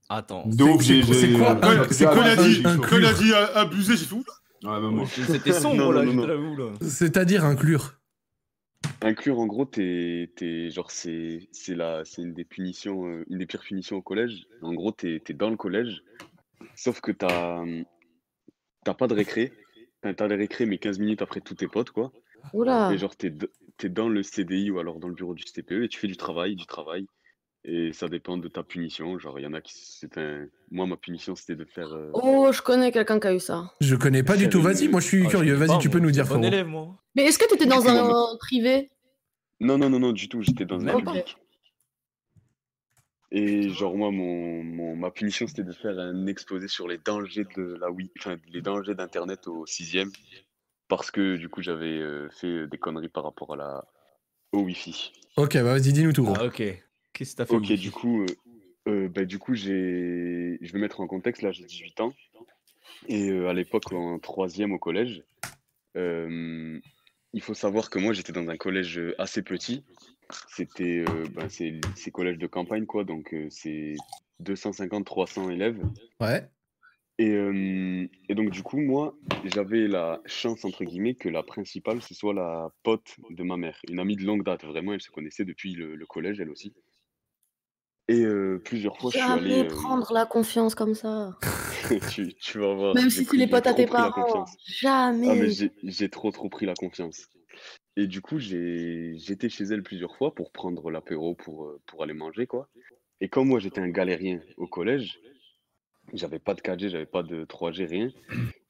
Attends, De ouf, j'ai- c'est j'ai- quoi j'ai- Ah, Quand j'ai- c'est quand il a j'ai- dit, j'ai- un- quand il a dit a- abusé, j'ai fait oula. Ouais, même moi. c'était [laughs] sombre Non, non, là, non, j'étais non. là où là C'est-à-dire inclure. Inclure, en gros, t'es, t'es- genre, c'est, c'est la, c'est une des punitions, euh, une des pires punitions au collège. En gros, t'es, t'es dans le collège, sauf que t'as, hum, t'as pas de récré. T'as, t'as les récré, mais 15 minutes après tous tes potes, quoi. Oula. Et genre, t'es, d- t'es dans le CDI ou alors dans le bureau du CPE et tu fais du travail, du travail. Et ça dépend de ta punition. Genre, il y en a qui. C'est un... Moi, ma punition, c'était de faire. euh, Oh, je connais quelqu'un qui a eu ça. Je connais pas du tout. Vas-y, moi je suis Ah, je curieux. sais Vas-y, pas, tu peux moi, nous je suis dire, Bon frérot. élève, moi. Mais est-ce que t'étais dans Du coup, un euh, privé Non, non, non, non, du tout. J'étais dans un Ok. public. Et genre, moi, mon, mon- ma punition, c'était de faire un exposé sur les dangers de la Wii, enfin, les dangers d'Internet au sixième. Parce que, du coup, j'avais euh, fait des conneries par rapport à la... au Wi-Fi. Ok, bah vas-y, dis-nous tout, gros. Ah, ok, qu'est-ce que t'as fait Ok, Wiki du coup, euh, euh, bah, du coup, j'ai, je vais mettre en contexte. Là, j'ai 18 ans. Et euh, à l'époque, en troisième au collège, euh, il faut savoir que moi, j'étais dans un collège euh, assez petit. C'était, euh, ben, c'est, c'est collège de campagne, quoi. Donc, euh, c'est 250-300 élèves. Ouais. Et, euh, et donc, du coup, moi, j'avais la chance, entre guillemets, que la principale, ce soit la pote de ma mère, une amie de longue date, vraiment, elle se connaissait depuis le, le collège, elle aussi. Et euh, plusieurs fois, je suis allé. Jamais euh, prendre la confiance comme ça. [laughs] tu, tu vas voir. Même j'ai si tu pris- les Ah, j'ai potes à trop tes pris la parents. confiance. Ah, mais Jamais. j'ai- j'ai trop trop pris la confiance. Et du coup, j'ai- j'étais chez elle plusieurs fois pour prendre l'apéro, pour, euh, pour aller manger, quoi. Et comme moi, j'étais un galérien au collège, j'avais pas de 4G, j'avais pas de 3G, rien.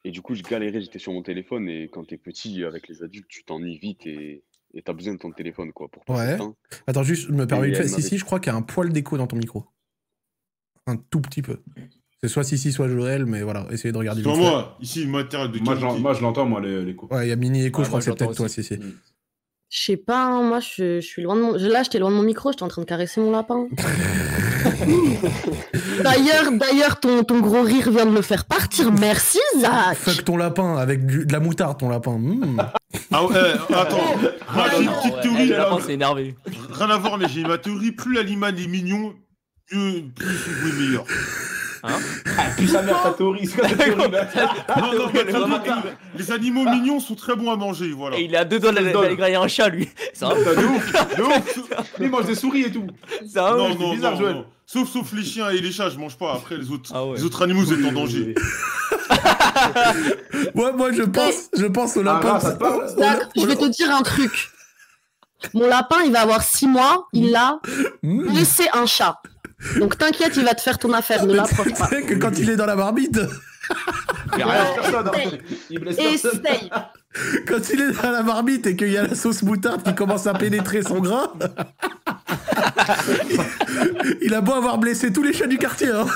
Et du coup, je galérais, j'étais sur mon téléphone. Et quand t'es petit, avec les adultes, tu t'ennuies vite et et t'as besoin de ton téléphone, quoi, pour passer Ouais. le temps. Attends, juste, je me permets Et une elle fois. Si, m'avait- si, je crois qu'il y a un poil d'écho dans ton micro. Un tout petit peu. C'est soit si, si, soit Joël, mais voilà, essayez de regarder. Sur vite fait. moi, ici, le matériel de Moi, je l'en- qualité. moi, je l'entends, moi, les, les coups. Ouais, il y a mini écho, Ouais, je moi, crois que c'est j'entends peut-être toi, aussi. Mm. si, si. Je sais pas, hein, moi je, je suis loin de mon. je- Là j'étais loin de mon micro, j'étais en train de caresser mon [laughs] lapin. d'ailleurs, d'ailleurs, ton, ton gros rire vient de me faire partir. Merci Zach Fuck ton lapin, avec du- de la moutarde, ton lapin. hmm. Ah ouais, euh, [laughs] attends, moi j'ai une Ah, petite ouais, théorie le là. lapin s'est énervé. Rien à voir, mais j'ai ma théorie, plus l'animal est mignon, mieux- plus son goût est meilleur. Hein Ah, puis sa mère, ta théorie, c'est quoi [laughs] cette théorie là Non, non, Elle est mais vraiment très bien, les animaux mignons sont très bons à manger, voilà. Et il a deux doigts d'aller C'est dingue. d'aller grailler un chat, lui. [laughs] C'est un De ouf, de ouf. Lui, il mange des souris et tout. c'est un non, ouf. non, bizarre, non, Joël. non. Sauf, sauf les chiens et les chats, je mange pas. Après, les autres, Ah ouais. les autres animaux, vous êtes en danger. Bah, Ouais, [laughs] moi, je pense, je euh, pense au Ah, lapin. là, [laughs] ça te parle au la- Zach, au je vais la- te dire un truc. Mon lapin, il va avoir 6 mois, il a Mm. Hmm. laissé un chat. Donc t'inquiète, il va te faire ton affaire, ne l'approche Tu pas. sais que quand il est dans la marmite, Il blesse personne. hein. Il blesse personne. Essaye. quand il est dans la marmite et qu'il y a la sauce moutarde qui commence à pénétrer son grain, il a beau avoir blessé tous les chats du quartier. hein.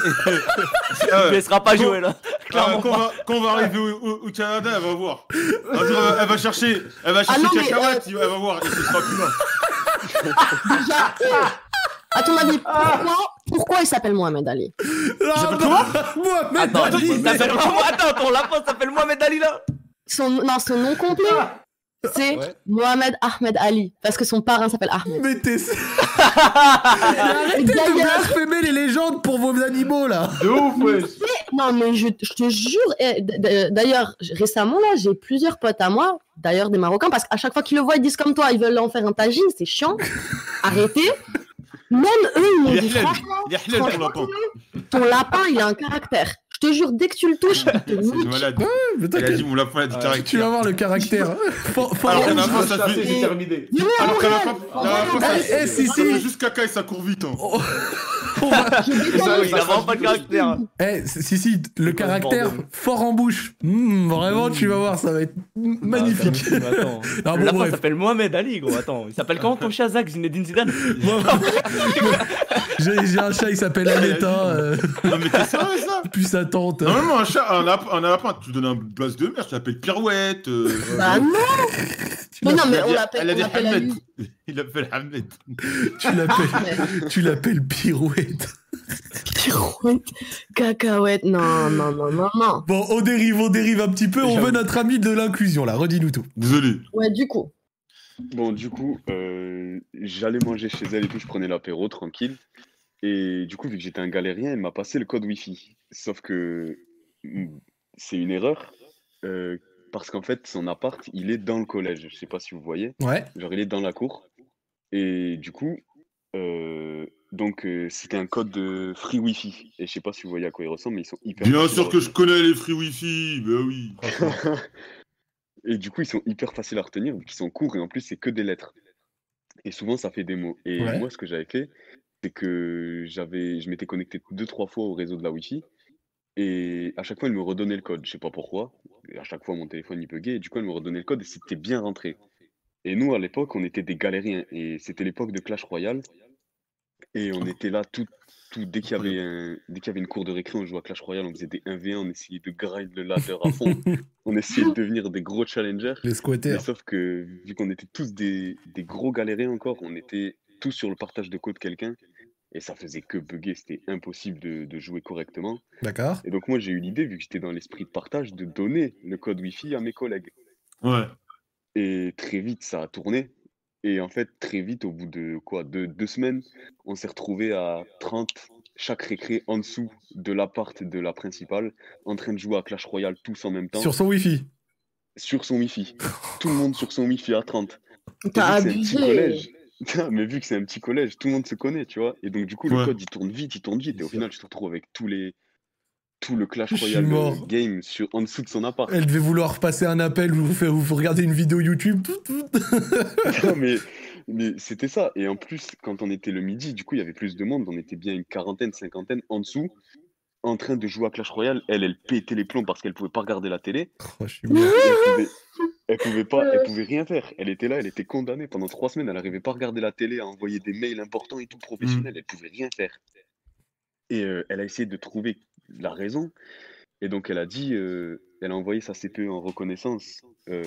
Euh, Il laissera pas hein. jouer là. Ah, quand, on va, quand on va arriver au, au- au Canada, elle va voir. Un jour, elle, va- elle [laughs] va chercher, elle va chercher Ah non, mais, euh, cacahuètes, elle va voir, et ce sera plus mal. [laughs] Déjà, eh, à ton avis, Ah. pourquoi, pourquoi il s'appelle Mohamed Ali Ah, bah, Mohamed Attends, Ali, il mais- s'appelle- attends, ton lapin s'appelle Mohamed Ali là. son, non, son nom complet, Ah. c'est Mohamed Ahmed Ali, parce que son parrain s'appelle Ahmed. Mais t'es... Et Arrêtez de d'ailleurs- blasphémer les légendes pour vos animaux, là De ouf, wesh. Non, mais je, je te jure, eh, d- d- d'ailleurs, j- récemment, là, j'ai plusieurs potes à moi, d'ailleurs des Marocains, parce qu'à chaque fois qu'ils le voient, ils disent comme toi, ils veulent en faire un tagine, c'est chiant. Arrêtez. Même eux, ils m'ont Il est dit, halal. franchement, Il est halal ton lapin. ton lapin, il a un caractère. Je te jure, dès que tu le touches, il te C'est une nique. malade. Mais toi, Elle a dit, mon lapin a du tu- tu vas caractère. voir le caractère. For- for- Alors, Je on a- me ça chasse, fait- c'est terminé. Venez à Alors que la Montréal, femme, on la va femme, dans Eh, les- eh, si, ça si. fait juste caca et ça court vite. hein. Oh. [laughs] je Ça, déconne. Il a vraiment pas de caractère. Eh, si, si, si, le pas caractère bordelais. fort en bouche. Hmm, vraiment, Hmm. tu vas voir, ça va être magnifique. Ah, mais [laughs] attends. Ah, bon, le lapin bref. s'appelle Mohamed Ali, gros. Attends, il s'appelle comment ton chat Zach Zinedine Zidane Moi, j'ai j'ai un chat, il s'appelle Aneta. euh, Non, mais t'es sérieux, ça [laughs] puis sa tante. Normalement, un chat, un lapin, un lapin, tu lui donnes un blase de merde, tu l'appelles pirouette. euh, Bah non Mais non, mais on l'appelle elle a on dit l'appelle Ahmed. Ali. [laughs] Il l'appelle Ahmed. Tu l'appelles, [laughs] tu l'appelles Pirouette. Pirouette, cacahuète, non, non, non, non, non. Bon, on dérive, on dérive un petit peu. On veut notre ami de l'inclusion, là. Redis-nous tout. Désolé. Ouais, du coup, Bon, du coup, euh, j'allais manger chez elle et tout, je prenais l'apéro tranquille. Et du coup, vu que j'étais un galérien, elle m'a passé le code Wi-Fi. Sauf que mm, c'est une erreur, euh, parce qu'en fait, son appart, il est dans le collège. Je sais pas si vous voyez. Ouais. Genre, il est dans la cour. Et du coup, euh, donc, euh, c'était un code de free Wi-Fi. Et je sais pas si vous voyez à quoi il ressemble, mais ils sont hyper Bien faciles à sûr que je retenir. connais les free wifi, bah [laughs] oui. Et du coup, ils sont hyper faciles à retenir, vu qu'ils sont courts, et en plus, c'est que des lettres. Et souvent, ça fait des mots. Et Ouais. moi, ce que j'avais fait, c'est que j'avais, je m'étais connecté deux, trois fois au réseau de la Wi-Fi, et à chaque fois, elle me redonnait le code. Je sais pas pourquoi. Et à chaque fois, mon téléphone, il buguait, et du coup, elle me redonnait le code, et c'était bien rentré. Et nous, à l'époque, on était des galériens, et c'était l'époque de Clash Royale, et Ah. on était là tout. Tout, dès qu'il y, avait un- dès qu'il y avait une cour de récré, on jouait à Clash Royale, on faisait des 1v1, on essayait de grind le ladder à [laughs] fond. On essayait de devenir des gros challengers. Les Mais squatters. sauf que, vu qu'on était tous des, des gros galériens encore, on était tous sur le partage de code de quelqu'un. Et ça faisait que bugger, c'était impossible de, de jouer correctement. D'accord. Et donc, moi, j'ai eu l'idée, vu que j'étais dans l'esprit de partage, de donner le code Wi-Fi à mes collègues. Ouais. Et très vite, ça a tourné. Et en fait, très vite, au bout de quoi de, Deux semaines, on s'est retrouvé à 30 chaque récré en dessous de l'appart de la principale, en train de jouer à Clash Royale tous en même temps, Sur son wifi. [laughs] sur son Wi-Fi. Tout le monde sur son Wi-Fi à 30. Et vu t'as que C'est un abusé. petit collège. [laughs] Putain, mais vu que c'est un petit collège, tout le monde se connaît, tu vois. Et donc, du coup, le Ouais. code, il tourne vite, il tourne vite. Et au final, tu te retrouves avec tous les... tout le Clash Je suis Royale euh, mort. game sur... en dessous de son appart. Elle [laughs] devait vouloir passer un appel ou vous, faire, ou vous regarder une vidéo YouTube. Tout, tout. Putain, mais, mais c'était ça. Et en plus, quand on était le midi, du coup, il y avait plus de monde. On était bien une quarantaine, cinquantaine en dessous, en train de jouer à Clash Royale. Elle, elle pétait les plombs parce qu'elle pouvait pas regarder la télé. [laughs] Oh, je suis Et mort. Elle pouvait, elle pouvait pas, elle pouvait rien faire. Elle était là, elle était condamnée pendant trois semaines. Elle arrivait pas à regarder la télé, à envoyer des mails importants et tout professionnels. Mm. Elle pouvait rien faire. Et euh, elle a essayé de trouver la raison. Et donc elle a dit, euh, elle a envoyé sa CPE en reconnaissance euh,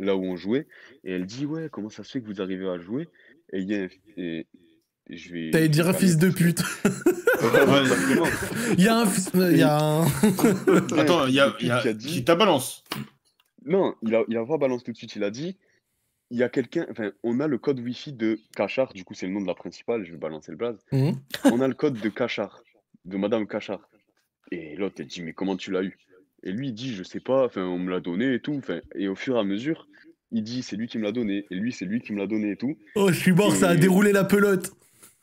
là où on jouait. Et elle dit ouais, comment ça se fait que vous arrivez à jouer Et il y a un- et- et je vais. T'allais dire je vais fils de [laughs] pute. aller- Exactement. Il y a un. fils- Il y a un. [laughs] Attends, il y a, il y a- Qui a dit- qui t'a balance Non, il a, il a pas balancé tout de suite. Il a dit, il y a quelqu'un. Enfin, on a le code Wi-Fi de Cachard. Du coup, c'est le nom de la principale. Je vais balancer le blaze. Mhm. [laughs] On a le code de Cachard, de Madame Cachard. Et l'autre, elle dit, mais comment tu l'as eu? Et lui, il dit, je sais pas. Enfin, on me l'a donné et tout. Enfin, et au fur et à mesure, il dit, c'est lui qui me l'a donné. Et lui, c'est lui qui me l'a donné et tout. Oh, je suis mort, ça a Et- déroulé la pelote.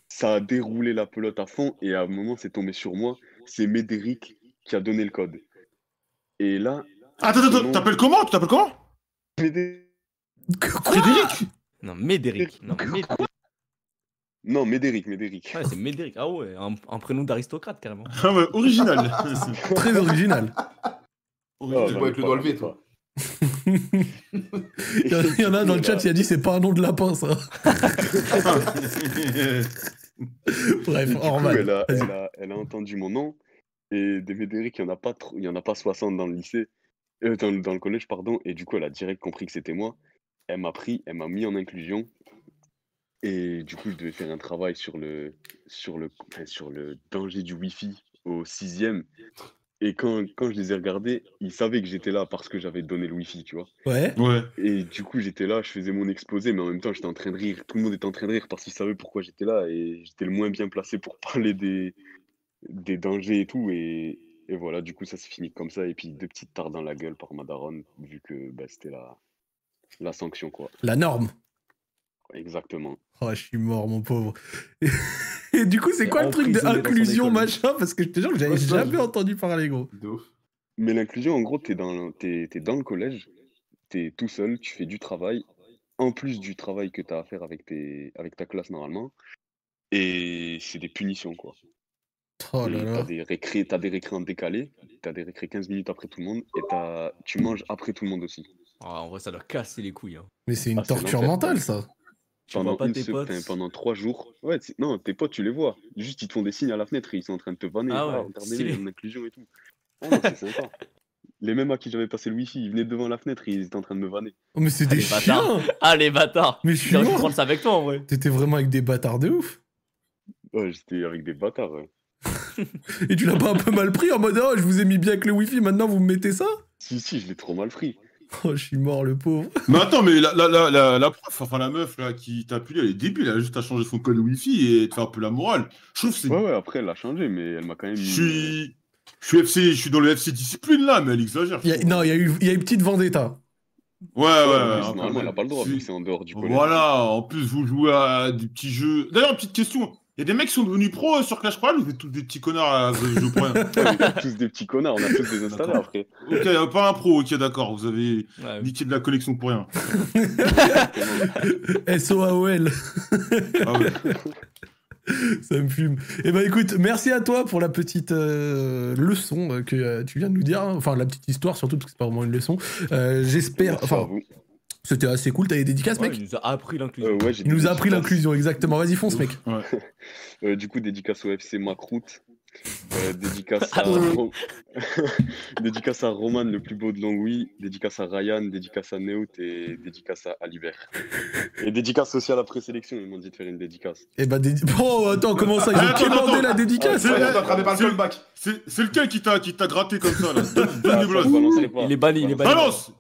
Ça a déroulé la pelote à fond et à un moment, c'est tombé sur moi. C'est Médéric qui a donné le code. Et là, Attends, attends, t'appelles comment Tu t'appelles comment Médéric. Quoi Frédéric Non, Médéric. Non, Médéric. Non, Médéric, Médéric. Ouais, c'est Médéric. Ah ouais, un, un prénom d'aristocrate carrément. [laughs] Ah ouais, [laughs] original. Très original. [laughs] Ah, Tu j'en bois ai avec le pas, doigt j'en ai levé, pas. toi. Il y en- il y en a dans le chat qui a dit c'est pas un nom de lapin ça. [laughs] Bref, Du coup, Orman. elle, a, Vas-y. elle [laughs] a- elle a entendu mon nom. Et des Médéric, il n'y en, a pas trop- il y en a pas 60 dans le lycée. euh, dans, le- dans le collège, pardon. Et du coup, elle a direct compris que c'était moi. Elle m'a pris, elle m'a mis en inclusion. Et du coup, je devais faire un travail sur le, sur le, enfin, sur le danger du Wi-Fi au sixième. Et quand, quand je les ai regardés, ils savaient que j'étais là parce que j'avais donné le Wi-Fi, tu vois. Ouais. Ouais. Et du coup, j'étais là, je faisais mon exposé, mais en même temps, j'étais en train de rire. Tout le monde était en train de rire parce qu'ils savaient pourquoi j'étais là et j'étais le moins bien placé pour [laughs] parler des, des dangers et tout. Et, et voilà, du coup, ça se finit comme ça. Et puis, deux petites tartes dans la gueule par Madaron, vu que bah, c'était la, la sanction, quoi. La norme. Exactement. Oh, je suis mort, mon pauvre. Et, et du coup, c'est Et quoi le truc de emprisonné dans son inclusion, école. machin Parce que je te jure, que j'avais Ouais, c'est ça, jamais je- entendu parler, gros. De ouf. Mais l'inclusion, en gros, t'es dans, t'es, t'es dans le collège, t'es tout seul, tu fais du travail, en plus du travail que t'as à faire avec, tes, avec ta classe normalement. Et c'est des punitions, quoi. Oh Et là T'as là. des récré, t'as des récré en décalé, t'as des récré 15 minutes après tout le monde, et t'as, tu manges après tout le monde aussi. Ah, en vrai, ça doit casser les couilles. [laughs] Hein. Mais c'est une Ah, c'est torture l'enfer. mentale, ça. Tu Pendant vois pas une tes se- potes. enfin, pendant trois jours. Ouais, c'est- non, tes potes, tu les vois. Juste, ils te font des signes à la fenêtre et ils sont en train de te vanner. Ah Ah, ouais, regardez-les, stylé. il y a une inclusion et tout. Ah non, c'est [laughs] sympa. Les mêmes à qui j'avais passé le wifi, ils venaient devant la fenêtre et ils étaient en train de me vanner. Oh, mais c'est des les chiens Ah les bâtards. Mais je suis J'ai envie de mort. prendre ça avec toi en vrai. T'étais vraiment avec des bâtards de ouf. Ouais, j'étais avec des bâtards. ouais. Et tu l'as pas un peu mal pris en mode oh, je vous ai mis bien avec le wifi, maintenant vous me mettez ça Si, si, je l'ai trop mal pris. Oh, je suis mort, le pauvre. Mais attends, mais la, la, la, la, la prof, enfin la meuf là qui t'a appelé, elle est débile, elle a juste à changer son code Wi-Fi et te faire un peu la morale. Je trouve que c'est. Ouais, ouais, après, elle l'a changé, mais elle m'a quand même. Je mis- euh, suis. Je suis FC, je suis dans le FC discipline là, mais elle exagère. Il y a- non, il y, a eu- il y a une petite vendetta. Ouais, ouais, Ouais, ouais. Oh, mais c'est enfin, normalement, elle a pas le droit, c'est- vu que c'est en dehors du collège. Voilà, en plus vous jouez à des petits jeux. D'ailleurs, petite question. Il y a des mecs qui sont devenus pros euh, sur Clash Royale ou vous êtes tous des petits connards à ce jeu [laughs] pour rien [laughs] Ouais, mais t'es tous des petits connards, on a tous des installés D'accord. après. Ok, euh, pas un pro, ok, d'accord, vous avez Ouais, niqué de la collection pour rien. [laughs] SOAOL, Ah ouais. [laughs] ça me fume. Eh ben écoute, merci à toi pour la petite euh, leçon euh, que euh, tu viens de nous dire, hein. enfin la petite histoire surtout, parce que c'est pas vraiment une leçon. Euh, J'espère, Merci à enfin, vous. c'était assez cool, t'as des dédicaces, Ouais, mec il nous a appris l'inclusion. Euh, ouais, j'ai Il nous a dédicace- appris l'inclusion, exactement. Vas-y, fonce, mec. euh, du coup, dédicace au FC Macroute. Euh, dédicace, à Ah ouais. Ro- [laughs] dédicace à Roman, le plus beau de Longwy. Dédicace à Ryan, dédicace à Neut et dédicace à Alibert. Et dédicace aussi à la présélection, ils m'ont dit de faire une dédicace. Eh ben, dédi- [laughs] [laughs] Oh, attends, comment ça Ils Eh, Attends, ont attends. demandé la dédicace C'est- Ouais, t'as attrapé par le c'est- comeback. C'est c'est lequel qui t'a qui t'a gratté comme ça là Donne- Ah, donne ça, des je blagues. balancerai pas, Il est banni, je il est banni. Balance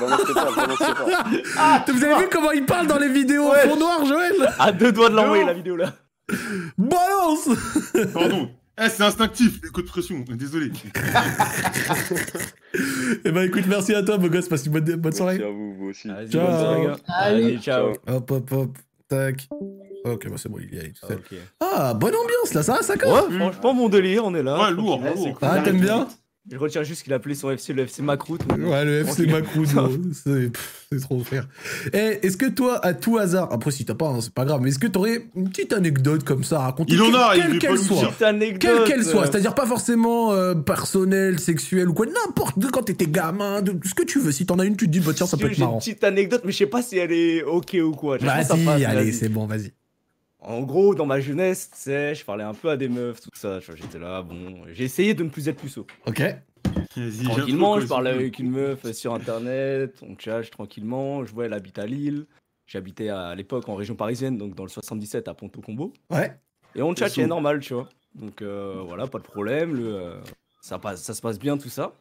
balancerai pas, je balancerai pas. Ah, Vous avez vu comment il parle dans les vidéos en fond noir, Joël À Ah, deux doigts de l'envoyer la vidéo là. Balance [laughs] Pardon. Eh, c'est instinctif, le coup de pression, désolé. Eh ben écoute, merci à toi, beau gosse, passe une bonne, bonne Merci soirée. à vous, vous aussi. Vas-y, Ciao. bonne soirée, gars. Salut. Allez, ciao. Hop, hop, hop. Putain, tac. Ok, bah c'est bon, il y a tout seul. Ok. Ah, bonne ambiance là, ça, ça colle. Ouais, franchement, mon délire, on est là. Ouais, lourd, Ouais, c'est lourd. cool. Ah, t'aimes bien Je retiens juste qu'il appelait son FC le FC Macroute. Ouais, le FC Tranquille. [laughs] Macron, non, c'est pff, c'est trop frère. Eh, est-ce que toi, à tout hasard, après si t'as pas, hein, c'est pas grave, mais est-ce que t'aurais une petite anecdote comme ça à raconter Il en a, quelle- il veut pas quelle qu'elle nous soit dire. Petite anecdote. Quelle qu'elle soit, c'est-à-dire pas forcément euh, personnelle, sexuelle ou quoi, n'importe de quand t'étais gamin, de ce que tu veux. Si t'en as une, tu te dis, bah tiens, ça peut être J'ai une marrant. petite anecdote, mais je sais pas si elle est ok ou quoi. Je pense que ça Vas-y, passe, allez, vas-y. c'est bon, vas-y. En gros, dans ma jeunesse, tu sais, je parlais un peu à des meufs, tout ça. tu vois, J'étais là, bon, j'ai essayé de ne plus être puceau. Ok. Vas-y, Tranquillement, je j'ai un truc, parlais ouais, avec une meuf sur internet, on tchatche tranquillement. Je vois, elle habite à Lille. J'habitais à l'époque en région parisienne, donc dans le 77 à Ponto Combo. Ouais. Et on chat, c'est Sous. normal, tu vois. Donc euh, voilà, pas de problème. Le, euh, ça, passe, ça se passe bien, tout ça.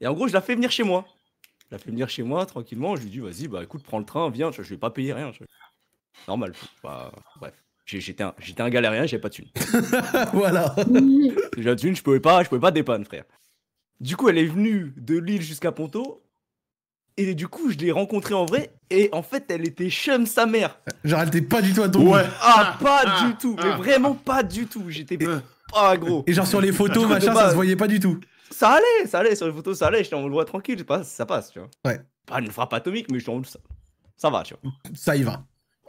Et en gros, je la fais venir chez moi. Je la fais venir chez moi tranquillement. Je lui dis, vas-y, bah écoute, prends le train, viens. tu vois, Je vais pas payer rien. tu vois. Normal. Bah, bref. J'ai- J'étais un, j'étais un galérien, j'avais pas de thune. [laughs] voilà. J'ai la thune, je pouvais pas, je pouvais pas dépanner, frère. Du coup, elle est venue de Lille jusqu'à Ponto. Et du coup, je l'ai rencontrée en vrai. Et en fait, elle était chum sa mère. Genre, elle t'est pas du tout à ton Ouais. goût. Ah, pas ah, du tout. mais ah. vraiment pas du tout. J'étais Euh. pas gros. Et genre, sur les photos, Truc de machin, ça base. se voyait pas du tout. Ça allait, ça allait, sur les photos, ça allait, j'étais en mode loi tranquille, je passe, ça passe, tu vois. Ouais. Pas une frappe atomique, mais j'étais en mode ça. Ça va, tu Ça y va.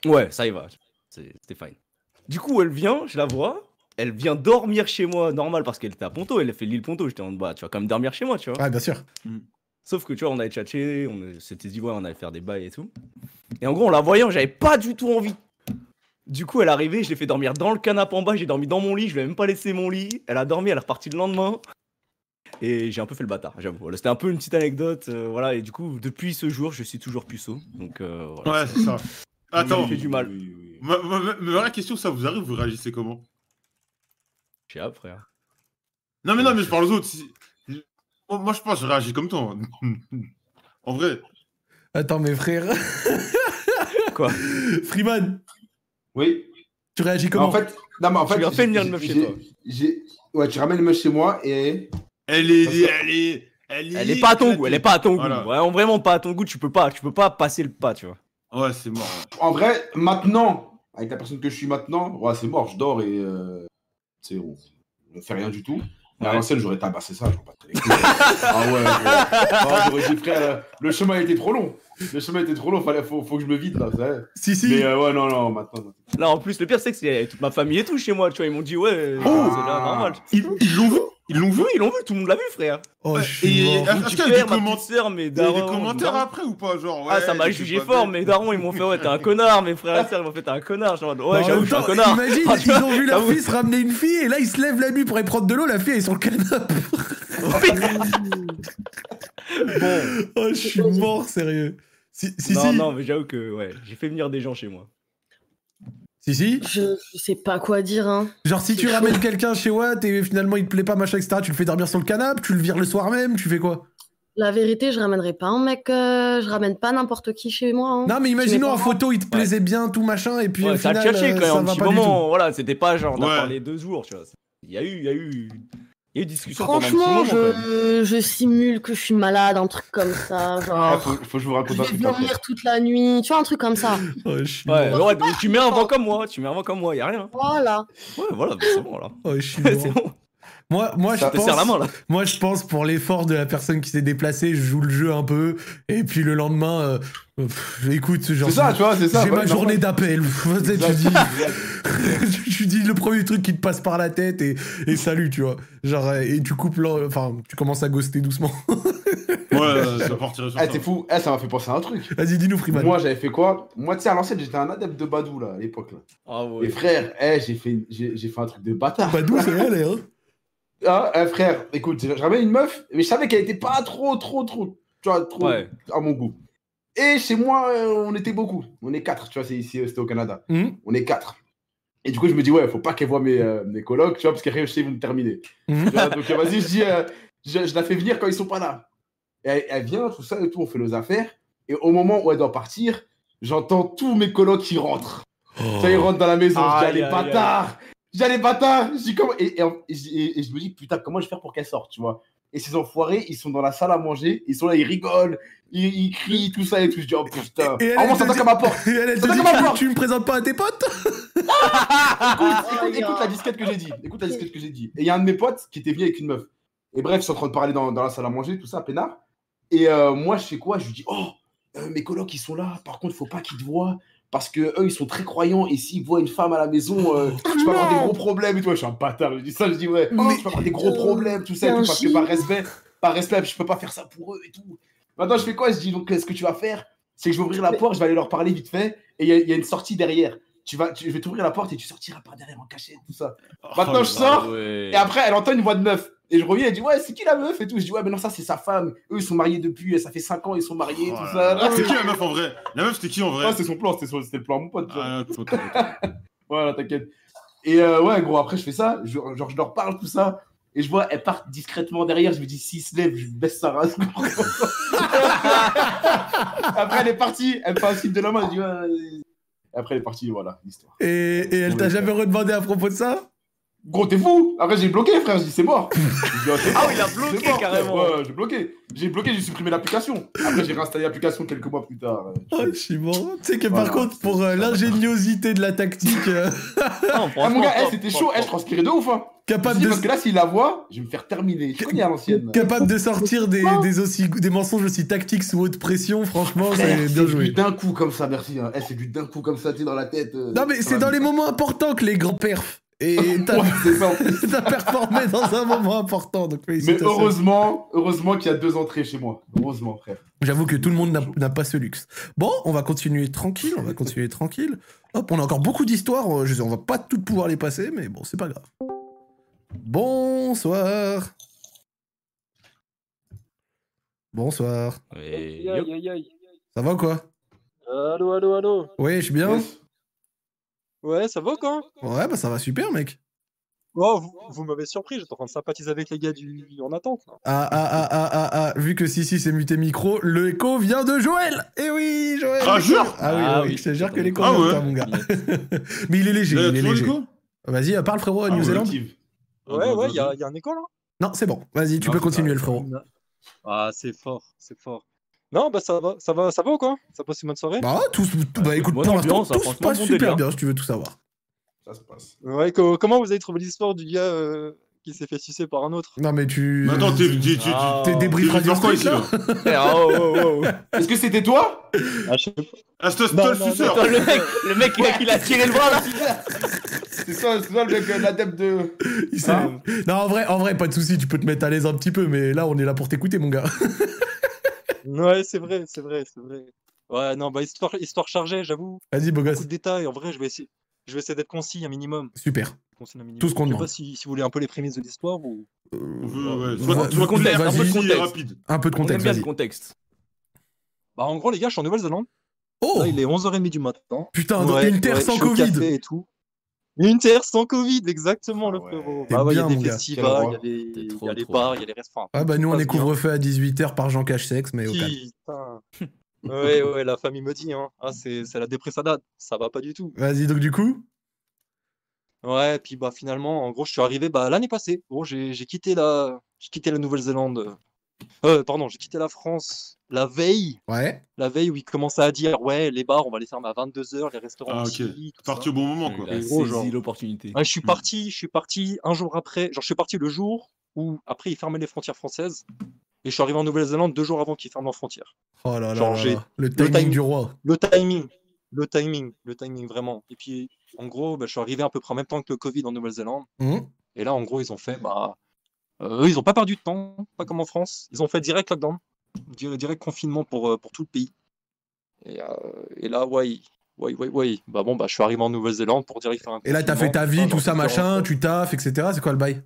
vois. Ouais, ça y va. c'est- C'était fine. Du coup, elle vient, je la vois. Elle vient dormir chez moi, normal, parce qu'elle était à Ponto, elle a fait l'île Ponto. J'étais en mode, bah, tu vas quand même dormir chez moi, tu vois. Ouais, Ah, bien sûr. Sauf que, tu vois, on avait tchatché, on s'était dit, ouais, on allait faire des bails et tout. Et en gros, en la voyant, j'avais pas du tout envie. Du coup, elle est arrivée, je l'ai fait dormir dans le canapé en bas, j'ai dormi dans mon lit, je lui ai même pas laissé mon lit. Elle a dormi, elle est repartie le lendemain. Et j'ai un peu fait le bâtard, j'avoue. Voilà, c'était un peu une petite anecdote. euh, voilà, et du coup, depuis ce jour, je suis toujours puceau. Donc, euh, voilà. Ouais, c'est ça. Attends, fait du mal. ma, ma- ma- ma vraie question, ça vous arrive, vous réagissez comment J'ai hein. hâte, frère. Non, mais non, mais je parle aux autres. si- je- Moi, moi, je pense que je réagis comme toi. hein. en vrai. Attends, mes frères. [laughs] Quoi Freeman, Oui. tu réagis comment en fait, non, mais en Tu fait. lui refais j'ai- venir une meuf chez j'ai- toi. j'ai- Ouais, tu ramènes une meuf chez moi et. Elle est. Elle est. Elle est, Elle est pas à ton goût, elle est pas à ton goût. Voilà. Vraiment, vraiment pas à ton goût, tu peux pas, tu peux pas passer le pas, tu vois. Ouais, c'est mort. ouais. En vrai, maintenant, avec la personne que je suis maintenant, ouais, c'est mort, je dors et. euh, Tu sais, on ne fait rien du tout. Mais à Ouais. l'ancienne, j'aurais tabassé ça, j'aurais pas les couilles. Ah ouais, ouais. Ah, j'aurais dit, frère, euh, le chemin était trop long. Le chemin était trop long, fallait, faut, faut que je me vide là, ça y est. Si, si. Mais euh, ouais, non, non, maintenant. non. Là, en plus, le pire, c'est que c'est toute ma famille et tout chez moi, tu vois. Ils m'ont dit, ouais, euh, Oh c'est là, normal. Ils ils l'ont vu Ils l'ont vu Oui, ils l'ont vu, tout le monde l'a vu, frère. Oh, Ouais, je suis et- mort. Ah, Mon est-ce petit qu'il y a des frère, ma comment- petite sœur, mes Il y a darons. des commentaires darons. après ou pas genre, ouais, Ah, ça m'a t'es jugé pas fort, bête. mes darons, ils m'ont fait, ouais, t'es un connard, mes frères et sœurs, ils m'ont fait, t'es un connard. Genre, ouais, Bah, en j'avoue, même je suis un temps, connard. Imagine, Ah, ils ont vu leur j'avoue. fils ramener une fille et là ils se lèvent la nuit pour aller prendre de l'eau, la fille elle est sur [laughs] le canapé. Bon, Oh, je suis mort, sérieux. Si, si, non, si. non, mais j'avoue que, ouais, j'ai fait venir des gens chez moi. Si, si. Je, je sais pas quoi dire, hein. Genre, si tu ramènes quelqu'un chez Watt et finalement il te plaît pas, machin, etc., tu le fais dormir sur le canapé, tu le vires le soir même, tu fais quoi La vérité, je ramènerai pas un mec, euh, je ramène pas n'importe qui chez moi. hein. Non, mais imaginons mets en pas- photo, il te plaisait bien, tout machin, et puis au Ouais, ça a final, cherché euh, quand ça même un va petit pas du tout. moment, voilà, c'était pas genre, on a Ouais. parlé deux jours, tu vois. Il y a eu, il y a eu, il y a eu discussion pendant Franchement, un petit moment, quand je, même. je simule que je suis malade, un truc comme [laughs] ça. Ah, Genre, faut, faut que je vous je raconte un vais truc. après. dormir toute la nuit, tu vois, un truc comme ça. [laughs] Oh, je suis Ouais, mort. ouais, donc tu mets un vent comme moi, tu mets un vent comme moi, y a rien. Voilà. Ouais, voilà, bah, c'est bon, là. Oh, je [laughs] suis c'est mort. bon, Moi, moi, je je te serre la pense, main, là. moi, je pense pour l'effort de la personne qui s'est déplacée, je joue le jeu un peu, et puis le lendemain, euh, pff, écoute, genre, C'est ça, tu vois, c'est ça. j'ai ouais, ma normal. journée d'appel. [laughs] Tu Exact. dis, tu, [laughs] tu dis le premier truc qui te passe par la tête et, et salut, tu vois. Genre, euh, et tu coupes l'en- Enfin, tu commences à ghoster doucement. [laughs] Ouais, ça partirait sur Eh, ça. t'es fou, eh, ça m'a fait penser à un truc. Vas-y, dis-nous, Freeman. Moi, j'avais fait quoi Moi, tu sais, à l'ancienne, j'étais un adepte de Badou, là, à l'époque. là. Ah ouais. Et frère, eh, j'ai fait, j'ai j'ai fait un truc de bâtard. Pas doux, c'est vrai, là, hein. Ah, eh, frère, écoute, je ramène une meuf, mais je savais qu'elle était pas trop, trop, trop, tu vois, trop Ouais. à mon goût. Et chez moi, euh, on était beaucoup. On est quatre, tu vois, c'est ici, euh, c'était au Canada. Mhm. On est quatre. Et du coup, je me dis, ouais, faut pas qu'elle voit mes, euh, mes colocs, tu vois, parce qu'après, je sais, ils vont me terminer. Mhm. Tu vois, donc, euh, vas-y, je dis, [laughs] euh, je, je la fais venir quand ils sont pas là. Et elle, elle vient, tout ça et tout, on fait nos affaires. Et au moment où elle doit partir, j'entends tous mes colocs qui rentrent. Ça, ils rentrent dans la maison. Oh. Aïe, J'allais aïe, bâtard. J'allais bâtard. Je dis comment- Et, et- et je- et- et je me dis, putain, comment je vais faire pour qu'elle sorte, tu vois. Et Et ces enfoirés, ils sont dans la salle à manger, ils sont là, ils rigolent, ils, ils crient, tout ça et tout. Je dis, oh putain, Et elle, Ah, elle on te s'attaque dit- à ma porte. [laughs] Et elle, elle te Ça dit, fait mal. tu, tu me présentes pas à tes potes écoute, écoute, écoute la disquette que j'ai dit. Écoute la disquette que j'ai dit. Et il y a un de mes potes qui était venu avec une meuf. Et bref, ils sont en train de parler dans, dans la salle à manger, tout ça, peinard. Et euh, moi, je fais quoi Je lui dis Oh, euh, mes colocs, ils sont là. Par contre, faut pas qu'ils te voient. Parce que eux, ils sont très croyants. Et s'ils voient une femme à la maison, euh, je peux avoir des gros problèmes. Et toi, je suis un bâtard. Je dis ça, je dis Ouais, je peux avoir des gros problèmes, tout ça. et t'es tout, un parce que par respect, par respect, je peux pas faire ça pour eux et tout. Maintenant, je fais quoi Je dis donc, ce que tu vas faire, c'est que je vais ouvrir la porte, je vais aller leur parler vite fait, et il y, a- il y a une sortie derrière. Tu vas, tu- je vais t'ouvrir la porte et tu sortiras par derrière en cachette, tout ça. Oh, Oh Maintenant, bah je sors, ouais. et après, elle entend une voix de meuf. Et je reviens, elle dit Ouais, c'est qui la meuf et tout. Je dis Ouais, mais non, ça, c'est sa femme. Eux, ils sont mariés depuis, ça fait 5 ans, ils sont mariés, tout ça. Ah, c'est qui la meuf en vrai La meuf, c'était qui en vrai Ah, c'est son plan, c'était son- c'était le plan à mon pote. [laughs] voilà, t'inquiète. Et euh, ouais, gros, après, je fais ça, je- genre, je leur parle, tout ça. Et je vois, elle part discrètement derrière. Je me dis, s'il se lève, je lui baisse sa race. gros. [laughs] après, elle est partie. Elle me fait un signe de la main. Je dis, ouais, ouais. Après, elle est partie. Voilà, l'histoire. et, et elle t'a jamais redemandé à propos de ça Gros, t'es fou Après, j'ai bloqué, frère. Je dis, c'est [laughs] mort. Ah, il a bloqué carrément. Ouais, j'ai bloqué. J'ai bloqué, j'ai supprimé l'application. Après, j'ai réinstallé l'application quelques mois plus tard. Ah, je suis mort. Tu sais que Voilà. par contre, pour euh, l'ingéniosité de la tactique, euh, Ah, mon gars, eh, c'était chaud. Eh, je transpirais de ouf. Hein. Capable Je dis, de- Parce que là, s'il la voit, je vais me faire terminer. Je connais à l'ancienne. capable de sortir des, des, aussi, des mensonges aussi tactiques sous haute pression, franchement, Frère, c'est bien Eh, du joué. d'un coup comme ça, merci. hein. Eh, c'est du d'un coup comme ça, tu sais, dans la tête. euh, Non, mais ça c'est va dans les vite. moments importants que les grands perfs. [laughs] Et t'as Ouais, c'est ça, en plus. [laughs] t'as performé dans un moment important. Donc, Mais félicitations. heureusement, heureusement qu'il y a deux entrées chez moi. Heureusement, frère. J'avoue que tout le monde n'a- n'a pas ce luxe. Bon, on va continuer tranquille, on va continuer tranquille. Hop, on a encore beaucoup d'histoires, euh, je sais, on va pas toutes pouvoir les passer, mais bon, c'est pas grave. Bonsoir. Bonsoir. Et Aïe, aïe, aïe. Ça va ou quoi Allô, allô, allô. Oui, je suis bien. Ouais, ça va ou quoi Ouais, bah ça va super, mec. Oh, vous, vous m'avez surpris, j'étais en train de sympathiser avec les gars du En attente. là. Ah, ah, ah, ah, ah, ah, vu que si, si, c'est muté micro, le écho vient de Joël Eh oui, Joël Ah, jure Ah oui, Ah oui, oui, je te jure que j'attends. l'écho Ah vient de ouais. toi, mon gars. [laughs] Mais il est léger, Il y a il est toujours léger. l'écho Vas-y, euh, parle frérot à Ah, New-Zélande. relative. Ouais, ouais, il y, a- y a un hein. écho là Non, c'est bon, vas-y, tu Non, peux c'est continuer, pas- le frérot. Ah, c'est fort, c'est fort. Non, bah ça va, ça va, ça va ou quoi Ça passe une bonne soirée Bah, tout, se- bah écoute, bonne pour l'instant, ambiance, hein, tout se franchement, passe bon super délire. bien, si tu veux tout savoir. Ça se passe. Ouais, co- comment vous avez trouvé l'histoire du gars euh, qui s'est fait sucer par un autre Non, mais tu. Mais attends, t'es- t'es- t'es- Ah. t'es- T'es débrief t'es Radio sur quoi, Street, ici, là Ah, Est-ce que c'était toi Ah, je sais pas. Ah, c'est toi, c'est Non, toi le non, non. suceur Attends, le mec, le mec il a- il a tiré le bras. là. [laughs] C'est ça, c'est ça le mec, euh, l'adepte de. Hein Il s'est- Non, en vrai, en vrai, pas de soucis, tu peux te mettre à l'aise un petit peu, mais là, on est là pour t'écouter, mon gars. [laughs] Ouais, c'est vrai, c'est vrai, c'est vrai. Ouais, non, bah histoire, histoire chargée, j'avoue. Vas-y, beau Beaucoup gosse. de détails, en vrai, je vais essayer, je vais essayer d'être concis un minimum. Super. Concis un minimum. Tout ce qu'on Je sais demande. Euh, pas si, si vous voulez un peu les prémices de l'histoire ou. On veut, ouais, Vas-y, Soit soit vas-y, clair, un peu vas-y. concis et rapide. Un peu de On aime contexte, bien le vas-y. contexte. Bah, en gros, les gars, je suis en Nouvelle-Zélande. Oh Là, il est 11h30 du matin. Putain, dans une terre sans je suis au Covid. café et tout. Une terre sans Covid, exactement, le Ah ouais. frérot. T'es Bah ouais, il y bien, a des mon gars. festivals, il y Quel a des, T'es il y a trop, les trop bars, bien. il y a les restaurants. Ah bah nous Tout on se est passe bien. couvre-feu à 18h par Jean Cache-Sexe, mais au calme. Putain. Ouais, ouais, la famille me dit, hein. Ah, c'est c'est la dépressade, ça va pas du tout. Vas-y, donc du coup Ouais, puis bah finalement, en gros, je suis arrivé bah, l'année passée. Gros, j'ai j'ai quitté la, j'ai quitté la Nouvelle-Zélande. Euh, pardon, j'ai quitté la France la veille, Ouais. la veille où ils commençaient à dire, ouais, les bars, on va les fermer à 22h, les restaurants Ah, ok. aussi, tout ça. Parti au bon moment, quoi. Il Et a gros, genre. saisi Bah, l'opportunité. Ouais, je suis Mm. parti, je suis parti un jour après, genre je suis parti le jour où après ils fermaient les frontières françaises et je suis arrivé en Nouvelle-Zélande deux jours avant qu'ils ferment leurs frontières. Oh là là Genre, là j'ai- là. Le timing- timing du roi. Le timing, le timing, le timing vraiment. Et puis en gros, bah, je suis arrivé à peu près en même temps que le Covid en Nouvelle-Zélande Hmm et là en gros ils ont fait, bah, euh, eux ils ont pas perdu de temps, pas comme en France, ils ont fait direct lockdown, dire- direct confinement pour, euh, pour tout le pays. Et, euh, et là ouais, ouais, ouais, ouais, bah bon bah je suis arrivé en Nouvelle-Zélande pour direct faire un Et là t'as fait confinement, ta vie, putain, tout genre, ça, différents machin, tu taffes, etc. C'est quoi le bail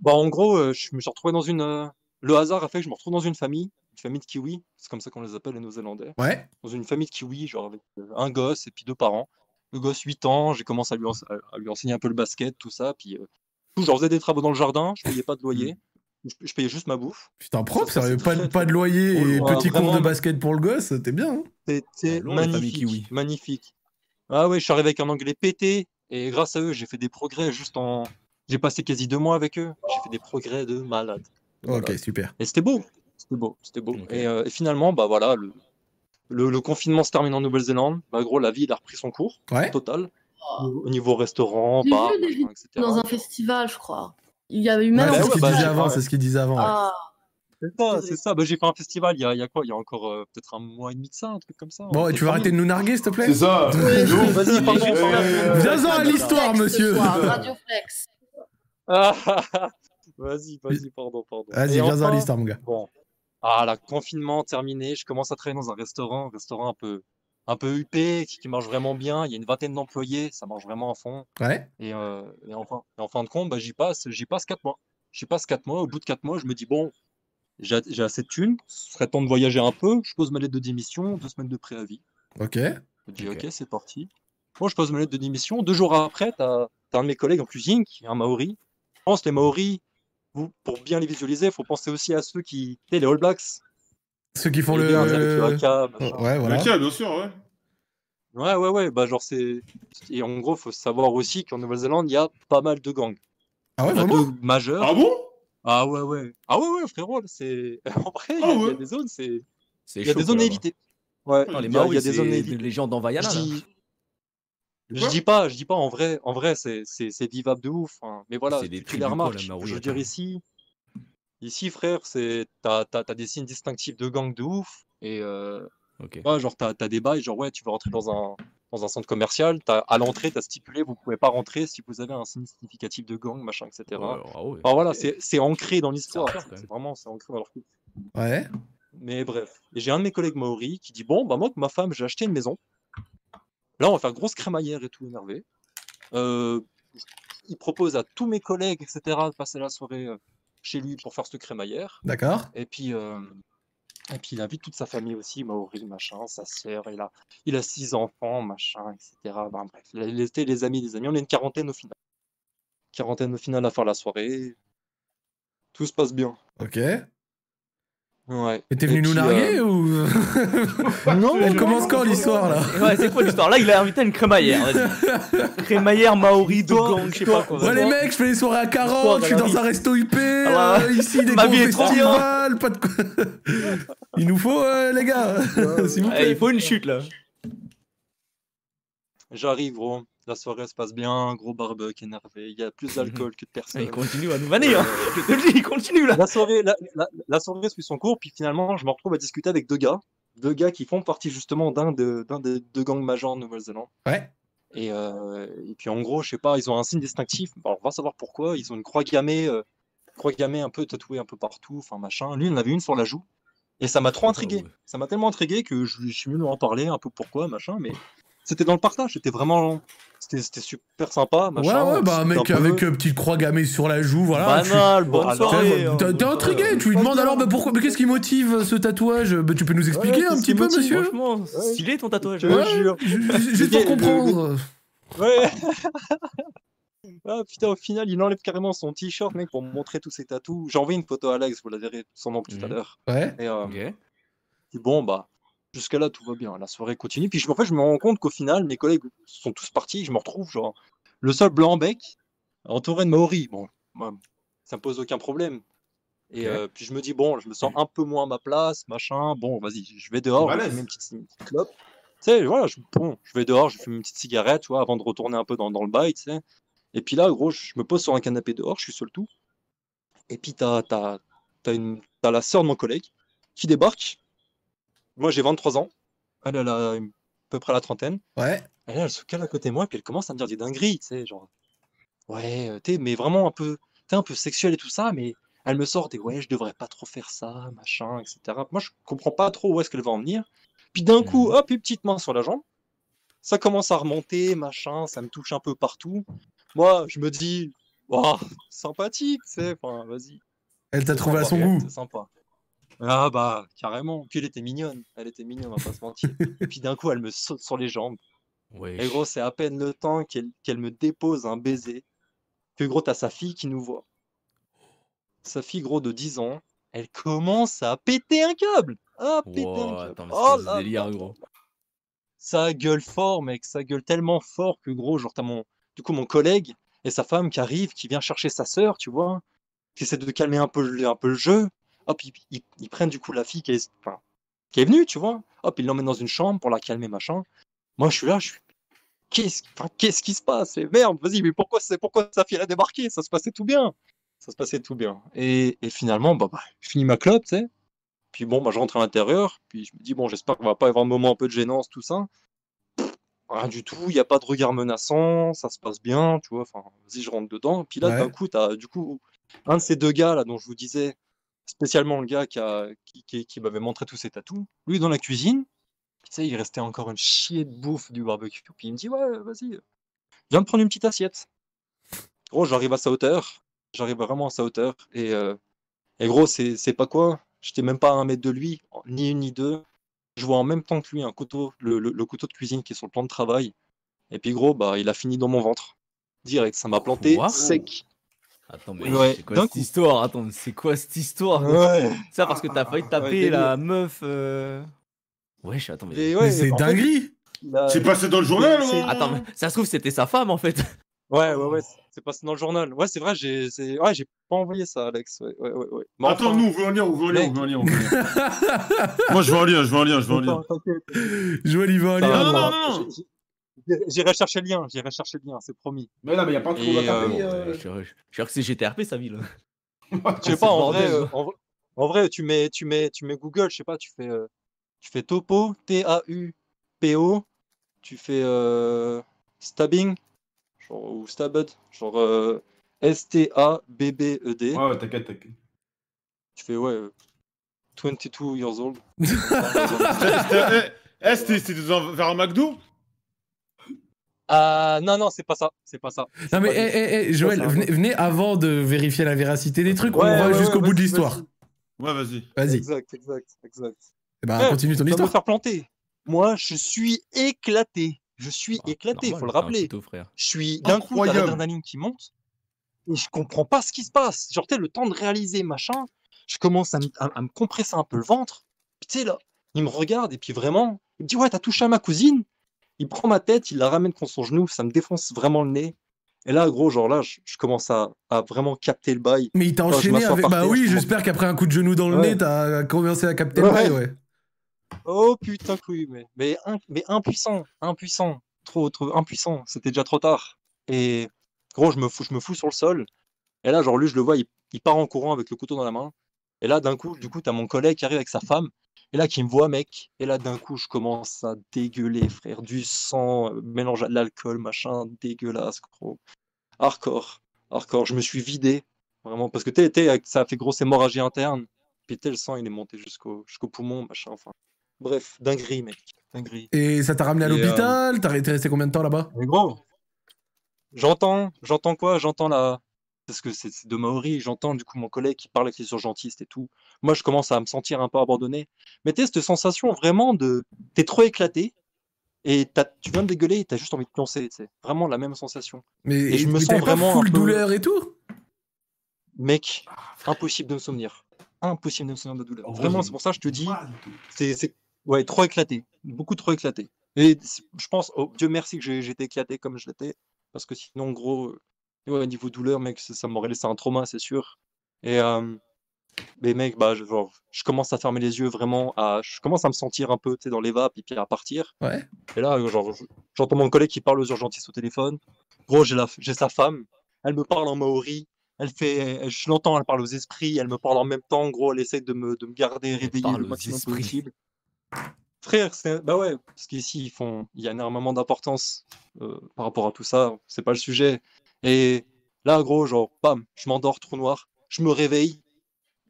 Bah, en gros, euh, je me suis retrouvé dans une. euh, Le hasard a fait que je me retrouve dans une famille, une famille de kiwis, c'est comme ça qu'on les appelle les Néo-Zélandais. Ouais. Dans une famille de kiwis, genre avec euh, un gosse et puis deux parents. Le gosse, 8 ans, j'ai commencé à lui, ense- à- à lui enseigner un peu le basket, tout ça. Puis, euh, tout, genre, je faisais des travaux dans le jardin, je payais pas de loyer, Mm. je, je payais juste ma bouffe. Putain, propre, Ça, ça, sérieux. c'est Pas, très, pas de très- loyer et Ouais, petit cours de vraiment. basket pour le gosse, t'es bien. hein C'était long, les familles kiwis. magnifique, magnifique. Ah ouais, je suis arrivé avec un anglais pété et grâce à eux, j'ai fait des progrès juste en. J'ai passé quasi deux mois avec eux, j'ai fait des progrès de malade. Ok, super. Et c'était beau. C'était beau. C'était beau. Et, euh, et finalement, bah voilà, le, le- le confinement se termine en Nouvelle-Zélande. Bah, gros, la vie, il a repris son cours Ouais. total. Au niveau restaurant, J'ai bar, vu des vidéos dans un festival, je crois. Il y avait eu même Ouais, c'est un ce qu'il bah, disait j'ai- avant, ouais. c'est ce qu'il disait avant. ouais. Ah, C'est ça, c'est ça. Bah, j'ai fait un festival il y a, il y a quoi Il y a encore euh, peut-être un mois et demi de ça, un truc comme ça. Bon, tu veux arrêter de nous narguer, s'il te plaît C'est [laughs] ça. Ouais. Yo, Vas-y, pardon. euh, Viens-en à l'histoire, Flex ce monsieur. soir, Radio Flex. Ah, ah, ah. [laughs] vas-y, vas-y, pardon, pardon. Vas-y, Et viens-en à enfin, l'histoire, hein, mon gars. Bon. Ah là, confinement terminé, je commence à travailler dans un restaurant, un restaurant un peu, un peu huppé, qui, qui marche vraiment bien. Il y a une vingtaine d'employés, ça marche vraiment à fond. Ouais. Et, euh, et enfin, et en fin de compte, bah, j'y passe, j'y passe quatre mois. J'y passe quatre mois. Au bout de quatre mois, je me dis bon, j'ai j'ai assez de thunes, ce serait temps de voyager un peu. Je pose ma lettre de démission, deux semaines de préavis. Ok. Je dis ok, c'est parti. Moi, je pose ma lettre de démission. Deux jours après, t'as t'as un de mes collègues en cuisine qui est un Maori. Je pense que les Maoris, vous, pour bien les visualiser, il faut penser aussi à ceux qui, tu sais, les All Blacks. Ceux qui font Les le. liens avec le haka, machin. Ouais, voilà. Ok, bien sûr, ouais. Ouais, ouais, ouais. Bah, genre, c'est. Et en gros, faut savoir aussi qu'en Nouvelle-Zélande, il y a pas mal de gangs. Ah ouais, Il y en a oh, vraiment deux majeurs. Ah bon Ah ouais, ouais. Ah ouais, ouais, frérot, là, c'est. [laughs] En vrai, il y a- Ah il y, a ouais. des zones, c'est. C'est Il y a chaud, des zones quoi, à là-bas. éviter. Ouais, Putain, les il Bah y a- il y Maoris, a des zones à c'est éviter. les gens d'Envaiana, Je là. dis- De Je quoi dis pas, je dis pas en vrai, en vrai, c'est c'est- c'est vivable de ouf. hein. Mais voilà, C'est des tu, tu les tribus, quoi, remarques. la Maori, Je veux attends. dire ici, ici frère, c'est t'as t'as t'as des signes distinctifs de gang de ouf. Et euh, Ok. ouais, genre t'as t'as des bails, genre ouais, tu veux rentrer dans un dans un centre commercial, t'as à l'entrée t'as stipulé, vous pouvez pas rentrer si vous avez un signe significatif de gang, machin, etc. Oh, alors, ah ouais. Enfin voilà, c'est c'est ancré dans l'histoire. hardcore, quand même. C'est vraiment c'est ancré dans leur culture. Ouais. Mais bref, Et j'ai un de mes collègues maori qui dit bon bah moi avec ma femme j'ai acheté une maison. Là on va faire grosse crémaillère et tout énervé. Euh, il propose à tous mes collègues etc de passer la soirée euh, chez lui pour faire cette crémaillère. D'accord. Et puis euh, et puis il invite toute sa famille aussi maori machin, sa sœur il a il a six enfants machin etc. Enfin, bref, les, les- les amis des amis on est une quarantaine au final. Quarantaine au final à faire la soirée. Tout se passe bien. Ok. Mais Ouais. Et t'es venu nous puis, euh, narguer ou. Non, Elle commence quand l'histoire, là Ouais, c'est quoi l'histoire Là, il a invité à une crémaillère, [laughs] vas-y. Crémaillère maori de gang, je sais pas quoi. Ouais, les mecs, je fais les soirées à Toi, carottes, Ah, je suis Valérie. dans un resto huppé, Ah bah, euh, ici, des ma gros vie est trop festivals, pas de quoi. Il nous faut, euh, les gars, [laughs] s'il vous Eh, plaît. il faut une chute là. J'arrive, gros. La soirée se passe bien, gros barbecue énervé. Il y a plus [laughs] d'alcool que de Euh, Il personnes. continue à nous vanner, [laughs] hein. Je te le dis, il continue là. La soirée, la, la- la soirée suit son cours, puis finalement, je me retrouve à discuter avec deux gars. Deux gars qui font partie justement d'un de- d'un des deux gangs majeurs en Nouvelle-Zélande. Ouais. Et, euh, et puis en gros, je sais pas, ils ont un signe distinctif. Bon, on va savoir pourquoi. Ils ont une croix gammée, euh, croix gammée un peu tatouée un peu partout, enfin machin. Lui, il en avait une sur la joue. Et ça m'a Ah trop intrigué. ouais. Ça m'a tellement intrigué que je, lui- je suis venu en parler un peu pourquoi, machin. Mais c'était dans le partage. C'était vraiment. C'était c'était super sympa, Ouais, machin. ouais, on bah, un discute mec un peu. avec euh, petite croix gammée sur la joue, voilà. je suis- Banal, bonne alors, soirée. hein. T'es- T'es intrigué, tu lui Ouais, demandes bien. alors bah, pourquoi, mais qu'est-ce qui motive ce tatouage Bah, Tu peux nous expliquer qu'est-ce un petit qui peu, motive, monsieur Franchement, stylé ton Je tatouage. te Ouais. jure. Ju- [laughs] Juste pour Le- le- comprendre. Ouais. [laughs] ah putain, au final, il enlève carrément son t-shirt, mec, pour me montrer tous ses tatous. J'ai envoyé une photo à Alex, vous la verrez sûrement plus tout à Mhm. l'heure. Ouais. Et euh, Ok. puis bon, bah, jusqu'à là, tout va bien. La soirée continue. Puis je, en fait, je me rends compte qu'au final, mes collègues sont tous partis. Je me retrouve, genre, le seul blanc-bec, entouré de Maori. Bon, moi, ça me pose aucun problème. Et Ok. euh, puis je me dis, bon, je me sens un peu moins à ma place, machin. Bon, vas-y, je vais dehors, je Balèze. fume une petite, une petite clope. Tu sais, voilà, je, bon, je vais dehors, je fume une petite cigarette, tu vois, avant de retourner un peu dans, dans le bail, tu sais. Et puis là, gros, je me pose sur un canapé dehors, je suis seul tout. Et puis t'as, t'as, t'as, une, t'as la sœur de mon collègue qui débarque. Moi, j'ai 23 ans. Elle, elle a à peu près la trentaine. Ouais. Elle, elle se cale à côté de moi, puis elle commence à me dire des dingueries, tu sais, genre. Ouais, euh, t'es, mais vraiment un peu, t'es un peu sexuel et tout ça, mais elle me sort des ouais, je devrais pas trop faire ça, machin, etc. Moi, je comprends pas trop où est-ce qu'elle va en venir. Puis d'un coup, hop, une petite main sur la jambe. Ça commence à remonter, machin, ça me touche un peu partout. Moi, je me dis, waouh, sympathique, tu sais, enfin, vas-y. Elle t'a C'est trouvé à sympa, son goût. C'est sympa. Ah bah, carrément. Puis elle était mignonne. Elle était mignonne, on va pas se [laughs] mentir. Puis d'un coup, elle me saute sur les jambes. Ouais. Et gros, c'est à peine le temps qu'elle qu'elle me dépose un baiser. Que gros, t'as sa fille qui nous voit. Sa fille, gros, de 10 ans, elle commence à péter un câble. Ah, péter Wow, un câble. attends, mais Oh là c'est quoi ce là délire, gros. ça gueule fort, mec, ça gueule tellement fort que gros, genre t'as mon, du coup mon collègue et sa femme qui arrive, qui vient chercher sa sœur, tu vois, qui essaient de calmer un peu, le- un peu le jeu. Hop, ils, ils- ils prennent du coup la fille qui est, enfin, qui est venue, tu vois. Hop, ils l'emmènent dans une chambre pour la calmer, machin. Moi, je suis là, je suis. Qu'est-ce enfin, qu'est-ce qui se passe Et merde, vas-y, mais pourquoi, c'est- pourquoi sa fille elle a débarqué Ça se passait tout bien. Ça se passait tout bien. Et, et finalement, bah, bah, je finis ma clope, tu sais. Puis bon, bah, je rentre à l'intérieur. Puis je me dis, bon, j'espère qu'on va pas avoir un moment un peu de gênance, tout ça. Pff, Rien du tout, il n'y a pas de regard menaçant, ça se passe bien, tu vois. Enfin, vas-y, je rentre dedans. Puis là, Ouais. d'un coup, t'as, du coup, un de ces deux gars là dont je vous disais, spécialement le gars qui, a- qui, qui- qui m'avait montré tous ses tatous, lui dans la cuisine, tu sais, il restait encore une chier de bouffe du barbecue. Puis il me dit, ouais, vas-y, viens me prendre une petite assiette. Gros, j'arrive à sa hauteur, j'arrive vraiment à sa hauteur. Et, euh, et gros, c'est c'est pas quoi, j'étais même pas à un mètre de lui, ni une ni deux. Je vois en même temps que lui un couteau, le, le- le couteau de cuisine qui est sur le plan de travail. Et puis gros, bah, il a fini dans mon ventre. Direct, ça m'a planté Quoi sec. Attends, mais Ouais, c'est quoi d'un cette coup. histoire Attends, mais c'est quoi cette histoire Ouais. Ça parce que t'as failli taper Ouais, la meuf. euh, Wesh, attends, mais. Et ouais, en fait, il a- C'est passé dans le journal, C'est- hein Attends, mais ça se trouve, c'était sa femme en fait. Ouais, ouais, ouais, c'est- c'est passé dans le journal. Ouais, c'est vrai, j'ai c'est- ouais, j'ai pas envoyé ça, Alex. Ouais, ouais, ouais, ouais. Mais Attends, enfin, nous, on veut un lien, on veut un lien, on veut un lien. on veut [laughs] un lien. Moi, je veux un lien, je veux un lien, je veux un attends, lien. t'inquiète. Joël, il va en Ça va, lien. non, moi. non, non, non. J'ai- j'ai- J'irai chercher le lien, j'irai chercher le lien, c'est promis. Mais là, mais y a pas de trou Et, à taper. euh, euh. Je suis je suis sûr que c'est GTRP sa ville. [laughs] Je sais c'est pas, le en vrai, bordel. hein. euh, en, vrai- en vrai, tu mets, tu mets, tu mets Google, je sais pas, tu fais, euh, tu fais topo, T-A-U-P-O, tu fais euh, stabbing, genre, ou stabbed, genre euh, S-T-A-B-B-E-D. Ouais, ouais, t'inquiète, t'inquiète. E Tu fais, ouais, euh, 22 years [laughs] old. [laughs] Euh, C'était- eh, eh, C'était c'était dans- vers un McDo Ah, non, non, c'est pas ça, c'est pas ça. c'est Non, mais pas hé, du- hé, hé, c'est Eh, Joël, pas ça. venez, venez avant de vérifier la véracité des trucs, Ouais, on va ouais, jusqu'au ouais, bout de vas-y, l'histoire. Ouais, vas-y. Vas-y, Exact, exact, exact. Eh ben, Ouais, continue ton ça va me histoire. faire planter. Moi, je suis éclaté. Je suis Bah, [laughs] éclaté, il faut le rappeler. Couteau, frère. Je suis d'un coup, t'as Incroyable. l'adrénaline qui monte. Et je comprends pas ce qui se passe. Genre, t'as le temps de réaliser, machin. Je commence à, me- à- à me compresser un peu le ventre. Puis, tu sais, là, il me regarde et puis vraiment, il me dit Ouais, t'as touché à ma cousine. Il prend ma tête, il la ramène contre son genou, ça me défonce vraiment le nez. Et là, gros, genre là, je, je commence à, à vraiment capter le bail. Mais il t'a Attends, je enchaîné m'assois avec. par Bah terre, oui, je commence- j'espère qu'après un coup de genou dans le Ouais. nez, t'as commencé à capter le Ouais. bail, ouais. Oh putain que oui, mais, mais, in- mais impuissant, impuissant, trop, trop impuissant, c'était déjà trop tard. Et gros, je me fous, je me fous sur le sol. Et là, genre lui, je le vois, il, il part en courant avec le couteau dans la main. Et là, d'un coup, du coup, t'as mon collègue qui arrive avec sa femme. Et là, qui me voit, mec. Et là, d'un coup, je commence à dégueuler, frère. Du sang, euh, mélange à de l'alcool, machin, dégueulasse, gros. Hardcore, hardcore. Je me suis vidé, vraiment. Parce que t'es, t'es- ça a fait grosse hémorragie interne. Puis t'es, le sang, il est monté jusqu'au jusqu'au poumon, machin. Enfin, Bref, dinguerie, mec. Dinguerie. Et ça t'a ramené à Et, euh, l'hôpital T'as t'es resté combien de temps là-bas Mais gros, j'entends, j'entends quoi? J'entends la. Parce que c'est c'est de Maori, j'entends du coup mon collègue qui parle avec les urgentistes et tout. Moi, je commence à me sentir un peu abandonné. Mais t'es cette sensation vraiment de. T'es trop éclaté et t'as- tu viens de dégueuler et t'as juste envie de te lancer. C'est vraiment la même sensation. Mais Et je me mais sens t'avais pas vraiment un full peu- douleur et tout Mec, impossible de me souvenir. Impossible de me souvenir de douleur. En vrai, Vraiment, j'ai- c'est pour ça que je te dis. Mal. C'est, c'est- ouais, trop éclaté, beaucoup trop éclaté. Et c'est- je pense, oh, Dieu merci que j'ai- j'étais éclaté comme je l'étais, parce que sinon, gros, euh, ouais, niveau douleur, mec, ça, ça m'aurait laissé un trauma, c'est sûr. Et euh, mais mec, bah, je, genre, je commence à fermer les yeux vraiment, à, je commence à me sentir un peu, tu sais, dans les vapes et puis à partir. Ouais. Et là, euh, genre, je- j'entends mon collègue qui parle aux urgentistes au téléphone. Gros, j'ai la, j'ai sa femme, elle me parle en maori. Elle fait, je l'entends, elle parle aux esprits, elle me parle en même temps. Gros, elle essaie de me, de me garder réveillé parle le aux maximum esprits. possible. Frère, c'est... bah ouais, parce qu'ici, ils font... il y a énormément d'importance euh, par rapport à tout ça, c'est pas le sujet. Et là, gros, genre, bam, je m'endors, trou noir, je me réveille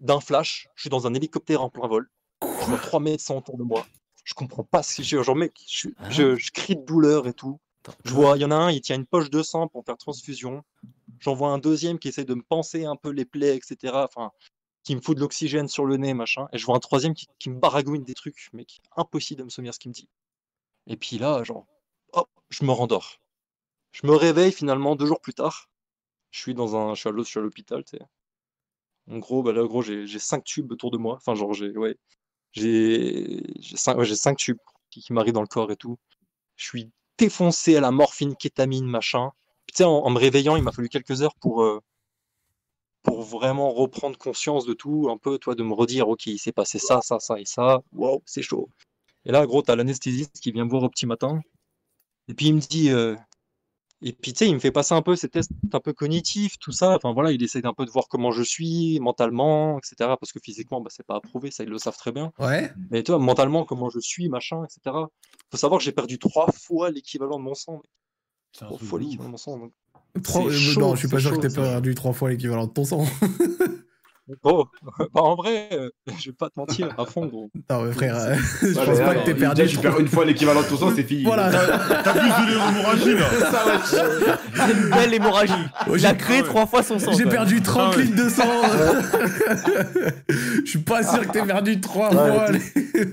d'un flash, je suis dans un hélicoptère en plein vol, je vois trois médecins autour de moi, je comprends pas ce que j'ai, genre, mec, je, suis- Hein je, je crie de douleur et tout. Attends, Je vois, il y en a un, il tient une poche de sang pour faire transfusion, j'en vois un deuxième qui essaie de me panser un peu les plaies, etc. Enfin, qui me fout de l'oxygène sur le nez, machin. Et je vois un troisième qui, qui me baragouine des trucs, mec. Impossible de me souvenir ce qu'il me dit. Et puis là, genre, hop, je me rendors. Je me réveille finalement deux jours plus tard. Je suis dans un, je suis à l'hô- je suis à l'hôpital, tu sais. En gros, bah là, gros, j'ai j'ai cinq tubes autour de moi. Enfin, genre, j'ai, ouais, j'ai, j'ai cinq, ouais, j'ai cinq tubes qui, qui m'arrivent dans le corps et tout. Je suis défoncé à la morphine, kétamine, machin. Puis, tu sais, en, en me réveillant, il m'a fallu quelques heures pour, euh, pour vraiment reprendre conscience de tout, un peu, toi, de me redire, ok, il s'est passé ça, ça, ça et ça, waouh, c'est chaud. Et là, gros, t'as l'anesthésiste qui vient me voir au petit matin, et puis il me dit, euh, et puis tu sais, il me fait passer un peu ces tests un peu cognitifs, tout ça, enfin voilà, il essaie un peu de voir comment je suis mentalement, etc., parce que physiquement, bah, c'est pas approuvé, ça, ils le savent très bien. Ouais. Mais toi, mentalement, comment je suis, machin, etc. Faut savoir que j'ai perdu trois fois l'équivalent de mon sang. mec. Trois fois l'équivalent de mon sang. donc. Trois- C'est euh, chaud, non, je suis pas c'est sûr que chaud, t'aies c'est perdu trois fois l'équivalent de ton sang. [laughs] Oh, [laughs] bah en vrai, euh, [laughs] je vais pas te mentir, à fond, gros. [laughs] Non, mais frère, euh, [laughs] je Ouais, pense mais pas non, que t'aies il perdu. dit, je tu perds trouve. une fois l'équivalent de ton sang, c'est fini. Voilà. [laughs] [laughs] T'abuses de l'hémorragie, là. [laughs] Une belle hémorragie. Ouais, Il a j'ai- créé trois fois son sang. J'ai quand perdu même. 30 Ah ouais. litres de sang. Je suis pas sûr que t'aies perdu trois Ah, [laughs] fois Non,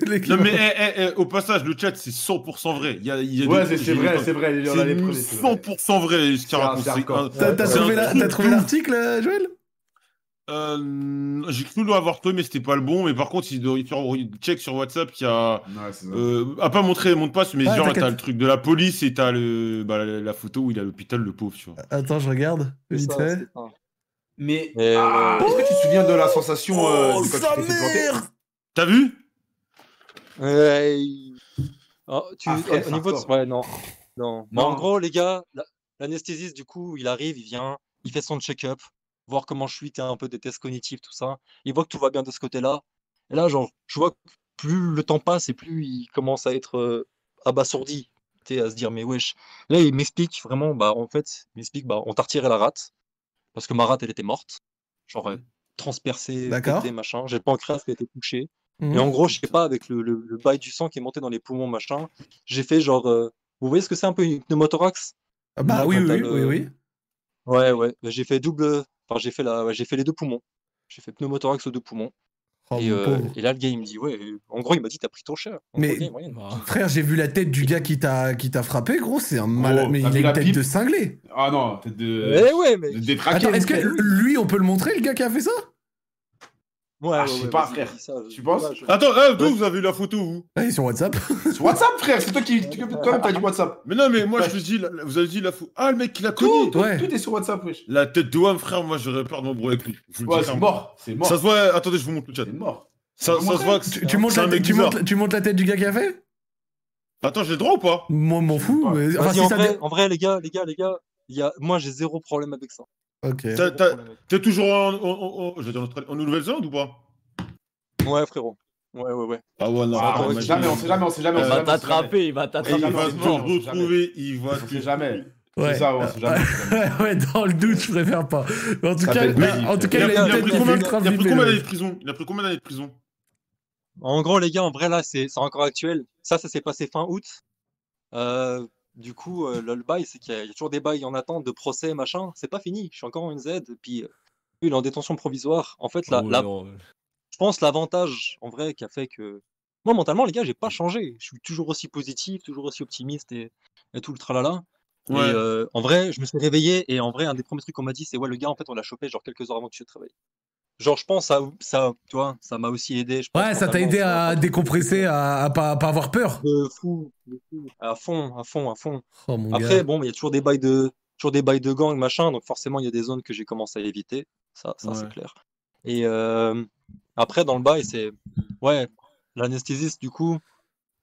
l'équivalent. mais eh, eh, eh, au passage, le chat, c'est 100% vrai. Il y a, il y a Ouais, c'est- des- c'est j'ai- vrai, c'est vrai, il y en a C'est les premiers, c'est vrai. 100% vrai, ce qu'il C'est un- raconte. c'est c'est hardcore. un- T'as t'as c'est un trouvé la- truc t'as trouvé de ouf. l'article, euh, Joël Euh, J'ai cru l'avoir trouvé, mais c'était pas le bon. Mais par contre, il doit il doit- il check sur WhatsApp qu'il y a. Ouais, c'est ça. Euh, à pas montrer mon passe, mais Ah, genre, t'inquiète. t'as le truc de la police et t'as le, bah, la, la photo où il est à l'hôpital, le pauvre, tu vois. Attends, je regarde. C'est Vite ça, fait. c'est ça. Mais Et, ah, euh, est-ce que tu te souviens de la sensation euh, Oh, de quand sa tu t'es fait planter mère T'as vu Ouais. Ah, tu- Ah, frère, au- c'est au niveau de- hardcore. ouais, non. Non. Mais Non. en gros, les gars, la- l'anesthésiste, du coup, il arrive, il vient, il fait son check-up, voir comment je suis, t'as un peu des tests cognitifs, tout ça. Il voit que tout va bien de ce côté-là. Et là, genre, je vois que plus le temps passe et plus il commence à être euh, abasourdi, tu sais, à se dire, mais wesh. Là, il m'explique vraiment, bah, en fait, il m'explique, bah, on t'a retiré la rate, parce que ma rate, elle était morte. Genre, euh, transpercée, D'accord. pétée, machin. J'ai le pancréas qui a été touché. Mhm. Et en gros, je sais pas, avec le, le- le bail du sang qui est monté dans les poumons, machin, j'ai fait genre. euh, vous voyez ce que c'est un peu une pneumothorax Ah Bah Ouais, oui, quand t'as oui, oui, le- oui, oui. Ouais, ouais. bah, J'ai fait double. Enfin, j'ai fait, la... ouais, j'ai fait les deux poumons. J'ai fait pneumothorax aux deux poumons. Oh, et, mon euh, pauvre. et là, le gars, il me dit, ouais, euh, en gros, il m'a dit, t'as pris ton cher. En Mais- gros, il y a moyen. Frère, j'ai vu la tête du gars qui t'a qui t'a frappé, gros. C'est un malade. Gros, Mais il t'as a vu une la tête pipe de cinglé. Ah non, t'es de. Eh ouais, mais. de détraqué. Attends, est-ce que mec. lui, on peut le montrer, le gars qui a fait ça Ouais, Ah, ouais, je sais ouais, pas, vas-y, frère. dis ça, je- Tu penses ouais, je- Attends, eh, d'où vous avez eu la photo, vous Ah, il est sur WhatsApp. Sur WhatsApp, frère, [laughs] c'est toi qui. tu- Toi-même, t'as dit WhatsApp. Mais non, mais moi, je te dis, la- la- vous avez dit la photo. Ah, le mec, il a connu Tout, tout, Ouais. tout est sur WhatsApp, wesh. La tête de Wam, frère, moi, j'aurais peur de m'embrouiller avec lui. Je vous le dis Ouais, c'est clairement. mort, c'est mort. Ça se voit, euh, attendez, je vous montre le chat. C'est mort. Ça, ça se voit que Tu, tu montes c'est un la, mec tu, bizarre. montes, tu montes la tête du gars qui a fait Attends, j'ai le droit ou pas Moi, m'en fous. pas. Mais... Enfin, Vas-y, si en, ça vrai, en vrai, les gars, les gars, les gars, il y a... moi, j'ai zéro problème avec ça. dé- Ok. T'as- Zéro t'as- problème avec T'es toujours en, en- en- en- je vais dire en Australie- en Nouvelle-Zélande ou pas ça. Ouais, frérot. Ouais, ouais, ouais. Ah ouais, non. Ah, attends, on vas-y. sait jamais, on sait jamais, on sait jamais. on Euh, sait jamais, on Il va sait jamais. t'attraper, il va il t'attraper. jamais, va on te sait jamais, on sait retrouver, il va On te... sait jamais. Ouais. C'est ça, on sait jamais. on sait jamais. [laughs] ouais, dans le doute, je préfère pas. Mais en tout Ça cas, peut être là, possible. en tout Il cas, a, il il a a une tête pris combien, ultra il a pris combien d'années de vibelleuse. prison Il a pris combien d'années de prison En gros, les gars, en vrai, là, c'est c'est encore actuel. Ça, ça s'est passé fin août. Euh, du coup, euh, le, le bail, c'est qu'il y, a il y a toujours des bails en attente de procès, machin. C'est pas fini. Je suis encore en une Z. Puis, euh, il est en détention provisoire. En fait, la, Ah Oh, la- non. je pense l'avantage, en vrai, qui a fait que. Moi, mentalement, les gars, j'ai pas changé. Je suis toujours aussi positif, toujours aussi optimiste et, et tout le tralala. Et Ouais. euh, en vrai, je me suis réveillé. Et en vrai, un des premiers trucs qu'on m'a dit, c'est ouais, le gars, en fait, on l'a chopé genre quelques heures avant que tu travailles. Genre, je pense, ça, ça, tu vois, ça m'a aussi aidé. Je pense, Ouais, ça t'a mentalement, aidé sur la à partie- décompresser, à, à pas, à pas avoir peur. de fou, de fou. À fond, à fond, à fond. Oh mon Après, gars. bon, il y a toujours des bails de, toujours des bails de gang, machin. Donc forcément, il y a des zones que j'ai commencé à éviter. Ça, ça c'est Ouais. clair. Et euh, après, dans le bail, c'est, ouais, l'anesthésiste, du coup,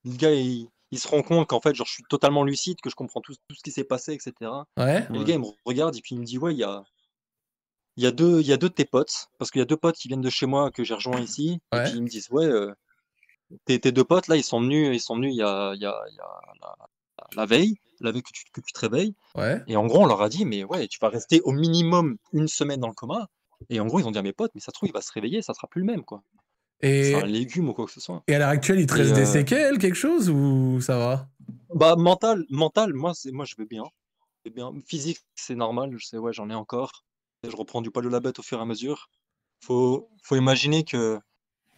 le gars, il, il se rend compte qu'en fait, genre, je suis totalement lucide, que je comprends tout, tout ce qui s'est passé, etc. Ouais. Et le Ouais. gars, il me regarde et puis il me dit, ouais, il y a, il y a deux, il y a deux de tes potes, parce qu'il y a deux potes qui viennent de chez moi que j'ai rejoint ici, et Ouais. puis ils me disent, ouais, euh, tes, tes deux potes là, ils sont venus, ils sont venus il y a, il y a- il y a la, la veille, la veille que tu, que tu te réveilles, Ouais. et en gros, on leur a dit, mais ouais, tu vas rester au minimum une semaine dans le coma, et en gros, ils ont dit à mes potes, mais ça se trouve, il va se réveiller, ça sera plus le même, quoi. Et, C'est un légume ou quoi que ce soit. et à l'heure actuelle, il te Et, reste des euh, séquelles, quelque chose, ou ça va Bah, mental, mental, moi, c'est, moi, je vais bien. Je vais bien. Physique, c'est normal, je sais, ouais, j'en ai encore. Je reprends du poil de la bête au fur et à mesure. Faut, faut imaginer que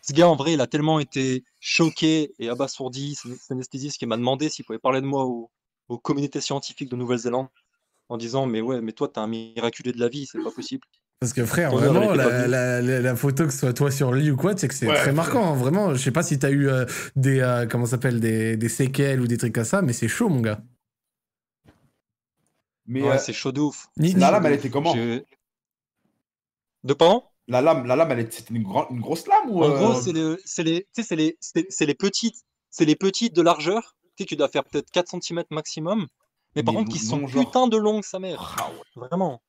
ce gars, en vrai, il a tellement été choqué et abasourdi, son son anesthésiste, qui m'a demandé s'il pouvait parler de moi au- aux communautés scientifiques de Nouvelle-Zélande, en disant, mais ouais, mais toi, t'es un miraculé de la vie, c'est pas possible. Parce que frère, Ton heure, elle vraiment, était pas la, venue. la- la- la photo, que ce soit toi sur le lit ou quoi, c'est que c'est Ouais. très marquant, hein, vraiment. Je sais pas si t'as eu euh, des, euh, comment ça s'appelle, des, des séquelles ou des trucs comme ça, mais c'est chaud, mon gars. Mais Ouais, euh, c'est chaud de ouf. Ni- c'est ni- la chaud lame, de elle ouf. était comment J'ai- De pan La lame, la lame, elle est- c'était une, grand- une grosse lame ou En euh, gros, c'est le- c'est les, tu sais, c'est les, c'est- c'est les petites, c'est les petites de largeur. Tu sais, tu dois faire peut-être 4 cm maximum. Mais par Des contre, qui sont longs, genre. putain de longues, sa mère. Vraiment.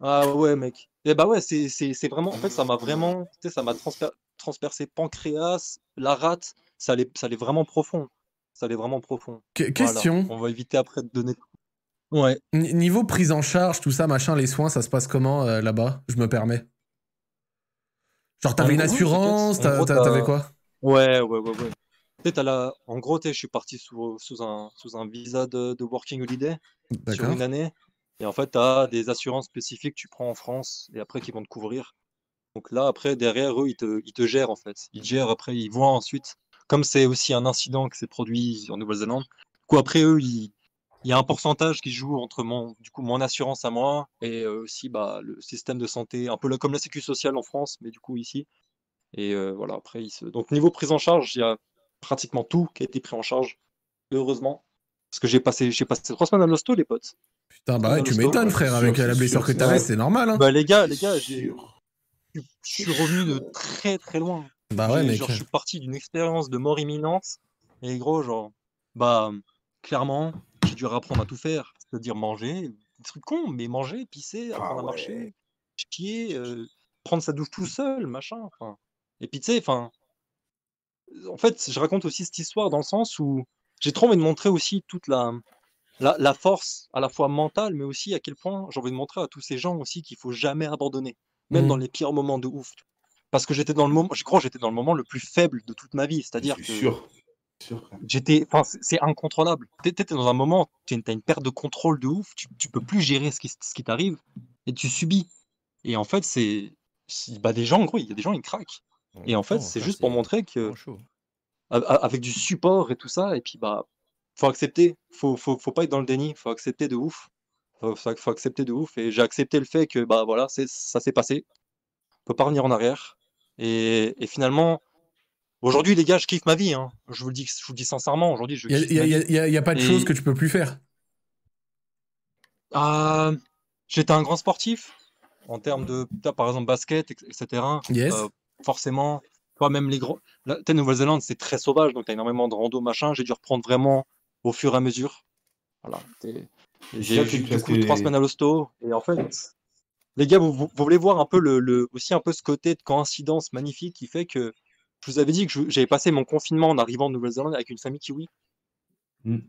Ah ouais, mec. Et bah ouais, c'est- c'est c'est vraiment. En fait, ça m'a vraiment. Tu sais, ça m'a transper- transpercé pancréas, la rate. Ça allait, ça allait vraiment profond. Ça allait vraiment profond. Que- Voilà. question. On va éviter après de donner. Ouais. Ni- Niveau prise en charge, tout ça, machin, les soins, ça se passe comment euh, là-bas Je me permets. Genre, t'avais En une gros, t'inquiète, assurance, en t'as- gros, t'as- t'as- t'avais quoi Ouais, ouais, ouais, ouais. Tu sais, t'as la... En gros, t'es- je suis parti sous, sous, un, sous un visa de, de working holiday sur D'accord. une année. Et en fait, t'as des assurances spécifiques que tu prends en France et après qui vont te couvrir. Donc là, après, derrière eux, ils te, ils te gèrent en fait. Ils te gèrent, après, ils voient ensuite. Comme c'est aussi un incident que c'est produit en Nouvelle-Zélande, du coup, après eux, ils- il y a un pourcentage qui se joue entre mon, du coup, mon assurance à moi et euh, aussi bah, le système de santé, un peu la- comme la sécu sociale en France, mais du coup ici. Et euh, voilà, après, il se... donc niveau prise en charge, il y a pratiquement tout qui a été pris en charge, heureusement. Parce que j'ai passé, j'ai passé trois semaines à l'hosto, les potes. Putain, bah ouais, tu m'étonnes, frère, avec la blessure que t'avais, c'est normal. Hein. Bah les gars, les gars, j'ai- je je suis revenu de très très loin. Bah ouais, J'ai- mec. genre, je suis parti d'une expérience de mort imminente. Et gros, genre, bah, clairement, j'ai dû apprendre à tout faire. C'est-à-dire manger, des trucs cons, mais manger, pisser, apprendre à marcher, chier, euh, prendre sa douche tout seul, machin. enfin. Et puis, tu sais, enfin, en fait, je raconte aussi cette histoire dans le sens où j'ai trop envie de montrer aussi toute la, la, la force, à la fois mentale, mais aussi à quel point j'ai envie de montrer à tous ces gens aussi qu'il faut jamais abandonner, même Mhm. dans les pires moments de ouf. Parce que j'étais dans le moment, je crois que j'étais dans le moment le plus faible de toute ma vie, c'est-à-dire que sûr. sûr. j'étais, enfin, c'est- c'est incontrôlable. T'es t'es dans un moment, t'as une t'as une perte de contrôle de ouf, tu, tu peux plus gérer ce qui, ce qui t'arrive et tu subis. Et en fait, c'est, c'est- bah, des gens, en gros, il y a des gens, ils craquent. Et en fait, c'est juste pour montrer que a- a- avec du support et tout ça, et puis bah faut accepter, faut, faut, faut pas être dans le déni, faut accepter de ouf, faut, faut- faut accepter de ouf. Et j'ai accepté le fait que bah voilà, c'est, ça s'est passé, on peut pas revenir en arrière. Et, et finalement, aujourd'hui les gars, je kiffe ma vie, hein. Je vous le dis, je vous le dis sincèrement, aujourd'hui je Y a, kiffe y a- ma y a- vie. y a- y a pas de Et- choses que tu peux plus faire. ah, j'étais un grand sportif en termes de, t'as, par exemple, basket, ex- etc. Yes. forcément, toi, même les gros. La t'as Nouvelle-Zélande, c'est très sauvage, donc t'as énormément de rando, machin. J'ai dû reprendre vraiment au fur et à mesure. Voilà. t'es- et Déjà, J'ai tu eu, te du coup trois restais- semaines à l'hosto. Et en fait, les gars, vous, vous- vous voulez voir un peu le, le- aussi un peu ce côté de coïncidence magnifique qui fait que je vous avais dit que je- j'avais passé mon confinement en arrivant en Nouvelle-Zélande avec une famille kiwi.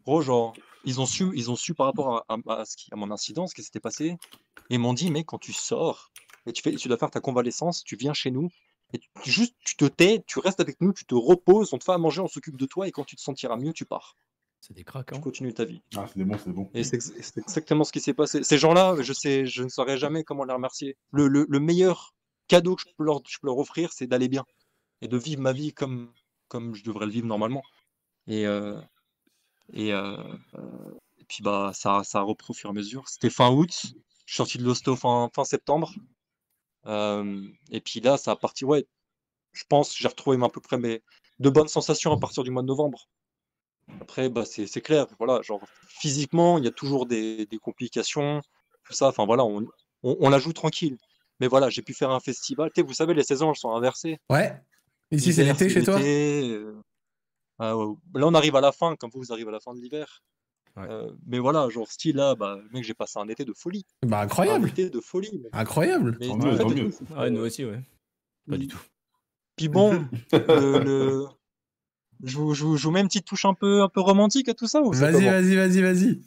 Gros, genre, ils ont su, ils ont su par rapport à, à- à ce qui, à mon incident, ce qui s'était passé. Et ils m'ont dit, mais quand tu sors et tu, fais, tu dois faire ta convalescence, tu viens chez nous et tu, tu- juste, tu te tais, tu restes avec nous, tu te reposes, on te fait à manger, on s'occupe de toi et quand tu te sentiras mieux, tu pars. C'est des cracks, hein. Tu continues ta vie. Ah, c'est bon, c'est bon. Et c'est ex- c'est exactement ce qui s'est passé. Ces gens-là, je sais, je ne saurais jamais comment les remercier. Le, le- le meilleur cadeau que je peux leur, je peux leur offrir, c'est d'aller bien et de vivre ma vie comme, comme je devrais le vivre normalement. Et, euh, et, euh, euh, et puis bah ça, ça a repris au fur et à mesure. C'était fin août, je suis sorti de l'hosto fin, [laughs] fin septembre. Euh, et puis là, ça a parti, ouais, je pense, que j'ai retrouvé à peu près mes, de bonnes sensations à partir du mois de novembre. Après, bah, c'est c'est clair, voilà, genre physiquement, il y a toujours des, des complications, tout ça, enfin voilà, on, on- on la joue tranquille. Mais voilà, j'ai pu faire un festival. Tu sais, vous savez, les saisons, elles sont inversées. Ouais. Ici, c'est L'hiver, l'été chez toi l'été, euh, ah ouais, Là, on arrive à la fin, comme vous, vous arrivez à la fin de l'hiver. Euh, mais voilà, genre, style là, bah, mec, j'ai passé un été de folie. Bah, Un incroyable. été de folie. mec. Incroyable. Ah, Mais en fait, Ouais, nous aussi, ouais. Pas Mm. du tout. puis [laughs] bon, le, le- je, vous, je vous- je vous mets une petite touche un peu, un peu romantique à tout ça ou c'est Vas-y, comment vas-y, vas-y, vas-y.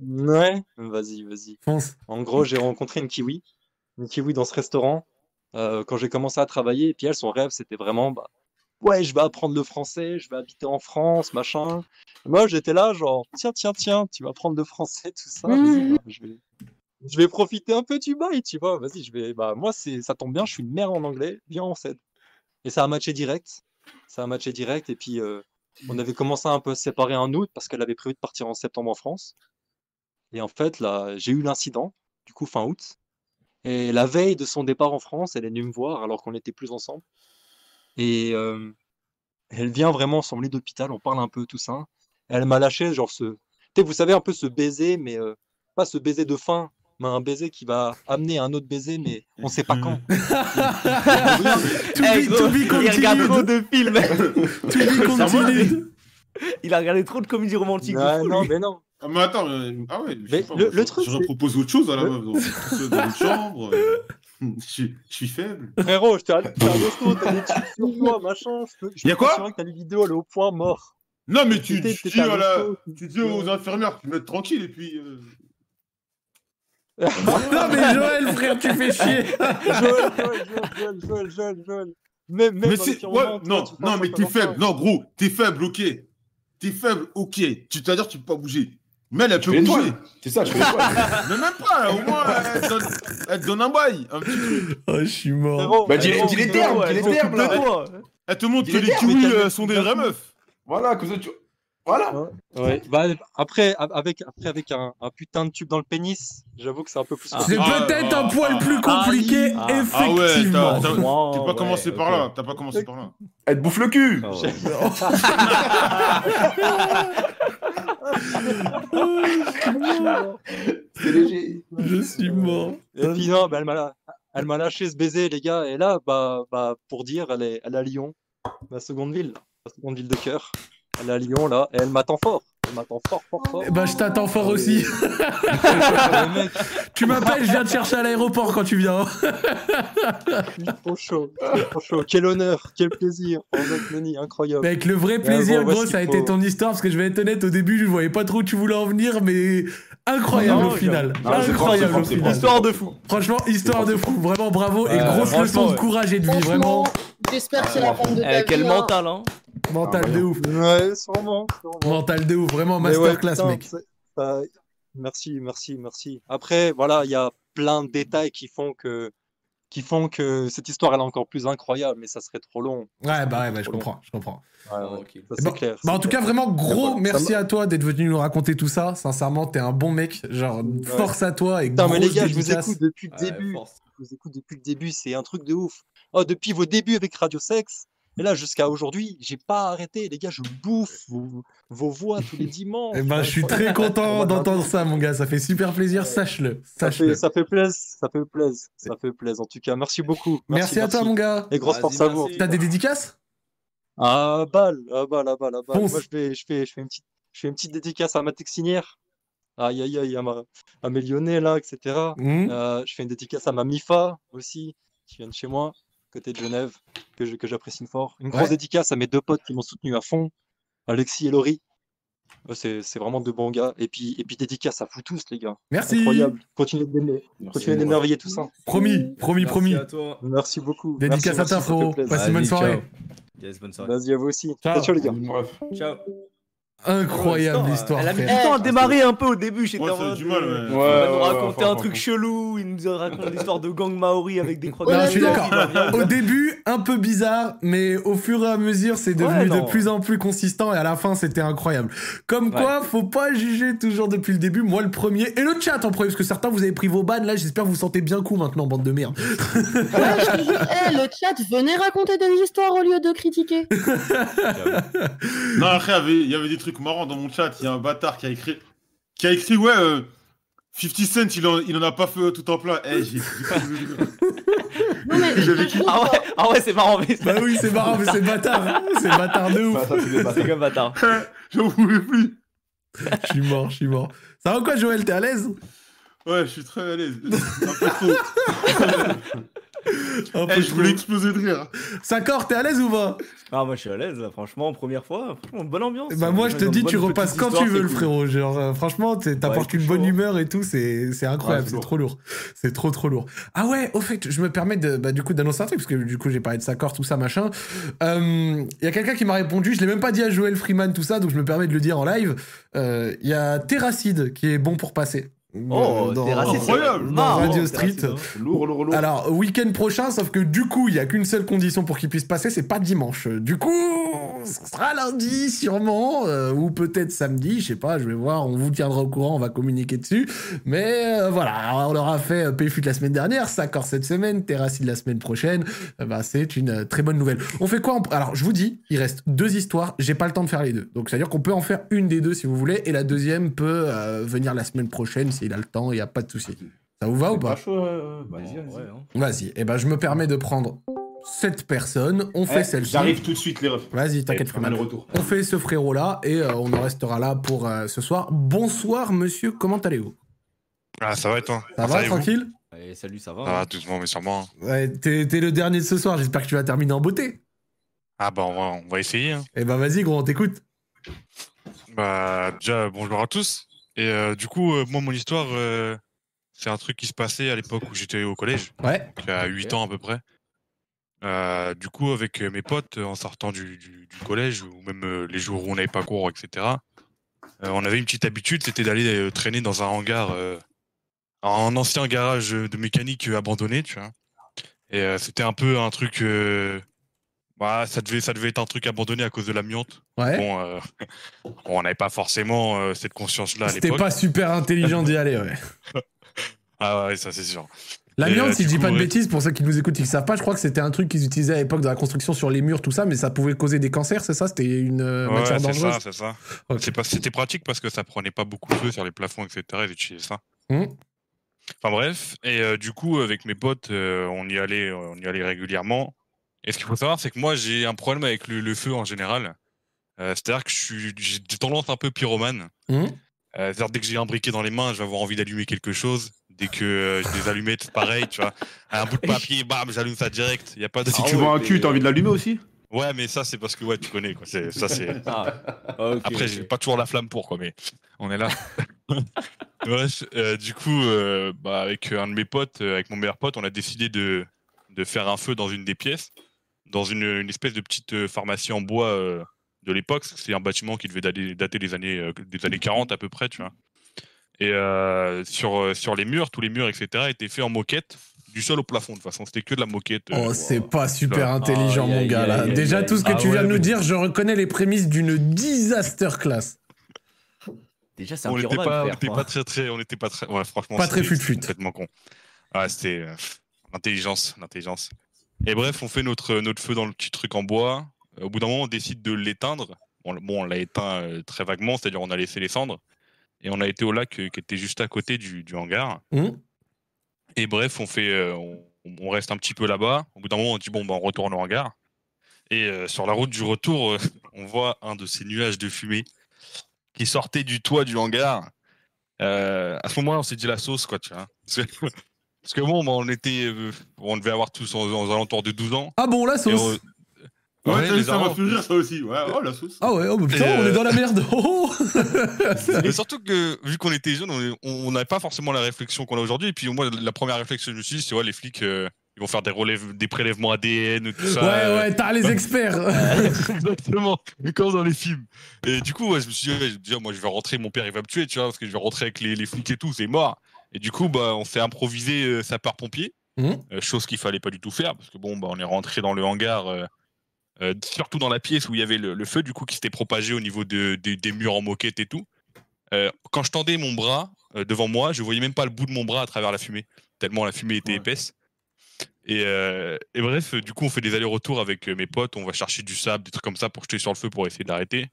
Ouais, vas-y, vas-y. Fonce. En gros, j'ai rencontré une kiwi, une kiwi dans ce restaurant euh, quand j'ai commencé à travailler. Et puis elle, son rêve, c'était vraiment, bah, ouais, je vais apprendre le français, je vais habiter en France, machin. Moi, j'étais là, genre, tiens, tiens, tiens, tu vas apprendre le français, tout ça. vas-y, bah, je vais, je vais profiter un peu du bail, tu vois. Vas-y, je vais, bah, moi, c'est, ça tombe bien, je suis une mère en anglais, bien on s'aide. Et ça a matché direct. Ça a matché direct. Et puis, euh, on avait commencé à un peu à se séparer en août parce qu'elle avait prévu de partir en septembre en France. Et en fait, là, j'ai eu l'incident, du coup, fin août. Et la veille de son départ en France, elle est venue me voir alors qu'on n'était plus ensemble. Et euh, elle vient vraiment sur mon lit d'hôpital, on parle un peu tout ça. Elle m'a lâché, genre ce. Tu sais, vous savez, un peu ce baiser, mais euh, pas ce baiser de fin, mais un baiser qui va amener un autre baiser, mais on sait pas quand. To be- Eh, gros, to be Il regarde continued. trop de films. [laughs] To be continued. Il a regardé trop de comédies romantiques. de Ah, fou, non, lui. mais non. Ah, mais attends, mais- ah ouais, je sais pas, le- moi, le je- truc, Je c'est- propose autre chose à la Le- meuf. donc, tout seul dans une chambre. euh, [laughs] Je suis- je suis faible. Frérot, je t'ai arrêté de faire des choses, t'as des trucs sur toi, machin. Je peux, je Y a peux quoi t'assurer que t'as les vidéos, elle est au point mort. Non, mais tu, T'étais- tu t'étais dis, à à la- l'hosto, tu dis aux infirmières qu'ils mettent tranquille et [laughs] puis. euh, Non mais Joël, frère, tu fais chier. Joël, Joël, Joël, Joël, Joël, Joël, Joël. Même, même Mais dans c'est. les Ouais, romans, tu vois, non, tu non, passes mais pas t'es par faible. ça. Non, gros, t'es faible, ok. T'es faible, ok. Tu t'as dire, tu peux pas bouger. Mais elle, elle Je peut fais une bouger. toile. C'est ça, je fais une toile. [laughs] Mais même pas, au moins, elle te donne, elle te donne un bail. Un petit truc. Oh, je suis mort. Frérot, Bah, dis- frérot, dis les frérot, termes, ouais, dis les faut- termes, là. Pourquoi Elle te montre Il que est les bien, mais kiwis t'as- euh, sont des vraies meufs. Voilà, comme ça, tu. Voilà. Ouais, bah, après, a- avec, après, avec un, un putain de tube dans le pénis, j'avoue que c'est un peu plus. Ah. C'est Ah, peut-être ah, un poil ah, plus ah, compliqué, ah, Ah ouais, t'as effectivement. t'as- Ah, Wow, t'as ouais, pas commencé par ok. là. T'as pas commencé par là. Elle te bouffe le cul. Ah ouais. C'est léger. Je suis mort. Et puis non, bah, elle m'a la- elle m'a lâché ce baiser, les gars. Et là, bah, bah, pour dire, elle est, elle est à Lyon, ma seconde ville, ma seconde ville de cœur. Elle est à Lyon, là, et elle m'attend fort. Elle m'attend fort, fort, fort. Eh ben, je t'attends Ah fort aussi. Le mec, ben, tu m'appelles, je viens te chercher à l'aéroport quand tu viens. il est trop chaud, il est trop chaud. Quel honneur, quel plaisir. Oh, notre Nani, incroyable. Mec, le vrai bon, plaisir, voici gros, ça a pour- été ton histoire, parce que je vais être honnête, au début, je voyais pas trop où tu voulais en venir, mais incroyable Non, au je- final. Non, c'est incroyable fort, au c'est fort, final. c'est Histoire de fou. Franchement, histoire de fou, vraiment bravo, et Ouais, grosse leçon franchement, de ouais. courage et de vie, Franchement, vraiment, j'espère que c'est la femme de ta Eh, quel vie, hein. mental, hein. mental Ah, de ouf, Ouais, sûrement, sûrement. mental de ouf, vraiment Mais ouais, masterclass, putain, mec. c'est- ça- Merci, merci, merci. Après, voilà, il y a plein de détails qui font que, qui font que cette histoire elle est encore plus incroyable, mais ça serait trop long. Ouais, bah ouais, bah, je Trop long. comprends, je comprends. Ouais, ouais, Ah, Ok. ça, Eh c'est ben, clair. bah en c'est tout cas, clair. vraiment gros Ça merci m'a- à toi d'être venu nous raconter tout ça. Sincèrement, t'es un bon mec. Genre, force à toi et Putain, mais les grosse gars, je vous dédicace. écoute depuis le Ouais, début. force. Je vous écoute depuis le début, c'est un truc de ouf. Oh, depuis vos débuts avec Radio Sex, et là jusqu'à aujourd'hui, j'ai pas arrêté. Les gars, je bouffe vos, vos voix tous [laughs] les dimanches. Eh ben, je suis très content d'entendre ça, mon gars. Ça fait super plaisir. Sache-le. Ça fait, Sache-le. ça fait plaisir, ça fait plaisir, ça fait plaisir. En tout cas, merci beaucoup. Merci à toi, mon gars. Et grosse Vas-y, force à vous. merci. T'as des dédicaces Ah, balle, ah, balle, ah, balle, ah, balle. Fonce. Moi, je fais, je fais, je fais une petite, je fais une petite dédicace à ma texinière. Aïe, aïe, aïe, à ma, à mes Lyonnais, là, etc. Hmm Euh, je fais une dédicace à ma Mifa aussi, qui vient de chez moi, côté de Genève, que je- que j'apprécie fort. Une grosse Ouais. dédicace à mes deux potes qui m'ont soutenu à fond, Alexis et Laurie. Eux, C'est c'est vraiment de bons gars. Et puis, et puis dédicace à vous tous, les gars. Merci. Incroyable. Continuez d'émer- Merci. continuez d'émerveiller tout ça. Promis, promis, Merci promis. à toi. Merci beaucoup. Dédicace Merci, à toi, merci, ça fait frérot. plaisir. Passe une bonne Vas-y, soirée. ciao. [laughs] Yes, bonne soirée. Vas-y, à vous aussi. Ciao. ciao les gars. Bref. Ciao. Incroyable l'histoire, Elle a mis du frère. temps à Eh. démarrer un peu au début. J'étais Ouais, en ça a mode. du mal, euh, ouais. Il va nous ouais, ouais, raconter enfin, un truc enfin. chelou. Il nous [laughs] raconte l'histoire de gang maori avec des croix Non, je suis Honnêtement. d'accord. Au début, un peu bizarre, mais au fur et à mesure, c'est devenu Ouais, non. de plus en plus consistant et à la fin, c'était incroyable. Comme quoi, faut pas juger toujours depuis le début. Moi, le premier et le chat en premier, parce que certains vous avez pris vos bannes. Là, j'espère que vous sentez bien coup maintenant, bande de merde. Ouais, je te jure, eh, le chat, venez raconter des histoires au lieu de critiquer. Non, après, il y avait- il y avait des trucs marrants dans mon chat. Il y a un bâtard qui a écrit, qui a écrit ouais, euh, 50 Cent, il en, il en a pas fait tout en plein. Eh, j'ai- [laughs] Non, [laughs] mais je te jure, Ah ouais, ah ouais c'est marrant, mais Bah oui, c'est marrant, mais c'est bâtard. hein. C'est bâtard de Bah, ouf. ça, c'est des bâtards. c'est comme bâtard. [laughs] j'en voulais plus. Je suis mort, je suis mort. Ça va quoi, Joël T'es à l'aise Ouais, je suis très à l'aise. Un peu trop. [laughs] Eh, Un peu je voulais trop. exploser de rire. Sakor, t'es à l'aise ou pas Ah, moi je suis à l'aise là, franchement, première fois, franchement, bonne ambiance. Bah moi, je te Dans dis, une tu bonne repasses petite quand histoire, tu veux, c'est le cool. frérot. Genre, euh, franchement, t'es- t'apportes écoute, une bonne chaud. humeur et tout, c'est c'est incroyable, Ouais, c'est lourd. trop lourd. C'est trop trop lourd. Ah ouais, au fait, je me permets de, bah, du coup d'annoncer un truc, parce que du coup j'ai parlé de Sakor, tout ça, machin. Il y a quelqu'un qui m'a répondu, je l'ai même pas dit à Joël Freeman, tout ça, donc je me permets de le dire en live. Il y a Terracide qui est bon pour passer. Oh, Euh, dans- c'est raciste, incroyable. c'est Dans marrant, Radio c'est raciste, Street. hein. Lourd, lourd, lourd. Alors, week-end prochain, sauf que du coup, il y a qu'une seule condition pour qu'il puisse passer, c'est pas dimanche. Du coup, ça sera lundi sûrement, euh, ou peut-être samedi, je sais pas, je vais voir, on vous tiendra au courant, on va communiquer dessus. Mais euh, voilà, on leur a fait euh, PFU de la semaine dernière, Saccord cette semaine, Terrassi de la semaine prochaine, Euh, bah, c'est une euh, très bonne nouvelle. On fait quoi en- Alors, je vous dis, il reste deux histoires, j'ai pas le temps de faire les deux. Donc, c'est-à-dire qu'on peut en faire une des deux si vous voulez, et la deuxième peut euh, venir la semaine prochaine s'il a le temps, il n'y a pas de souci. Ça vous va ou pas chaud, euh, Vas-y, vas-y. hein. Vas-y, et ben je me permets de prendre cette personne, on fait Eh, celle-ci. j'arrive tout de suite, les refs. Vas-y, t'inquiète Eh, pas. on a le Matt. retour. On fait ce frérot-là et euh, on en restera là pour euh, ce soir. Bonsoir monsieur, comment allez-vous Ah, ça va et toi Ça Comment va, allez-vous tranquille Allez, salut, ça Ça va. va, hein. doucement, mais sûrement. Ouais, t'es t'es le dernier de ce soir, j'espère que tu vas terminer en beauté. Ah, bah, on va, on va essayer. hein. Eh ben vas-y gros, on t'écoute. Bah, déjà, bonjour à tous. Et euh, du coup, euh, moi, mon histoire, euh, c'est un truc qui se passait à l'époque où j'étais au collège. Ouais. Donc, à 8 ans à peu près. Euh, du coup, avec euh, mes potes, euh, en sortant du, du- du collège, ou même euh, les jours où on n'avait pas cours, etc., euh, on avait une petite habitude, c'était d'aller euh, traîner dans un hangar, euh, un ancien garage de mécanique euh, abandonné, tu vois. Et euh, c'était un peu un truc. euh, bah, ça, devait, ça devait être un truc abandonné à cause de l'amiante. Ouais. Bon, euh, [laughs] bon, on n'avait pas forcément euh, cette conscience-là à l'époque. C'était pas super intelligent d'y aller, ouais. [laughs] Ah ouais, ça c'est sûr. Et, L'amiante, euh, si je du dis coup, pas de ouais. bêtises, pour ceux qui nous écoutent, ils le savent pas, je crois que c'était un truc qu'ils utilisaient à l'époque de la construction sur les murs, tout ça, mais ça pouvait causer des cancers, c'est ça C'était une euh, Ouais, matière c'est dangereuse ça, c'est ça. C'est pas- C'était pratique parce que ça prenait pas beaucoup de feu sur les plafonds, etc. Ils utilisaient ça. Hmm. Enfin bref, et euh, du coup, avec mes potes, euh, on, y allait, euh, on y allait régulièrement. Et ce qu'il faut savoir, c'est que moi, j'ai un problème avec le, le feu en général. Euh, C'est-à-dire que je suis- j'ai des tendances un peu pyromanes. Hmm Euh, c'est-à-dire dès que j'ai un briquet dans les mains, je vais avoir envie d'allumer quelque chose. Dès que euh, j'ai des allumettes, pareil, tu vois. Un bout de papier, bam, j'allume ça direct. Il y a pas de. Ah, Ah Ah Si tu vois un cul, t'as envie de l'allumer euh, aussi Ouais, mais ça, c'est parce que ouais, tu connais. Quoi. C'est- Ça, c'est... Après, j'ai Ah, ok. pas toujours la flamme pour, quoi, mais on [laughs] est là. Bref, euh, du coup, euh, bah, avec un de mes potes, euh, avec mon meilleur pote, on a décidé de, de faire un feu dans une des pièces, dans une, une espèce de petite euh, pharmacie en bois euh, de l'époque. parce que C'est un bâtiment qui devait dater, dater des, années, euh, des années 40 à peu près, tu vois. Et euh, sur, euh, sur les murs, tous les murs, etc., étaient faits en moquette, du sol au plafond. De toute façon, c'était que de la moquette. euh, Oh, c'est pas super Ah, intelligent, aïe, mon aïe, gars, aïe, là. aïe, Déjà, aïe, tout ce que aïe. tu Ah viens de ouais, nous mais- dire, je reconnais les prémices d'une disaster class. Déjà, c'est un on n'était pyromane, pas, on frère, était quoi. pas très très, on était pas très, ouais, franchement, Pas très c'était- fut-fut. c'était complètement con. Ah, c'était euh, pff, l'intelligence, l'intelligence. Et bref, on fait notre notre feu dans le petit truc en bois. Au bout d'un moment, on décide de l'éteindre. Bon, le- bon, on l'a éteint euh, très vaguement, c'est-à-dire on a laissé les cendres et on a été au lac euh, qui était juste à côté du, du hangar. Hum Et bref, on fait, euh, on, on reste un petit peu là-bas. Au bout d'un moment, on dit bon, bah, on retourne au hangar. Et euh, sur la route du retour, euh, [laughs] on voit un de ces nuages de fumée qui sortait du toit du hangar. Euh, à ce moment-là, on s'est dit la sauce, quoi, tu vois. Parce que, [laughs] parce que bon, bah, on était, euh, on devait avoir tous aux, aux alentours de 12 ans. Ah bon, la Et sauce on- Ouais, Ouais, t'as vu, ça bizarrement. m'a fait rire, ça aussi. Ouais, oh, la sauce. Ah ouais, oh, bah, putain, Et, on est euh, dans la merde. [laughs] Oh Mais surtout que, vu qu'on était jeunes, on- on on n'avait pas forcément la réflexion qu'on a aujourd'hui. Et puis, moi, la première réflexion que je me suis dit, c'est ouais, les flics, euh, ils vont faire des, relèves, des prélèvements ADN, tout ça. euh, ouais, ouais, t'as les experts. [laughs] Exactement, comme dans les films. Et du coup, ouais, je me suis dit, ouais, je me dis, moi, je vais rentrer, mon père, il va me tuer, tu vois, parce que je vais rentrer avec les, les flics et tout, c'est mort. Et du coup, bah, on s'est improvisé euh, sa part pompier, Mhm. euh, chose qu'il fallait pas du tout faire, parce que bon, bah, on est rentré dans le hangar, euh, euh, surtout dans la pièce où il y avait le, le feu, du coup, qui s'était propagé au niveau de- des- des murs en moquette et tout. Euh, quand je tendais mon bras euh, devant moi, je voyais même pas le bout de mon bras à travers la fumée, tellement la fumée était épaisse. Et, euh, et bref, euh, du coup, on fait des allers-retours avec euh, mes potes, on va chercher du sable, des trucs comme ça pour jeter sur le feu pour essayer de l'arrêter.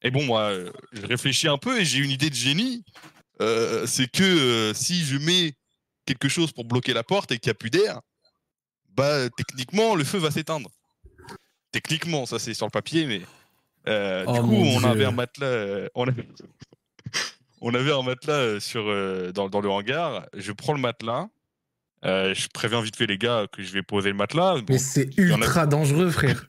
Et bon, moi, euh, je réfléchis un peu et j'ai une idée de génie. Euh, c'est que euh, si je mets quelque chose pour bloquer la porte et qu'il n'y a plus d'air, bah techniquement, le feu va s'éteindre. Techniquement, ça c'est sur le papier, mais euh, Oh du coup, mon on Dieu. avait un matelas, euh, on avait, [laughs] on avait un matelas euh, sur euh, dans, dans le hangar. Je prends le matelas, euh, je préviens vite fait les gars que je vais poser le matelas. Bon, Mais c'est il y en a- ultra dangereux, frère.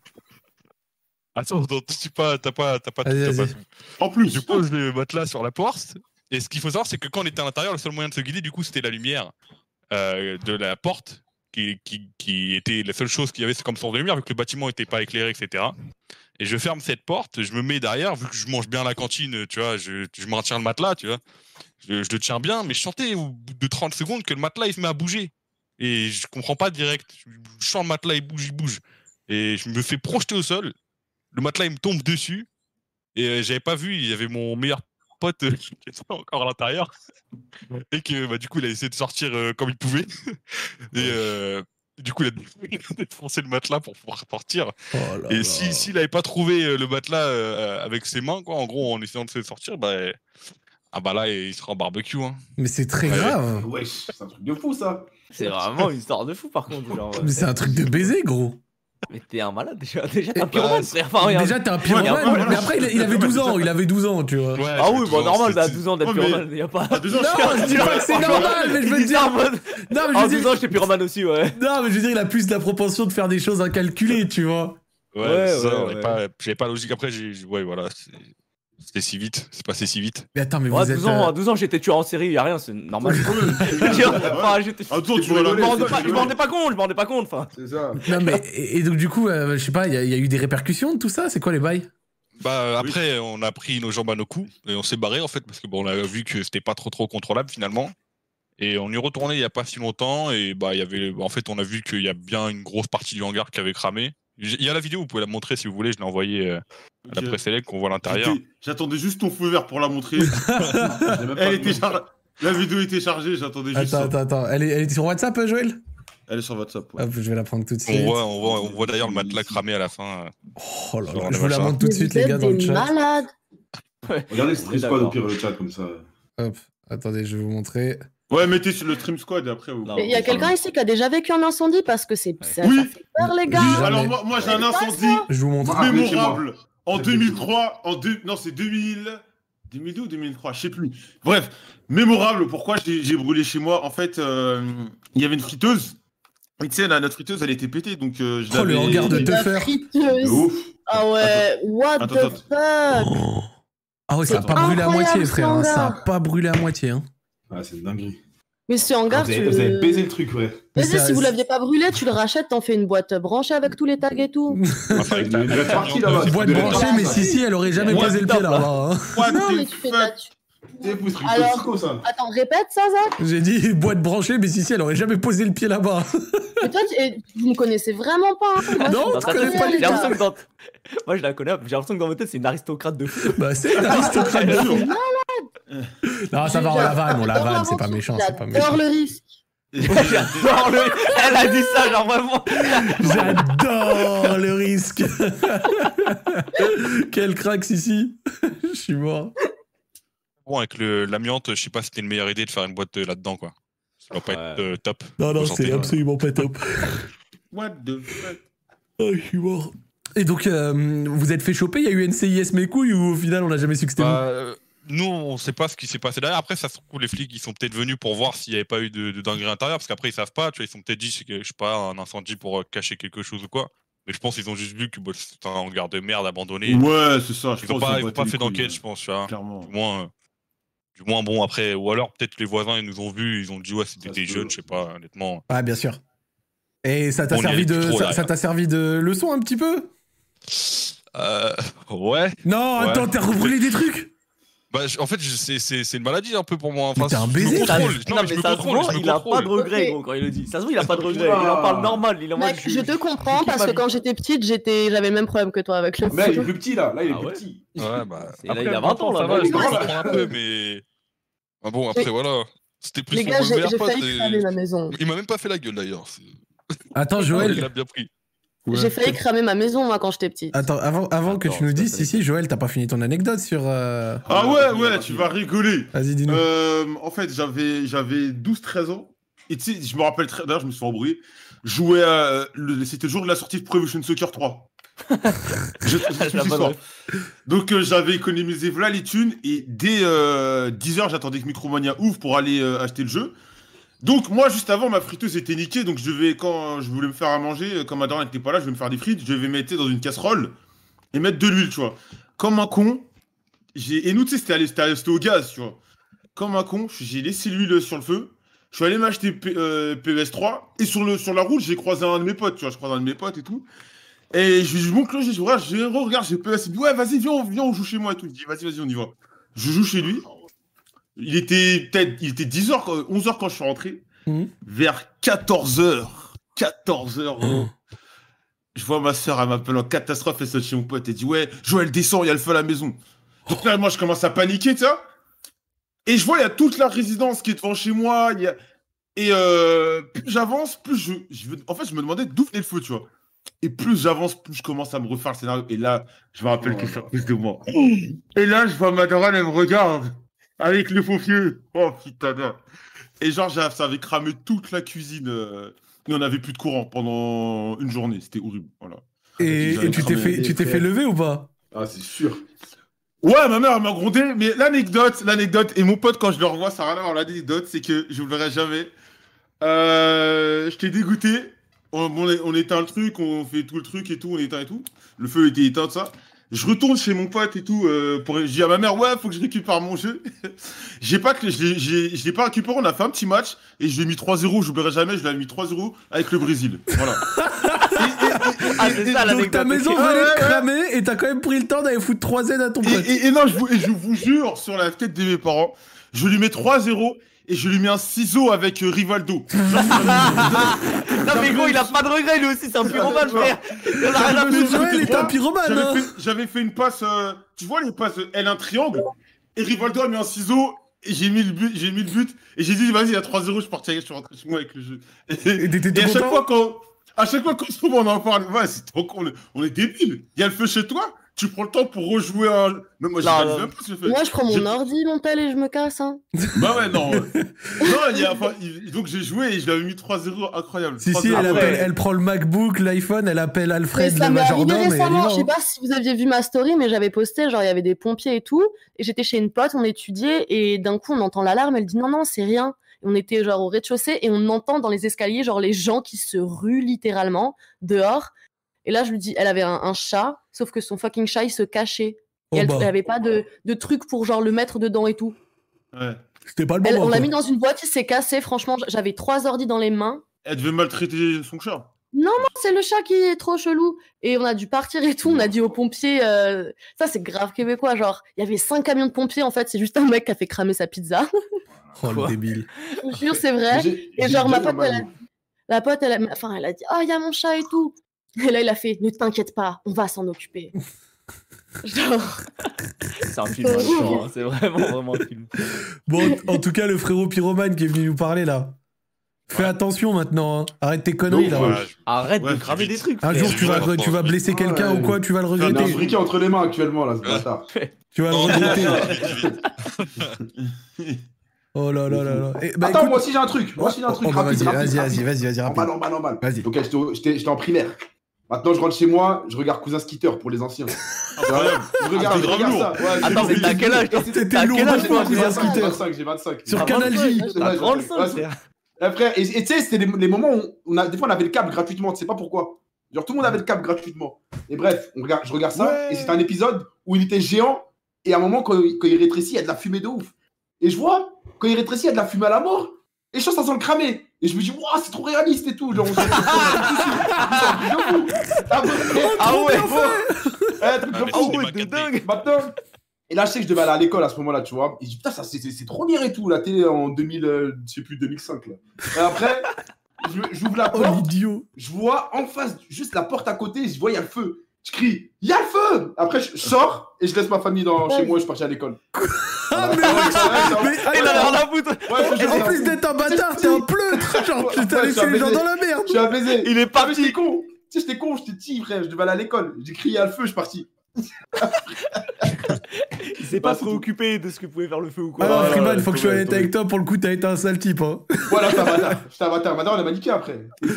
Attends, non, tu pas, t'as pas, t'as pas, Vas-y, t'as pas vas-y. En plus, je pose le matelas sur la porte. Et ce qu'il faut savoir, c'est que quand on était à l'intérieur, le seul moyen de se guider, du coup, c'était la lumière euh, de la porte, qui, qui, qui était la seule chose qu'il y avait, c'est comme source de lumière, vu que le bâtiment n'était pas éclairé, etc. Et je ferme cette porte, je me mets derrière, vu que je mange bien à la cantine, tu vois, je, je maintiens le matelas, tu vois. Je, je le tiens bien, mais je sentais au bout de 30 secondes que le matelas, il se met à bouger. Et je comprends pas direct. Je- Je sens le matelas, il bouge, il bouge. Et je me fais projeter au sol. Le matelas, il me tombe dessus. Et euh, j'avais pas vu, il y avait mon meilleur pote euh, [laughs] qui était encore à l'intérieur. Et que bah, du coup, il a essayé de sortir euh, comme il pouvait. [laughs] Et euh, du coup, il a dé- [laughs] il a défoncé le matelas pour pouvoir sortir. Oh et si- s'il n'avait pas trouvé euh, le matelas euh, avec ses mains, quoi, en gros, en essayant de se sortir, bah, Ah bah là, il sera en barbecue. Hein. Mais c'est très Ouais. grave. Wesh, c'est un truc de fou ça. C'est vraiment une histoire de fou par contre. [laughs] Genre, Mais c'est un truc de baiser, gros. Mais t'es un malade déjà. Déjà, t'es un Bah, pyromane, frère. Enfin, regarde. Déjà, t'es un pyromane. Regarde, voilà. Mais après, il, il avait 12 ans. Il avait 12 ans, tu vois. ah oui, bon, normal, à 12 ans d'être Ouais, mais- pyromane, y a pas. ans, je suis- Non, je dis [laughs] pas que c'est normal, mais je veux Il dit dire- ça en mode- Non, mais je En veux dire- 12 ans, j'étais pyromane aussi, ouais. Non, mais je veux dire, il a plus la propension de faire des choses incalculées, tu vois. Ouais, Ouais, c'est ça, ouais, j'ai ouais. pas, j'avais pas la logique. Après, j'ai, j'ai- ouais, voilà. c'est- C'était si vite. C'est passé si vite. Mais attends, mais Ouais, vous êtes. 12 ans, hein, euh, à 12 ans, j'étais tueur en série, y a rien, c'est normal. [laughs] Je veux dire, enfin, j'étais- Attends, tu je me vas la- rendais tu pas- vas je me la- rendais pas compte, je me rendais pas compte, enfin. C'est ça. Non, mais. Et, et donc, du coup, euh, je sais pas, il y, a- il y a eu des répercussions de tout ça C'est quoi les bails Bah, euh, après, on a pris nos jambes à nos coups et on s'est barré en fait parce que bon, on a vu que c'était pas trop trop contrôlable finalement. Et on y est retourné il y a pas si longtemps et bah il y avait en fait on a vu qu'il y a bien une grosse partie du hangar qui avait cramé. J- Il y a la vidéo, vous pouvez la montrer si vous voulez. Je l'ai envoyée euh, à la Ok. presse élect qu'on voit l'intérieur. J'étais- J'attendais juste ton feu vert pour la [laughs] montrer. Elle était char- La vidéo était chargée, j'attendais juste. Attends, ça. attends, attends. Elle est, elle est sur WhatsApp, euh, Joël Elle est sur WhatsApp. Hop, je vais la prendre tout de suite. On voit, on voit, on voit d'ailleurs le matelas cramé à la fin. euh, Oh là là, je vous la montre tout de suite, les gars, dans le Des chat. malades. Regardez le On est stream squad au d'accord. pire le chat comme ça. Hop, attendez, je vais vous montrer. Ouais, mettez sur le stream squad et après. vous- Il y a quelqu'un ici qui a déjà vécu un incendie parce que c'est ça, ça fait peur, les gars. Oui, alors moi, moi j'ai un incendie Je vous montre. mémorable en 2003, en deux, non c'est 2000, 2002 ou 2003, je sais plus. Bref, mémorable. Pourquoi j'ai j'ai brûlé chez moi En fait, euh, il y avait une friteuse. Et tu sais, la- notre friteuse, elle était pétée, donc euh, je Oh, le l'avais- hangar de Teuffer. Friteuse. Ah ouais, what Attends, the fuck Ah ouais, ça a C'est pas brûlé à incroyable, moitié, ce frère. hein, Ça a hangar. pas brûlé à moitié. Hein. Ah, c'est une dinguerie. Mais ce hangar, vous, tu avez, le- vous avez baisé le truc, ouais. Vas-y, si vous l'aviez pas brûlé, tu le rachètes, t'en fais une boîte branchée avec tous les tags et [laughs] tout. Boîte branchée, mais si, si, elle aurait jamais Ouais, posé le putain, pied là-bas. hein. non, mais tu fais ta- tu- Alors, attends, répète ça, Zach. J'ai dit boîte branchée, mais si, si, elle aurait jamais posé le pied là-bas. Mais toi, tu- et vous me connaissez vraiment pas. hein. Moi, Non, je suis on te pas connaît très hein. pas, bien, les J'ai gars. l'impression que dans- Moi, je la connais, mais j'ai l'impression que dans ma tête, c'est une aristocrate de fou. Bah, c'est une [laughs] aristocrate de fou. malade. Non, ça va, on la vanne, on la J'adore vanne, c'est pas l'aventure, méchant, c'est pas J'adore méchant. le risque. J'adore le. Elle a dit ça, genre vraiment. J'adore le risque. Quel crack, Sissi. Je suis mort. Bon, avec le- l'amiante, je sais pas si c'était une meilleure idée de faire une boîte euh, là-dedans quoi. Ça va pas être euh, top. Non, non, Vous sentez, c'est euh, absolument pas top. What the fuck Ah, je suis mort. Et donc, euh, vous êtes fait choper, il y a eu NCIS mes couilles ou au final on n'a jamais su que c'était Bah, vous euh, nous, on sait pas ce qui s'est passé derrière. Après, ça se trouve, les flics, ils sont peut-être venus pour voir s'il n'y avait pas eu de, de dinguerie intérieure, parce qu'après, ils savent pas, tu vois, ils sont peut-être dit, c'est que, je sais pas, un incendie pour euh, cacher quelque chose ou quoi. Mais je pense qu'ils ont juste vu que bah, c'est un hangar de merde abandonné. Ouais, c'est ça, je Ils ont pense pas, qu'ils ont ils ont battu pas les fait couilles, d'enquête, ouais. je pense, tu vois. Clairement. Du moins, euh, du moins, bon, après, ou alors peut-être les voisins, ils nous ont vus, ils ont dit, ouais, c'était des jeunes, je sais pas, honnêtement. Ah, bien sûr. Et ça t'a On y servi allait de plus trop, ça, là. ça t'a servi de leçon un petit peu Euh, [laughs] ouais. Non, Ouais. attends, t'as rebrûlé des trucs Bah, je- en fait, je- c'est- c'est c'est une maladie un peu pour moi. Enfin, t'es un je me baiser, contrôle. frère. Non, Non, mais je Ah, mais me ça se contrôle, voit, je me il a pas contrôle. de regrets, Ok. gros, quand il le dit. Ça se voit, il a pas de regrets. Il en parle normal. Il est en mode. Mec, je te comprends parce que quand j'étais petite, j'étais, j'avais le même problème que toi avec le Mais là, il est feu. plus petit, là. Là, il est plus petit. Ah [laughs] Ouais, bah. Et là, il y a 20 ans, là, maintenant, ça va, je il peux est comprendre un [laughs] peu, mais. Ah bon, après, Les- voilà. C'était plus Les son gars, j'ai revers, j'ai pas, failli c'est- cramer ma maison. Il m'a même pas fait la gueule d'ailleurs. c'est- Ah, Attends, Il a Joël. bien pris. J'ai failli cramer ma maison, moi, quand j'étais petite. Attends, avant, avant que tu nous dises, si, si, Joël, t'as pas fini ton anecdote sur. euh, Ah ouais, ouais, tu vas rigoler. Vas-y, dis-nous. Euh, en fait, j'avais, j'avais 12-13 ans. Et tu sais, je me rappelle très. D'ailleurs, je me suis embrouillé. Je Jouais à. le- C'était le jour de la sortie de Prohibition Soccer 3. je je- je- je- La bonne soir. Donc, euh, j'avais économisé voilà les thunes. Et dès euh, 10h, j'attendais que Micromania ouvre pour aller euh, acheter le jeu. Donc, moi, juste avant, ma friteuse était niquée. Donc, je devais, quand je voulais me faire à manger, euh, quand ma daronne n'était pas là, je vais me faire des frites. Je vais mettre dans une casserole et mettre de l'huile, tu vois. Comme un con, j'ai- Et nous, tu sais, c'était allé- c'était allé- c'était au gaz, tu vois. Comme un con, j'ai laissé l'huile sur le feu. Je suis allé m'acheter P- euh, PES3. Et sur, le, sur la route, j'ai croisé un de mes potes, tu vois. Je croise un de mes potes et tout. Et je lui dis, bon, Claude, j'ai regarde, j'ai re- regarde, j'ai PES. Il me dit, ouais, vas-y, viens, on- viens, on joue chez moi et tout. Je dis, vas-y, vas-y, on y va. Je joue chez lui. Il était peut-être, il était 10h, 11h quand je suis rentré. Vers 14h. 14h. Je vois ma soeur, elle m'appelle en catastrophe, elle saute chez mon pote et dit Ouais, Joël, descend, il y a le feu à la maison. Donc là, moi, je commence à paniquer, tu vois. Et je vois, il y a toute la résidence qui est devant chez moi. il y a- Et euh, plus j'avance, plus je, je veux- En fait, je me demandais d'où venait le feu, tu vois. Et plus j'avance, plus je commence à me refaire le scénario. Et là, je me rappelle que ça plus de moi. Et là, je vois Madaran, elle me regarde. Avec le faux pieux. Oh putain. non. Et genre, j'ai- ça avait cramé toute la cuisine. euh, Et on n'avait plus de courant pendant une journée. C'était horrible. Voilà. Et, J'avais et tu t'es cramé- fait, tu t'es fait lever ou pas Ah, c'est sûr. Ouais, ma mère elle m'a grondé, mais l'anecdote, l'anecdote, et mon pote, quand je le revois, ça n'a rien à voir. L'anecdote, c'est que je l'aurai jamais. Euh, J'étais dégoûté. On, on é- on éteint le truc, on fait tout le truc et tout, on éteint et tout. Le feu était éteint, tout ça. Je retourne chez mon pote et tout. euh, pour, je dis à ma mère, ouais, faut que je récupère mon jeu. [laughs] j'ai pas que, je l'ai- j'ai- je l'ai pas récupéré, on a fait un petit match et je l'ai mis 3-0. J'oublierai jamais, je l'ai mis 3-0 avec le Brésil. Voilà. Ah, c'est ça, [laughs] Donc l'anecdote, ta maison ok. venait Ah Ouais, de ouais, cramer et t'as quand même pris le temps d'aller foutre 3 Z à ton pote. Et, et non, je vous, et je vous jure, sur la tête de mes parents, je lui mets 3-0 et je lui mets un ciseau avec euh, [laughs] Rivaldo. Non, mais gros, il a pas de regret, lui aussi, c'est un pyromane, frère. Il en a rien à foutre. J'avais hein. fait- J'avais fait une passe, euh, tu vois les passes euh, L1 triangle, et Rivaldo a mis un ciseau, et j'ai mis le but, j'ai mis le but, et j'ai dit vas-y, il y a 3-0, je partirai, je suis rentré chez moi avec le jeu. Et, t'étais et à chaque content fois qu'on, à chaque fois qu'on se trouve, on en parle, ouais, c'est trop con, on est- on est débile. Il y a le feu chez toi, tu prends le temps pour rejouer un. Non, moi, je Non, réalise non. même pas ce que je fais. Moi, je prends J'ai- mon ordi, mon tel et je me casse. Hein. Bah ouais, non. euh, [laughs] non, il y a, enfin, il- donc j'ai joué et je l'avais mis 3-0, incroyable. Si, si, 3-0. elle, appelle- elle prend le MacBook, l'iPhone, elle appelle Mais Alfred, ça le m'est arrivé majordome, et elle est récemment. là, Je hein. sais pas si vous aviez vu ma story, mais j'avais posté, genre, il y avait des pompiers et tout. Et j'étais chez une pote, on étudiait, et d'un coup, on entend l'alarme. Elle dit non, non, c'est rien. Et on était, genre, au rez-de-chaussée, et on entend dans les escaliers, genre, les gens qui se ruent littéralement dehors. Et là, je lui dis, elle avait un, un chat, sauf que son fucking chat, il se cachait. Et Oh elle bah. elle avait pas de, de truc pour, genre, le mettre dedans et tout. Ouais. C'était pas le Elle- bon on moment, l'a mis quoi. dans une boîte, il s'est cassé. Franchement, j'avais trois ordi dans les mains. Elle devait maltraiter son chat. Non, non, c'est le chat qui est trop chelou. Et on a dû partir et tout. On a dit aux pompiers. euh, Ça, c'est grave québécois. Genre, il y avait cinq camions de pompiers. En fait, c'est juste un mec qui a fait cramer sa pizza. [laughs] Oh, le débile. Je vous jure, c'est vrai. Mais j'ai- Et j'ai genre, ma déjà pote, elle a... mal. la pote, elle a... Enfin, elle a dit Ah, il y a mon chat et tout. Et là, il a fait Ne t'inquiète pas, on va s'en occuper. genre. C'est un film, vraiment, hein, c'est vraiment, vraiment un film. Bon, en en tout cas, le frérot pyromane qui est venu nous parler là. Fais attention maintenant, hein. arrête tes conneries là. Arrête de cramer des trucs. Un frère. jour, tu vas, tu vas blesser quelqu'un ou quoi, tu vas le Il a un regretter. briquet entre les mains actuellement, là, ce bâtard. Tu vas le regretter. Oh là là là là. Eh, bah, Attends, écoute- moi aussi j'ai un truc. Moi aussi j'ai un Oh, truc. oh, bah, rapide, vas-y, rapide, vas-y, rapide. Ah, bah, vas-y, vas-y, vas-y, rapide. Normal, normal, normal. Donc, j'étais au- j'étais j'étais en primaire. Maintenant, je rentre chez moi, je regarde Cousin Skitter pour les anciens. Incroyable. Je regarde, Ah, t'es je regarde grave ça. lourd. Ouais, Attends, c'est- mais t'as quel âge, toi c'est- T'étais c'est- lourd quel pour âge, Cousin moi, Cousin Skitter J'ai 25, j'ai 25. Sur Ouais, Canal J. ouais, T'as ouais, 35, ouais. frère. Eh, frère, et et tu sais, c'était les, les moments où on a, des fois on avait le câble gratuitement, tu sais pas pourquoi. Genre tout le monde avait le câble gratuitement. Et bref, on regarde, je regarde ça, et c'est un épisode où il était géant, et à un moment, quand, il- quand il rétrécit, il y a de la fumée de ouf. Et je vois, quand il rétrécit, il y a de la fumée à la mort, et je sens ça sent le cramer. Et je me dis, waouh, c'est trop réaliste et tout. Genre, on s'en- on s'en fout [laughs] de fou. Ah, ouais, ah ouais, ouais, truc mais de fou. c'est Ah ouais, de dingue. Maintenant, et là, je sais que je devais aller à l'école à ce moment-là, tu vois. Et je dis, putain, ça, c'est, c'est- c'est trop lire et tout, la télé en 2000, euh, je sais plus, 2005, là. Et après, je- j'ouvre la porte. Je vois en face, juste la porte à côté, je vois, il y a le feu. Je crie, il y a le feu Après, je sors et je laisse ma famille dans, chez moi, je suis parti à l'école. Ah, Ouais, mais c'est vrai, c'est ouais, vrai. mais- Ah, Il en a rien à foutre. Ouais, je- je- En plus d'être un bâtard, t'es un pleutre. Genre, tu t'as Ouais, je suis laissé un les gens baiser. dans la merde. Je suis un baiser. Il est parti. J'étais con. Tu sais, j'étais con, j'étais petit, frère. Je devais aller à l'école. J'ai crié à le feu, je suis parti. [laughs] Bah, Il s'est pas préoccupé de ce que pouvait faire le feu ou Ah quoi. Alors, Ah, Freeman, faut que je sois honnête avec toi. Pour le coup, t'as été un sale type. Hein. [laughs] Voilà, t'as bâtard. J'étais un bâtard. Maintenant, on a maniqué après. Oh,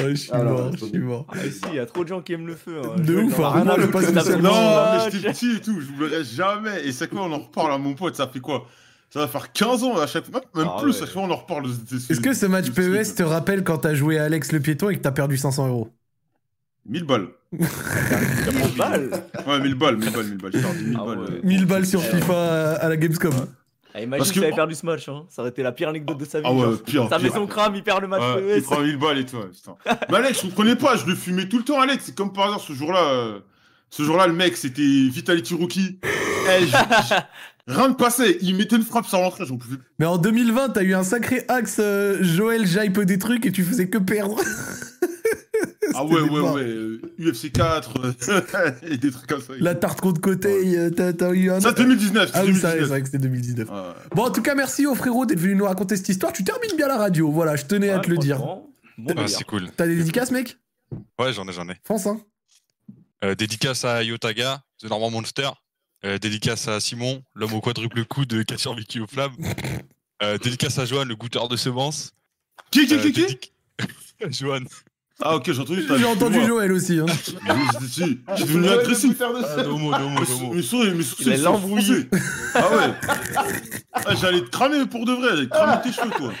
je suis Alors, mort, je suis mort. Ah, mais si, il y a trop de gens qui aiment le feu. hein. De Je ouf, vois, hein, moi, t'en as un je passe autre qui le tape seul dans- Ah, Non, mais j'étais petit et tout, je l'oublierai jamais. Et chaque fois, on en reparle à mon pote, ça fait quoi Ça va faire 15 ans à chaque fois, même Ah plus, ouais. chaque fois, on en reparle. de- de- Est-ce que ce match E PES te rappelle quand t'as joué à Alex le piéton et que t'as perdu 500 euros 1000 [laughs] balles. 1000 balles Ouais, 1000 balles, 1000 balles, 1000 balles. je t'en dis 1000 balles. euh, ouais. 1000 balles sur Eh, FIFA à- à la Gamescom. Ah, imagine Parce si que- avait perdu ce match, hein. ça aurait été la pire anecdote de sa vie. Ah ouais, genre. pire, Sa pire. maison crame, il perd le match. Ouais, PES. il prend 1000 balles et tout, ouais, putain. Mais Alex, je comprenais pas, je le fumais tout le temps, Alex. C'est comme par hasard, ce jour-là, euh, ce jour-là, le mec, c'était Vitality [laughs] Rookie. Eh, je- je- Rien de passé, il mettait une frappe sans rentrer, j'en [laughs] pouvais plus. Mais en 2020, t'as eu un sacré axe euh, Joël Jaipe des trucs et tu faisais que [laughs] perdre. Ah ouais, ouais, ouais, euh, UFC 4, euh, [laughs] et des trucs comme ça. La tarte contre côté, euh, t'as t'as eu un. Ça, 2019, Ah oui, ça, 2019. c'est vrai que c'était 2019. Bon, en tout cas, merci au frérot d'être venu nous raconter cette histoire. Tu termines bien la radio, voilà, je tenais à te le dire. Ah, c'est cool. T'as des dédicaces, mec Ouais, j'en ai, j'en ai. France, hein Euh, dédicace à Yotaga, The Norman Monster, Euh, dédicace à Simon, l'homme au quadruple coup de qui a survécu aux flammes. Euh, dédicace à Johan, le goûteur de semences. Euh, Qui, qui, qui, qui [laughs] Johan. Ah, ok, j'ai entendu. J'ai entendu Joël aussi. [laughs] Hein. J'ai devenu Joël, le agressif. goûteur de Ah, no more, no more, no more. Mes souris, mes souris, Il a ils sont l'embrouillé. froncés. Ah ouais. Ah, J'allais te cramer pour de vrai, j'allais te cramer tes cheveux, toi.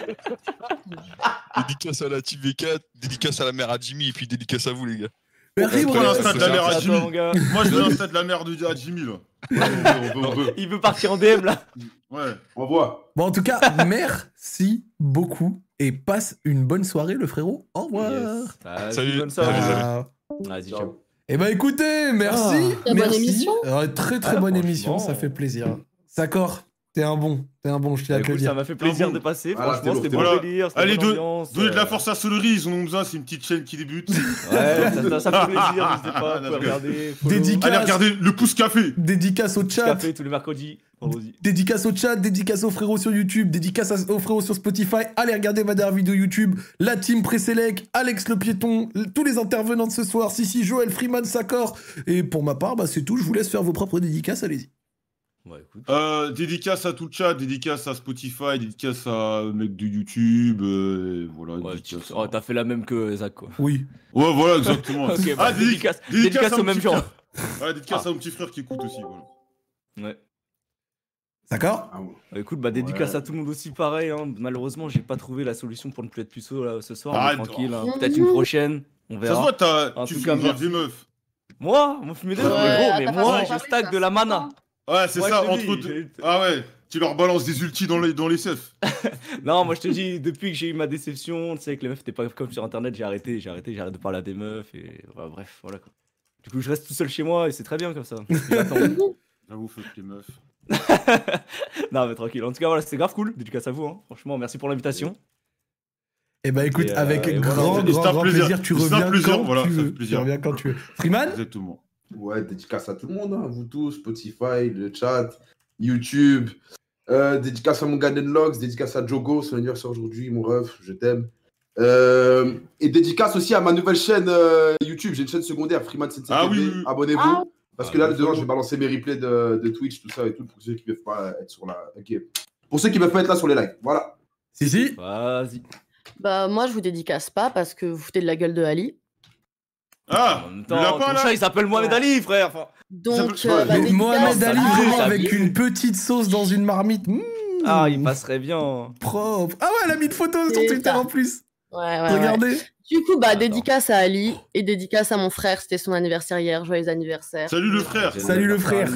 Dédicace à la Team V4, dédicace à la mère à Jimmy, et puis dédicace à vous, les gars. Merci pour l'instant de la mère à Jimmy. Moi, je [laughs] veux lance l'instant de la mère de à Jimmy, là. Il veut partir en DM là. Ouais. On voit. Bon, en tout cas, merci beaucoup et passe une bonne soirée, le frérot. Au revoir. Salut. Ah, Bonne soirée. Vas-y, ciao. Eh ben écoutez, merci. Ah, bonne merci. émission. Euh, très très Ah, bonne franchement. émission, ça fait plaisir. D'accord, t'es un bon, t'es un bon, je tiens à Bah, te le écoute, dire. ça m'a fait Ah, plaisir de Ah, passer, Voilà, franchement, c'était c'était bon Voilà. délire, c'était Allez, bonne don- ambiance, donnez de euh. la force à Solery, ils en ont besoin, c'est une petite chaîne qui débute. Ouais, [laughs] ça- ça- ça [laughs] fait plaisir, n'hésitez pas, vous pouvez regarder, follow. Ah, Dédicace. Allez, regardez le pouce café. Dédicace au chat. Café tous les mercredis. Allons-y. Dédicace au chat, dédicace aux frérots sur YouTube, dédicace à- aux frérots sur Spotify. Allez regarder ma dernière vidéo YouTube, la team Préselec, Alex le piéton, l- tous les intervenants de ce soir, Sissi, Joël, Freeman, Sakor. Et pour ma part, bah, c'est tout. Je vous laisse faire vos propres dédicaces. Allez-y. Euh, dédicace à tout le chat, dédicace à Spotify, dédicace à mec de YouTube, euh, voilà. dédicace à- oh, T'as fait la même que Euh, Zach, quoi. Oui. Ouais, voilà, exactement. [laughs] Ok, bah, dédic- dédicace- dédicace à au mon même petit genre. Ah. frère. Voilà, dédicace à mon petit frère qui écoute aussi. Voilà. Ouais. D'accord Bah, Écoute, bah dédicace Ouais. à tout le monde aussi pareil. hein. Malheureusement, j'ai pas trouvé la solution pour ne plus être puceau là, ce soir. mais Arrête. tranquille, hein. Oh. peut-être une prochaine. On Ça se verra. voit, t'as- En tu tout cas, fumes grave des meufs. Moi, mon fumé des Ouais, meufs, mais gros, t'as mais pas moi, parlé, je stack de la mana. Ouais, c'est Moi, ça, je te entre dis, deux. Ah ouais, tu leur balances des ultis dans les, dans les CF. [laughs] Non, moi je te dis, depuis que j'ai eu ma déception, tu sais, que les meufs étaient pas comme sur internet, j'ai arrêté, j'ai arrêté, j'arrête de parler à des meufs et ouais, bref, voilà quoi. Du coup, je reste tout seul chez moi et c'est très bien comme ça. J'attends. [laughs] J'avoue, fuck les meufs. [laughs] non, mais tranquille. En tout cas, voilà, c'était grave cool. Dédicace à vous, hein. franchement, merci pour l'invitation. Eh ben écoute, Et, euh, avec et voilà. grand, Et grand, c'est un grand plaisir. plaisir. tu C'est un reviens plaisir, quand voilà, tu ça fait veux. plaisir. Tu reviens quand tu veux. Freeman Exactement. Ouais, dédicace à tout le monde, hein, vous tous, Spotify, le chat, YouTube. Euh, dédicace à mon gars Denlogs, dédicace à Jogo, son anniversaire aujourd'hui, mon ref, je t'aime. Euh, et dédicace aussi à ma nouvelle chaîne euh, YouTube, j'ai une chaîne secondaire, Freeman Ah oui, oui, oui. abonnez-vous. Ah. Parce Ah, que là, bien dedans, sûr. je vais balancer mes replays de, de Twitch, tout ça et tout, pour ceux qui ne peuvent pas être sur la. ok. Pour ceux qui peuvent pas être là sur les lives, voilà. Si, si. Vas-y. Bah, moi, je vous dédicace pas parce que vous foutez de la gueule de Ali. Ah Attends, ton chat, il s'appelle Mohamed Ali, frère. Enfin, Donc, s'appelle- euh, bah, Ouais. Mais dédicace Mohamed à- Ali, Ah, vraiment, ça avec vient. une petite sauce dans une marmite. Mmh, Ah, il passerait bien. propre. Ah ouais, elle a mis de photos sur C'est Twitter ça. en plus. Ouais, ouais, Regardez. ouais. Du coup, bah, dédicace à Ali et dédicace à mon frère, c'était son anniversaire hier, joyeux anniversaire. Salut le frère. Salut le frère.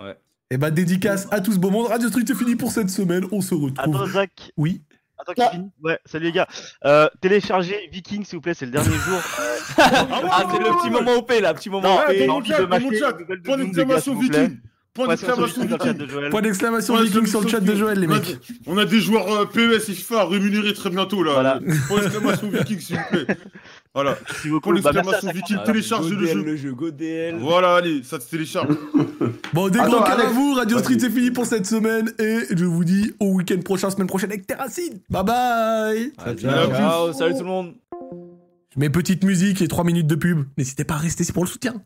Ouais. Et bah dédicace à tout ce beau monde. Radio Street c'est fini pour cette semaine. On se retrouve. Attends, Zach. Oui. Attends, Kevin. Ouais, salut les gars. Euh, téléchargez Viking, s'il vous plaît, c'est le dernier jour. [laughs] Ah, c'est le petit moment OP là, petit moment Non, OP. ouais, J'ai dans mon envie chat, de dans mon mâcher chat. une nouvelle de Point Doom, les gars, s'il d'exclamation vous plaît. Viking. Point d'exclamation Point d'exclamation viking. dans le chat de Joël. Point d'exclamation Point viking sur le chat de Joël, les On a- mecs. On a des joueurs euh, PES et FIFA rémunérés très bientôt là. Voilà. Point d'exclamation viking, s'il vous plaît. Voilà. Merci beaucoup. Point Bah, merci à d'exclamation chaque viking, fois. télécharge le Godel, jeu. le jeu Godel. Voilà, allez, ça se télécharge. Bon, des Attends, gros cœurs à Alex. vous. Radio Vas-y. Street, c'est fini pour cette semaine. Et je vous dis au week-end prochain, semaine prochaine avec Terracine. Bye bye. Ciao, ciao, salut tout le monde. Mes petites musiques et 3 minutes de pub. N'hésitez pas à rester, c'est pour le soutien.